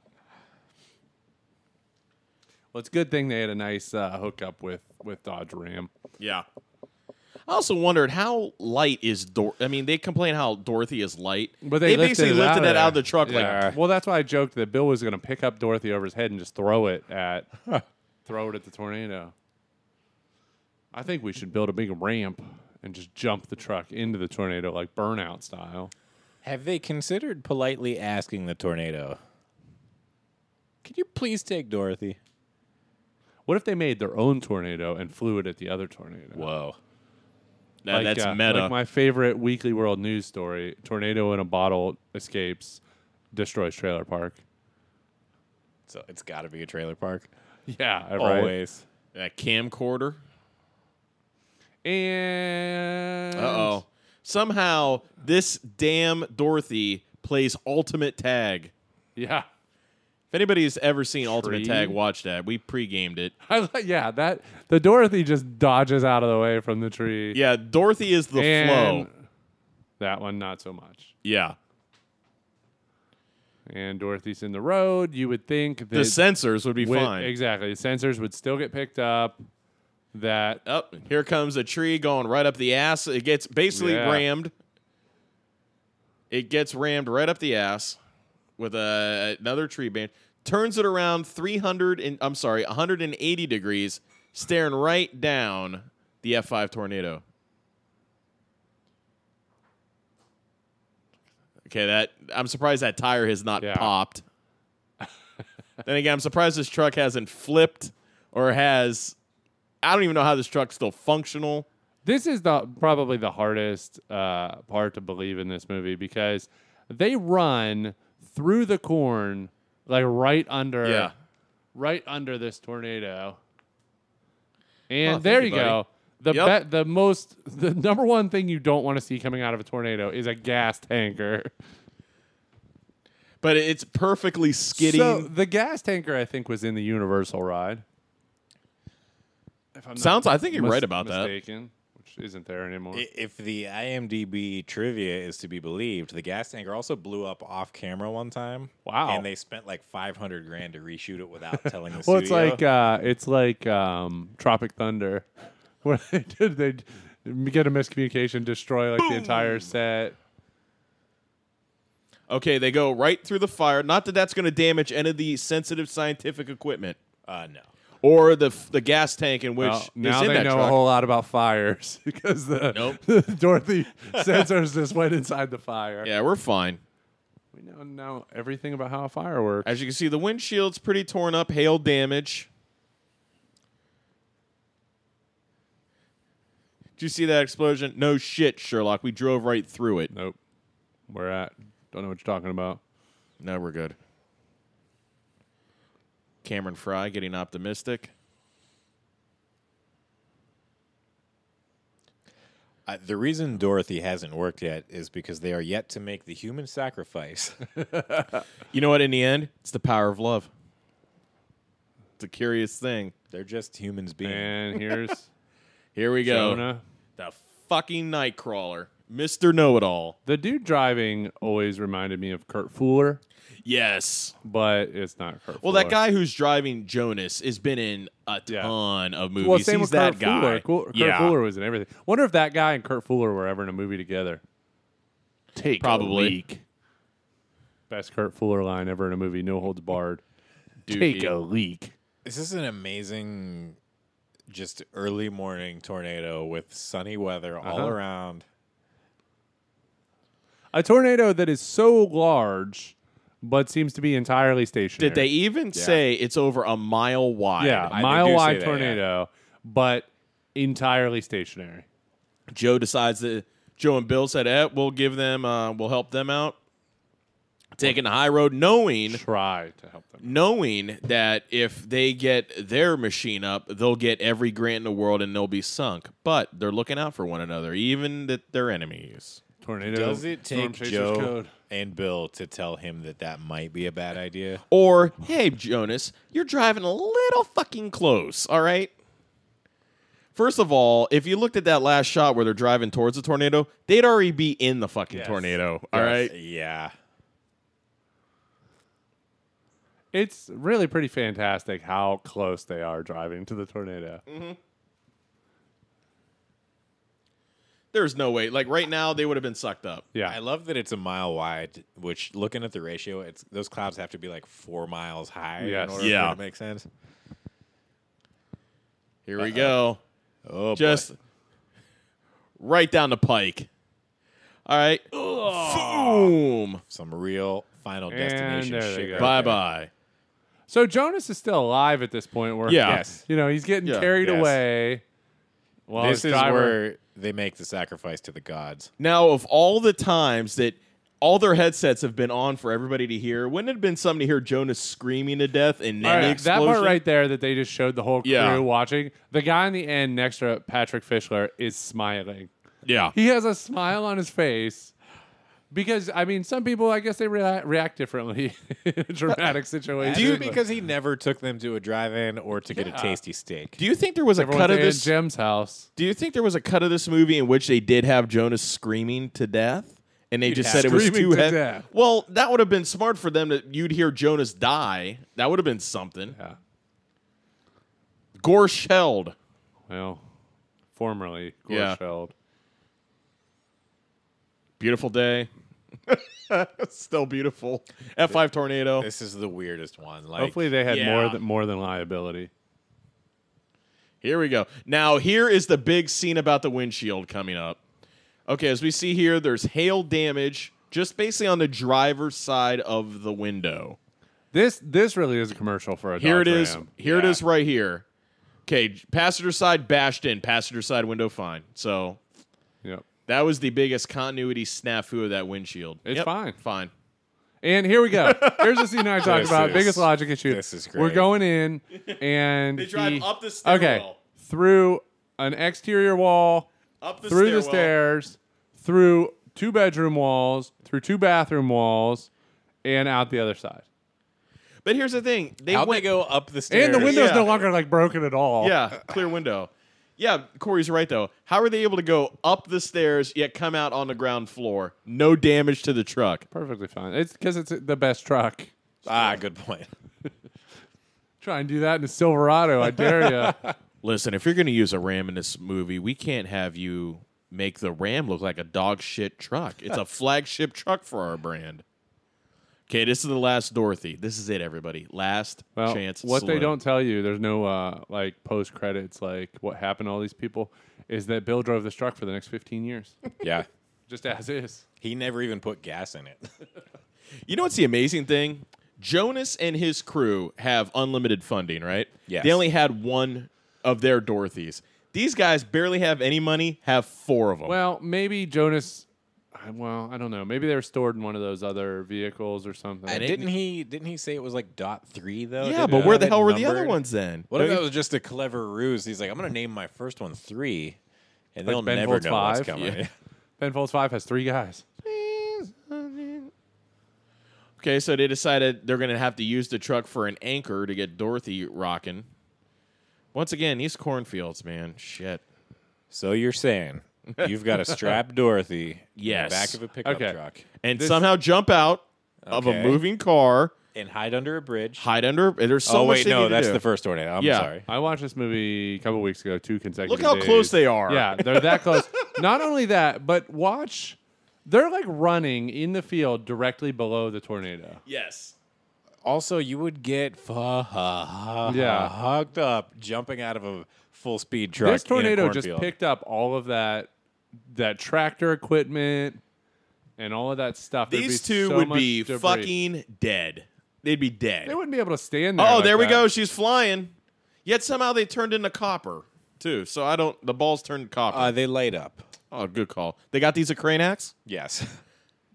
S1: Well, it's a good thing they had a nice uh, hookup with with Dodge Ram.
S3: yeah. I also wondered how light is Dor. I mean, they complain how Dorothy is light,
S1: But they, lifted
S3: basically
S1: it
S3: lifted
S1: out
S3: that
S1: there.
S3: out of the truck
S1: Yeah.
S3: like
S1: well, that's why I joked that Bill was going to pick up Dorothy over his head and just throw it at throw it at the tornado. I think we should build a big ramp and just jump the truck into the tornado like burnout style.
S2: Have they considered politely asking the tornado? Could you please take Dorothy?
S1: What if they made their own tornado and flew it at the other tornado?
S2: Whoa.
S3: Now
S1: Like,
S3: that's
S1: uh,
S3: meta.
S1: Like my favorite Weekly World News story: tornado in a bottle escapes, destroys trailer park.
S2: So it's got to be a trailer park.
S1: Yeah, right.
S2: Always.
S3: that camcorder.
S1: And
S3: Uh oh. Somehow this damn Dorothy plays ultimate tag.
S1: yeah.
S3: If anybody's ever seen Ultimate
S1: Tree?
S3: Tag, watch that. We pre-gamed it.
S1: I li- yeah, that the Dorothy just dodges out of the way from the tree.
S3: Yeah, Dorothy is the
S1: And
S3: flow.
S1: That one not so much.
S3: Yeah.
S1: And Dorothy's in the road. You would think that
S3: The sensors would be
S1: with-
S3: fine.
S1: exactly the sensors would still get picked up. That
S3: Up here comes a tree going right up the ass. It gets basically
S1: Yeah.
S3: rammed. It gets rammed right up the ass with a, another tree branch. Turns it around 300 and I'm sorry, 180 degrees, staring right down the F5 tornado. Okay, that I'm surprised that tire has not
S1: Yeah.
S3: popped. then again, I'm surprised this truck hasn't flipped or has I don't even know how this truck's still functional.
S1: this is the probably the hardest uh, part to believe in this movie because they run through the corn like right under
S3: Yeah.
S1: right under this tornado. And
S3: Well,
S1: there
S3: thank
S1: you
S3: you,
S1: go. The
S3: Yep.
S1: be- the most the number one thing you don't want to see coming out of a tornado is a gas tanker.
S3: But it's perfectly skidding.
S1: the gas tanker I think was in the Universal ride. If I'm
S3: Sounds. I think you're right about that.
S1: mistaken, which isn't there anymore.
S2: I- If the IMDb trivia is to be believed, the gas tanker also blew up off camera one time.
S1: Wow.
S2: And they spent like 500 grand to reshoot it without telling the
S1: Well,
S2: studio.
S1: it's like uh, it's like um, Tropic Thunder, where they did they get a miscommunication, destroy like the entire set.
S3: Okay, they go right through the fire. Not that that's going to damage any of the sensitive scientific equipment
S2: Uh, no.
S3: or the f- the gas tank in which
S1: Well,
S3: is
S1: now
S3: in
S1: they
S3: that
S1: know a
S3: truck.
S1: whole lot about fires because the Dorothy sensors just went inside the fire.
S3: yeah, we're fine.
S1: We now know everything about how a fire works.
S3: As you can see, the windshield's pretty torn up, hail damage. Did you see that explosion? No shit, Sherlock. We drove right through it.
S1: nope. We're at. Don't know what you're talking about.
S3: No, we're good. Cameron Fry getting optimistic.
S2: Uh, the reason Dorothy hasn't worked yet is because they are yet to make the human sacrifice.
S3: You know what? In the end, it's the power of love. It's a curious thing.
S2: They're just humans being.
S1: And here's
S3: Here we go.
S1: Jonah.
S3: The fucking Nightcrawler, Mister Know It All.
S1: The dude driving always reminded me of Kurt Fuller,
S3: Yes.
S1: but it's not Kurt.
S3: Well, that guy who's driving Jonas has been in a
S1: Yeah.
S3: ton of movies.
S1: Well, same
S3: He's
S1: with
S3: that
S1: Kurt
S3: guy.
S1: Fuller. Cool- Kurt
S3: yeah,
S1: Fuller was in everything. Wonder if that guy and Kurt Fuller were ever in a movie together.
S3: Take probably.
S1: Best Kurt Fuller line ever in a movie. No holds barred.
S3: Dookie.
S1: leak.
S2: This is an amazing, just early morning tornado with sunny weather all
S1: Uh-huh.
S2: around.
S1: A tornado that is so large, but seems to be entirely stationary.
S3: Did they even say it's over a mile wide?
S1: Yeah,
S2: I- they do
S1: mile
S2: say
S1: wide
S2: that, yeah.
S1: tornado, but entirely stationary.
S3: Joe decides that Joe and Bill said, eh, "We'll give them. Uh, we'll help them out." Taking the high road, knowing
S1: Try to help them.
S3: knowing that if they get their machine up, they'll get every grant in the world and they'll be sunk. But they're looking out for one another, even that they're enemies.
S1: Tornado.
S2: Does it
S1: storm
S2: take
S1: chaser's
S2: Joe
S1: code.
S2: and Bill to tell him that that might be a bad idea?
S3: Or, hey, Jonas, you're driving a little fucking close, all right? First of all, if you looked at that last shot where they're driving towards the tornado, they'd already be in the fucking tornado, all right?
S2: Yeah.
S1: It's really pretty fantastic how close they are driving to the tornado.
S2: Mm-hmm.
S3: There's no way. Like, right now, they would have been sucked up.
S1: Yeah.
S2: I love that it's a mile wide, which looking at the ratio, it's those clouds have to be like four miles high
S1: Yes.
S2: in order
S3: Yeah.
S2: for it to make sense.
S3: Here we go.
S2: Oh, boy.
S3: Just right down the pike. All right. Boom.
S2: some real final
S1: And
S2: destination
S1: there they
S2: shit.
S1: go.
S2: right
S3: Bye
S2: there.
S3: bye.
S1: So Jonas is still alive at this point. Where
S3: Yeah.
S2: Yes.
S1: you know he's getting
S3: Yeah.
S1: carried
S2: Yes.
S1: away. While
S2: This
S1: his
S2: is
S1: driver-
S2: where they make the sacrifice to the gods.
S3: Now, of all the times that all their headsets have been on for everybody to hear, wouldn't it have been something to hear Jonas screaming to death and
S1: All
S3: then
S1: right,
S3: the
S1: that
S3: explosion?
S1: part right there that they just showed the whole crew
S3: Yeah.
S1: watching. The guy in the end next to Patrick Fischler is smiling.
S3: Yeah.
S1: He has a smile on his face because I mean, some people I guess they rea- react differently in a dramatic situation.
S2: Do you because he never took them to a drive-in or to get a tasty steak?
S3: Do you think there was a
S1: everyone's
S3: cut of
S1: at
S3: this?
S1: Jim's house?
S3: Do you think there was a cut of this movie in which they did have Jonas screaming to death? And they just
S1: Yeah.
S3: said it was
S1: Screaming
S3: too
S1: to
S3: heavy.
S1: death.
S3: Well, that would have been smart for them that you'd hear Jonas die. That would have been something.
S1: Yeah.
S3: Gore shelled.
S1: Well, formerly
S3: Yeah.
S1: Gorsheld.
S3: Beautiful day. Still beautiful. F5 tornado.
S2: This is the weirdest one. Like,
S1: Hopefully, they had
S3: Yeah.
S1: more than more than liability.
S3: Here we go. Now, here is the big scene about the windshield coming up. Okay, as we see here, there's hail damage just basically on the driver's side of the window.
S1: This this really is a commercial for a
S3: Here it
S1: Dodge
S3: is.
S1: Ram.
S3: Here it is right here. Okay, passenger side bashed in, passenger side window fine. So
S1: Yep.
S3: that was the biggest continuity snafu of that windshield.
S1: It's
S3: Yep,
S1: fine.
S3: Fine.
S1: And here we go. Here's the scene I talked
S2: This
S1: about.
S2: is-
S1: Biggest logic issue.
S2: this is
S1: We're
S2: great.
S1: going in, and they
S3: drive up the
S1: Okay,
S3: stairwell.
S1: through an exterior wall,
S3: Up the
S1: through the
S3: stairwell.
S1: stairs, through two bedroom walls, through two bathroom walls, and out the other side.
S3: But here's the thing. They
S2: how
S3: went
S2: they go up the stairs?
S1: And the window's
S3: Yeah.
S1: no longer like broken at all.
S3: Yeah, clear window. Yeah, Corey's right though. How are they able to go up the stairs yet come out on the ground floor? No damage to the truck.
S1: perfectly fine. It's because it's the best truck.
S2: Ah, good point.
S1: Try and do that in a Silverado. I dare you.
S3: Listen, if you're going to use a Ram in this movie, we can't have you make the Ram look like a dog shit truck. It's a flagship truck for our brand. Okay, this is the last Dorothy. This is it, everybody. Last
S1: Well,
S3: chance.
S1: what they
S3: saloon.
S1: don't tell you, there's no uh, like post credits, like what happened to all these people, is that Bill drove this truck for the next 15 years,
S2: Yeah.
S1: just as is.
S2: He never even put gas in it.
S3: You know what's the amazing thing? Jonas and his crew have unlimited funding, right?
S2: Yes.
S3: They only had one of their Dorothys. These guys barely have any money, have four of them.
S1: Well, maybe Jonas. I- Well, I don't know. Maybe they were stored in one of those other vehicles or something.
S2: And didn't he didn't he say it was like dot three though?
S3: yeah,
S2: Didn't
S3: but
S2: he
S3: where
S2: have
S3: the
S2: it
S3: hell were the other
S2: numbered?
S3: ones then?
S2: What if
S3: Don't
S2: that
S3: you-
S2: was just a clever ruse? He's like, I'm gonna name my first one three, and they'll
S1: Ben
S2: never
S1: Folds
S2: know
S1: five?
S2: what's coming.
S3: Yeah.
S1: Ben Folds Five has three guys.
S3: okay, so they decided they're going to have to use the truck for an anchor to get Dorothy rocking. Once again, these cornfields, man. Shit.
S2: So you're saying you've got to strap Dorothy in the
S3: Yes.
S2: back of a pickup
S1: Okay.
S2: truck
S3: And
S1: This-
S3: somehow jump out of a
S2: Okay.
S3: moving car,
S2: and hide under a bridge?
S3: hide under. There's so
S2: oh
S3: much
S2: wait,
S3: they need
S2: no,
S3: to
S2: that's
S3: do.
S2: the first one. I'm
S3: Yeah.
S2: sorry.
S1: I watched this movie a couple weeks ago, two consecutive.
S3: Look how close
S1: days.
S3: they are.
S1: Yeah, they're that close. Not only that, but watch. They're like running in the field directly below the tornado.
S3: Yes.
S2: Also, you would get fu-
S1: Yeah.
S2: hugged up jumping out of a full speed truck.
S1: this tornado just
S2: picked.
S1: picked up all of that that tractor equipment and all of that stuff. There'd
S3: These
S1: be
S3: two
S1: so
S3: would
S1: much
S3: be
S1: debris.
S3: fucking dead. They'd be dead.
S1: They wouldn't be able to stand there.
S3: oh,
S1: like
S3: there we
S1: that.
S3: go. She's flying. Yet somehow they turned into copper too. So I don't. The balls turned copper.
S2: Uh, they light up.
S3: oh, good call. They got these at Crane Axe.
S2: Yes.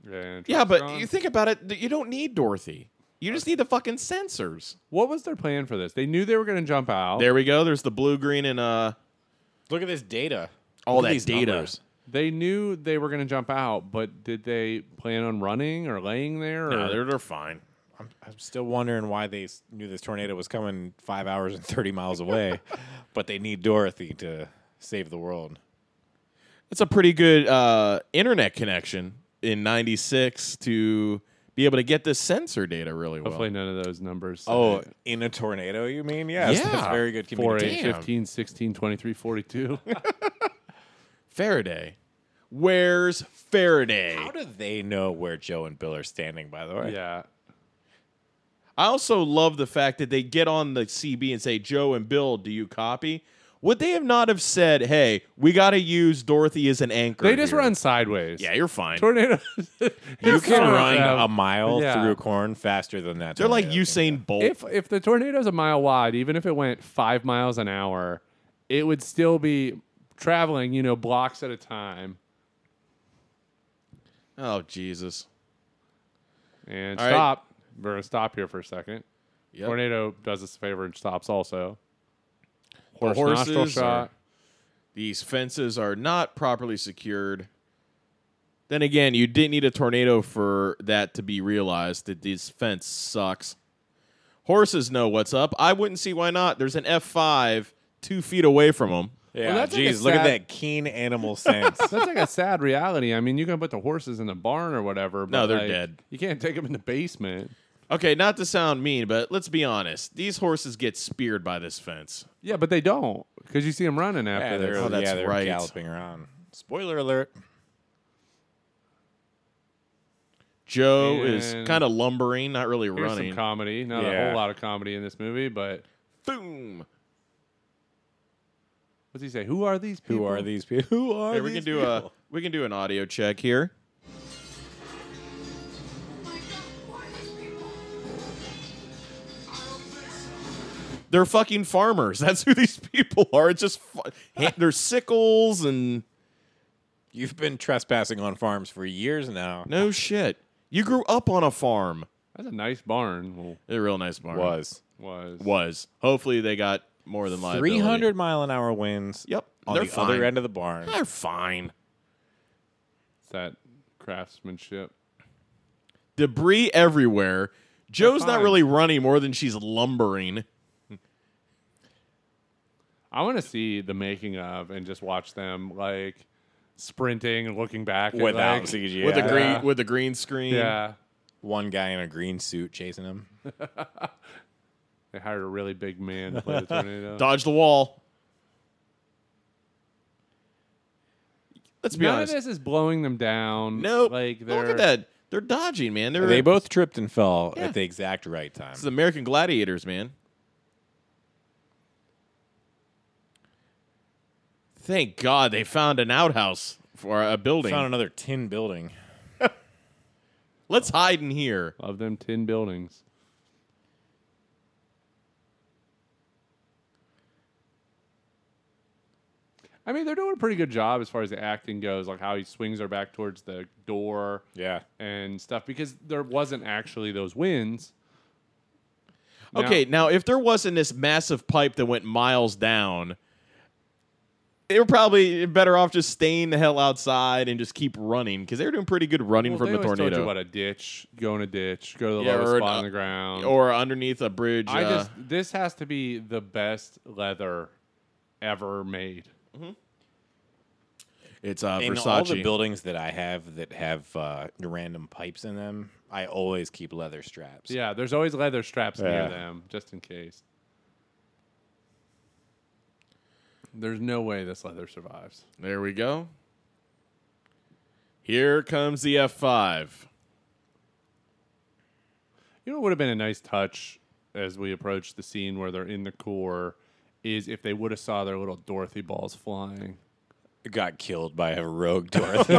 S1: Yeah,
S3: Yeah, but
S1: Trump.
S3: you think about it. th- You don't need Dorothy. You
S1: Uh,
S3: just need the fucking sensors.
S1: what was their plan for this? They knew they were going to jump out.
S3: There we go. There's the blue, green, and uh,
S2: Look at this data.
S3: all
S2: Look at
S3: that
S2: these
S3: data.
S2: numbers.
S1: they knew they were going to jump out, but did they plan on running or laying there?
S3: No,
S1: or-
S3: they're, they're fine.
S2: I'm, I'm still wondering why they s- knew this tornado was coming five hours and 30 miles away, but they need Dorothy to save the world.
S3: It's a pretty good uh, internet connection in '96 to be able to get this sensor data really well.
S1: Hopefully, none of those numbers.
S2: Oh, in a tornado, you mean? Yes. That's
S3: Yeah.
S2: very good
S1: 4,
S2: communication.
S1: 8, 15, 16, 23, 42.
S3: Faraday. Where's Faraday?
S2: How do they know where Joe and Bill are standing, by the way?
S1: yeah.
S3: I also love the fact that they get on the CB and say, Joe and Bill, do you copy? Would they have not have said, hey, we got to use Dorothy as an anchor?
S1: They just
S3: here?
S1: run sideways.
S3: Yeah, you're fine.
S1: Tornadoes.
S2: You can run a
S1: Um,
S2: mile
S1: Yeah.
S2: through corn faster than that.
S3: They're like
S2: tornado.
S3: Usain Bolt.
S1: if if the tornado's a mile wide, even if it went five miles an hour, it would still be traveling, you know, blocks at a time.
S3: oh, Jesus.
S1: And
S3: All right.
S1: stop. We're gonna stop here for a second.
S3: Yep.
S1: Tornado does us a favor and stops also.
S3: The
S1: Horse nostril
S3: horses
S1: shot.
S3: are- these fences are not properly secured. Then again, you didn't need a tornado for that to be realized that this fence sucks. Horses know what's up. I wouldn't see why not. There's an F5 two feet away from them.
S2: Yeah,
S1: Well, that's like a
S2: geez, look at
S1: sad-
S2: that keen animal sense.
S1: That's like a sad reality. I mean, you can put the horses in the barn or whatever. But
S3: No, they're
S1: like,
S3: dead.
S1: You can't take them in the basement.
S3: Okay, not to sound mean, but let's be honest. These horses get speared by this fence.
S1: Yeah, but they don't because you see them running
S2: yeah,
S1: after
S2: they're,
S1: this.
S3: Oh, that's
S2: yeah, they're
S3: right.
S2: galloping around. Spoiler alert.
S3: Joe is
S1: And-
S3: kind of lumbering, not really
S1: Here's
S3: running.
S1: some comedy. Not a
S2: Yeah.
S1: whole lot of comedy in this movie, but
S3: Boom.
S1: what's he say? Who are these people?
S2: Who are these people? Who are
S3: Here we can
S2: these
S3: do a
S2: people?
S3: we can do an audio check here. They're fucking farmers. That's who these people are. It's just fu- ha- they're sickles and
S2: You've been trespassing on farms for years now.
S3: no shit. You grew up on a farm.
S1: That's a nice barn. Well,
S3: A real nice barn.
S2: Was
S1: was
S3: was. Hopefully they got more than liability.
S2: three hundred mile an hour winds.
S3: Yep.
S2: on
S3: They're
S2: the
S3: fine.
S2: other end of the barn.
S3: They're fine.
S1: It's that craftsmanship?
S3: debris everywhere. Joe's not
S1: fine.
S3: really running more than she's lumbering.
S1: I want to see the making of and just watch them like sprinting and looking back at,
S2: Without
S1: like,
S2: CGI,
S3: with a green
S1: Yeah.
S3: with a green screen.
S1: Yeah,
S2: one guy in a green suit chasing him.
S1: they hired a really big man to play the tornado.
S3: Dodge the wall. Let's be
S1: None
S3: honest.
S1: of this is blowing them down.
S3: nope.
S1: Like
S3: Look
S1: they're
S3: at that. They're dodging, man. They're
S2: They both tripped and fell
S3: Yeah.
S2: at the exact right time.
S3: It's the American Gladiators, man. Thank God they found an outhouse for a building.
S2: Found another tin building.
S3: Let's hide in here.
S1: Love them tin buildings. I mean, they're doing a pretty good job as far as the acting goes, like how he swings her back towards the door
S2: Yeah.
S1: and stuff, because there wasn't actually those winds. Now-
S3: Okay, now if there wasn't this massive pipe that went miles down, they were probably better off just staying the hell outside and just keep running because they were doing pretty good running
S1: Well,
S3: from
S1: they
S3: the
S1: always told
S3: tornado.
S1: you about a ditch, go in a ditch, go to the
S3: Yeah,
S1: lowest
S3: or an
S1: spot
S3: u-
S1: on the ground,
S3: or underneath a bridge.
S1: I
S3: uh,
S1: just this has to be the best leather ever made.
S3: it's uh,
S2: In
S3: Versace.
S2: all the buildings that I have that have uh, random pipes in them, I always keep leather straps.
S1: Yeah, there's always leather straps
S2: Yeah.
S1: near them just in case. There's no way this leather survives.
S3: There we go. Here comes the F5.
S1: You know what would have been a nice touch as we approach the scene where they're in the core is if they would have saw their little Dorothy balls flying.
S2: Got killed by a rogue Dorothy.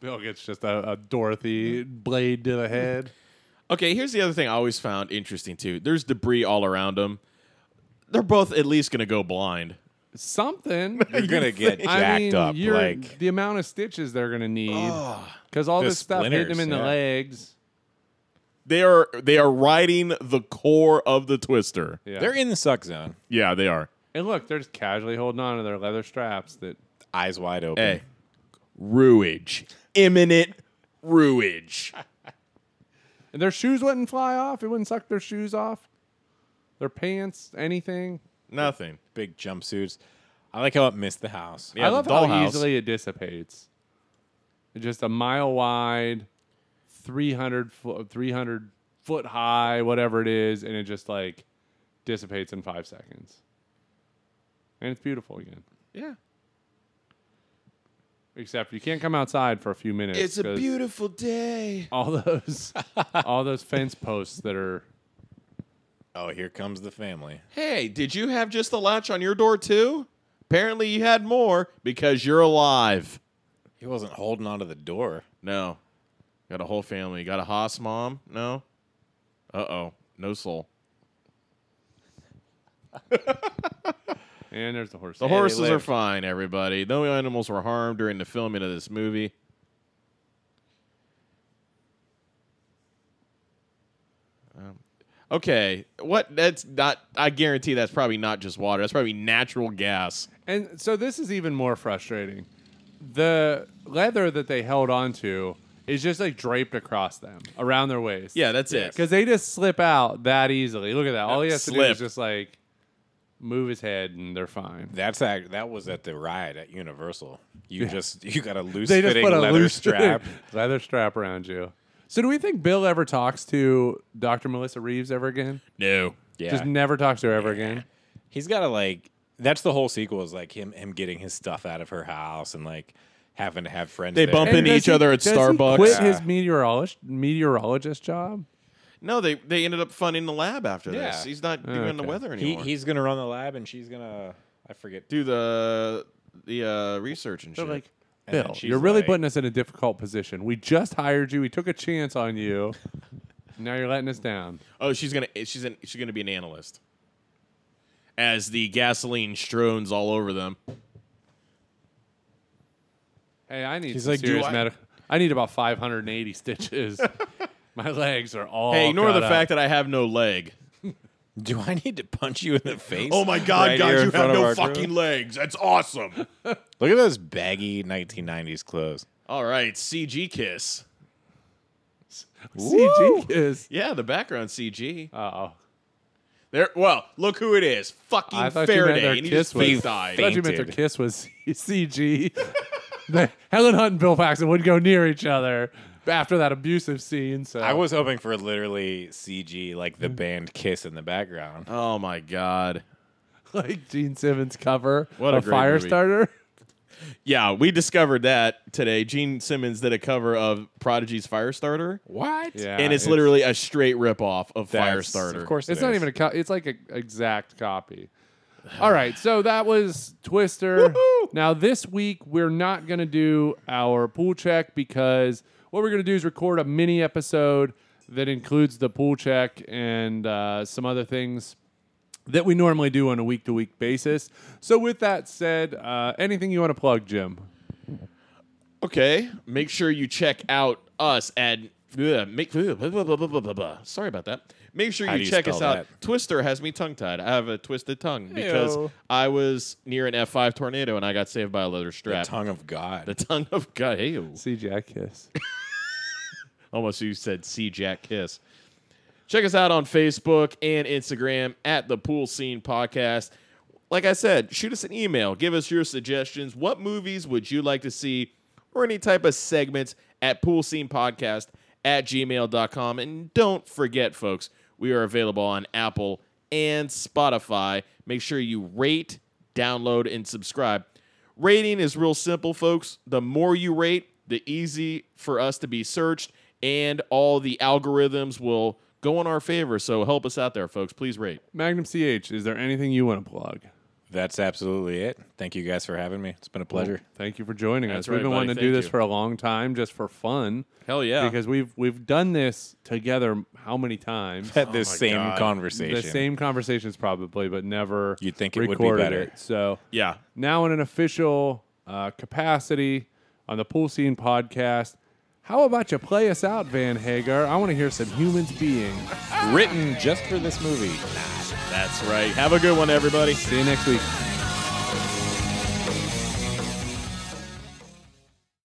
S1: Bill gets just a, a Dorothy blade to the head.
S3: Okay, here's the other thing I always found interesting too. There's debris all around them. They're both at least going to go blind.
S1: Something.
S2: You're gonna get jacked
S1: I mean,
S2: up.
S1: you're-
S2: Like
S1: the amount of stitches they're gonna need because all
S2: The
S1: this stuff hit them
S2: splinters,
S1: in the
S2: yeah.
S1: legs.
S3: They are they are riding the core of the twister.
S1: Yeah.
S2: they're in the suck zone,
S3: Yeah, they are.
S1: and look, they're just casually holding on to their leather straps. That
S2: eyes wide open.
S3: Hey, ruage, imminent ruage.
S1: and their shoes wouldn't fly off. It wouldn't suck their shoes off. Their pants, anything.
S3: Nothing.
S2: Big jumpsuits. I like how it missed the house.
S3: Yeah,
S1: I love
S3: the
S1: how
S3: dollhouse.
S1: easily it dissipates. It's just a mile wide, 300 foot, 300 foot high, whatever it is, and it just like dissipates in five seconds. And it's beautiful again.
S3: Yeah,
S1: Except you can't come outside for a few minutes. 'cause
S3: beautiful day.
S1: All those, all those fence posts that are.
S2: Oh, here comes the family.
S3: Hey, did you have just the latch on your door too? Apparently, you had more because you're alive.
S2: He wasn't holding onto the door.
S3: No. Got a whole family. Got a Haas mom? No. Uh oh. No soul.
S1: And there's the horse.
S3: The horses are
S2: lived.
S3: fine, everybody. No animals were harmed during the filming of this movie. Um, okay. What? That's not. I guarantee that's probably not just water. That's probably natural gas.
S1: And so this is even more frustrating. The leather that they held onto is just like draped across them, around their waist.
S3: Yeah, that's it.
S1: Because they just slip out that easily. Look at that. All he has to do
S3: Slip.
S1: is just like move his head and they're fine.
S2: That's act, that was at the ride at Universal. You just you got a loose
S1: They just
S2: fitting
S1: put a
S2: leather
S1: loose
S2: strap.
S1: leather strap around you. So do we think Bill ever talks to Dr. Melissa Reeves ever again?
S3: No.
S2: Yeah,
S1: Just never talks to her ever again.
S2: he's got to like. That's the whole sequel is like him him getting his stuff out of her house and like having to have friends.
S3: They
S2: there.
S3: bump Been in- to
S1: does
S3: each other at
S1: does
S3: Starbucks.
S1: He quit
S2: Yeah.
S1: his meteorologist meteorologist job.
S3: No, they they ended up funding the lab after
S2: Yeah.
S3: this. He's not doing the
S1: okay.
S3: weather
S2: He,
S3: anymore.
S2: he's gonna run the lab and she's gonna I forget.
S3: do the the uh, research and
S1: They're
S3: shit.
S1: like,
S2: And then
S1: Bill,
S2: she's
S1: you're really
S2: like-
S1: putting us in a difficult position. We just hired you. We took a chance on you. now you're letting us down.
S3: oh, she's gonna she's an, she's gonna be an analyst. As the gasoline strowns all over them.
S1: Hey, I need
S2: He's
S1: some
S2: like, "Do
S1: serious
S2: I-"
S1: medical. I need about 580 stitches. My legs are all.
S3: Hey, ignore
S1: cut
S3: the
S1: up.
S3: fact that I have no leg.
S2: Do I need to punch you in the face?
S3: Oh my god,
S2: right
S3: guys,
S2: here in
S3: you have
S2: front of
S3: no
S2: our
S3: fucking
S2: group?
S3: legs. That's awesome.
S2: Look at those baggy 1990s clothes.
S3: all right, CG kiss.
S1: CG is.
S3: Yeah, the background CG.
S1: Oh,
S3: There. Well, look who it is. Fucking
S1: I thought you meant
S3: Faraday.
S1: their
S3: and he
S1: kiss
S3: just
S1: was-
S3: face died.
S1: I thought you meant their
S2: Fainted.
S1: kiss was CG. The- Helen Hunt and Bill Paxton wouldn't go near each other after that abusive scene. So
S2: I was hoping for literally CG like
S3: Mm.
S2: the band Kiss in the background.
S3: Oh my god.
S1: like Gene Simmons cover
S3: What a
S1: of
S3: great movie.
S1: Firestarter.
S3: Yeah, we discovered that today. Gene Simmons did a cover of Prodigy's Firestarter,
S2: What?
S1: Yeah.
S3: and it's, literally a straight ripoff of
S2: That's-
S3: Firestarter.
S2: Of course,
S1: It's not even a. Co- it's like an exact copy. All right, so that was Twister. now this week we're not gonna do our pool check because what we're gonna do is record a mini episode that includes the pool check and uh, some other things that we normally do on a week to week basis. So with that said, uh, anything you want to plug, Jim?
S3: Okay, make sure you check out us at. Ugh, make, ugh, blah, blah, blah, blah, blah, blah, blah. Sorry about that. Make sure
S2: How
S3: you,
S2: do you
S3: check
S2: spell
S3: us out.
S2: that?
S3: Twister has me tongue tied. I have a twisted tongue because
S2: Ayo.
S3: I was near an F5 tornado and I got saved by a leather strap.
S2: tongue of God.
S3: The tongue of God. Ew.
S1: CJ, I kiss.
S3: Almost you said see Jack Kiss. Check us out on Facebook and Instagram at the Pool Scene Podcast. Like I said, shoot us an email. Give us your suggestions. What movies would you like to see or any type of segments at Pool Scene Podcast at gmail.com. And don't forget, folks, we are available on Apple and Spotify. Make sure you rate, download, and subscribe. Rating is real simple, folks. The more you rate, the easy for us to be searched, and all the algorithms will go in our favor. So help us out there, folks. Please rate.
S1: Magnum CH, is there anything you want to plug?
S2: That's absolutely it. Thank you guys for having me. It's been a pleasure.
S1: Thank you for joining us.
S3: That's
S1: We've
S3: right,
S1: been
S3: buddy.
S1: wanting to do
S3: Thank
S1: this
S3: you.
S1: for a long time, just for fun.
S3: Hell yeah.
S1: Because we've we've done this together. How many times?
S2: Had this same
S3: God.
S2: conversation.
S1: oh the same conversations probably, but never.
S2: You'd think it would be
S1: recorded
S2: better.
S1: It. So
S3: yeah.
S1: now in an official uh, capacity on the Pool Scene podcast. How about you play us out, Van Hagar? I want to hear some humans being.
S2: Written just for this movie.
S3: That's right. Have a good one, everybody.
S1: See you next week.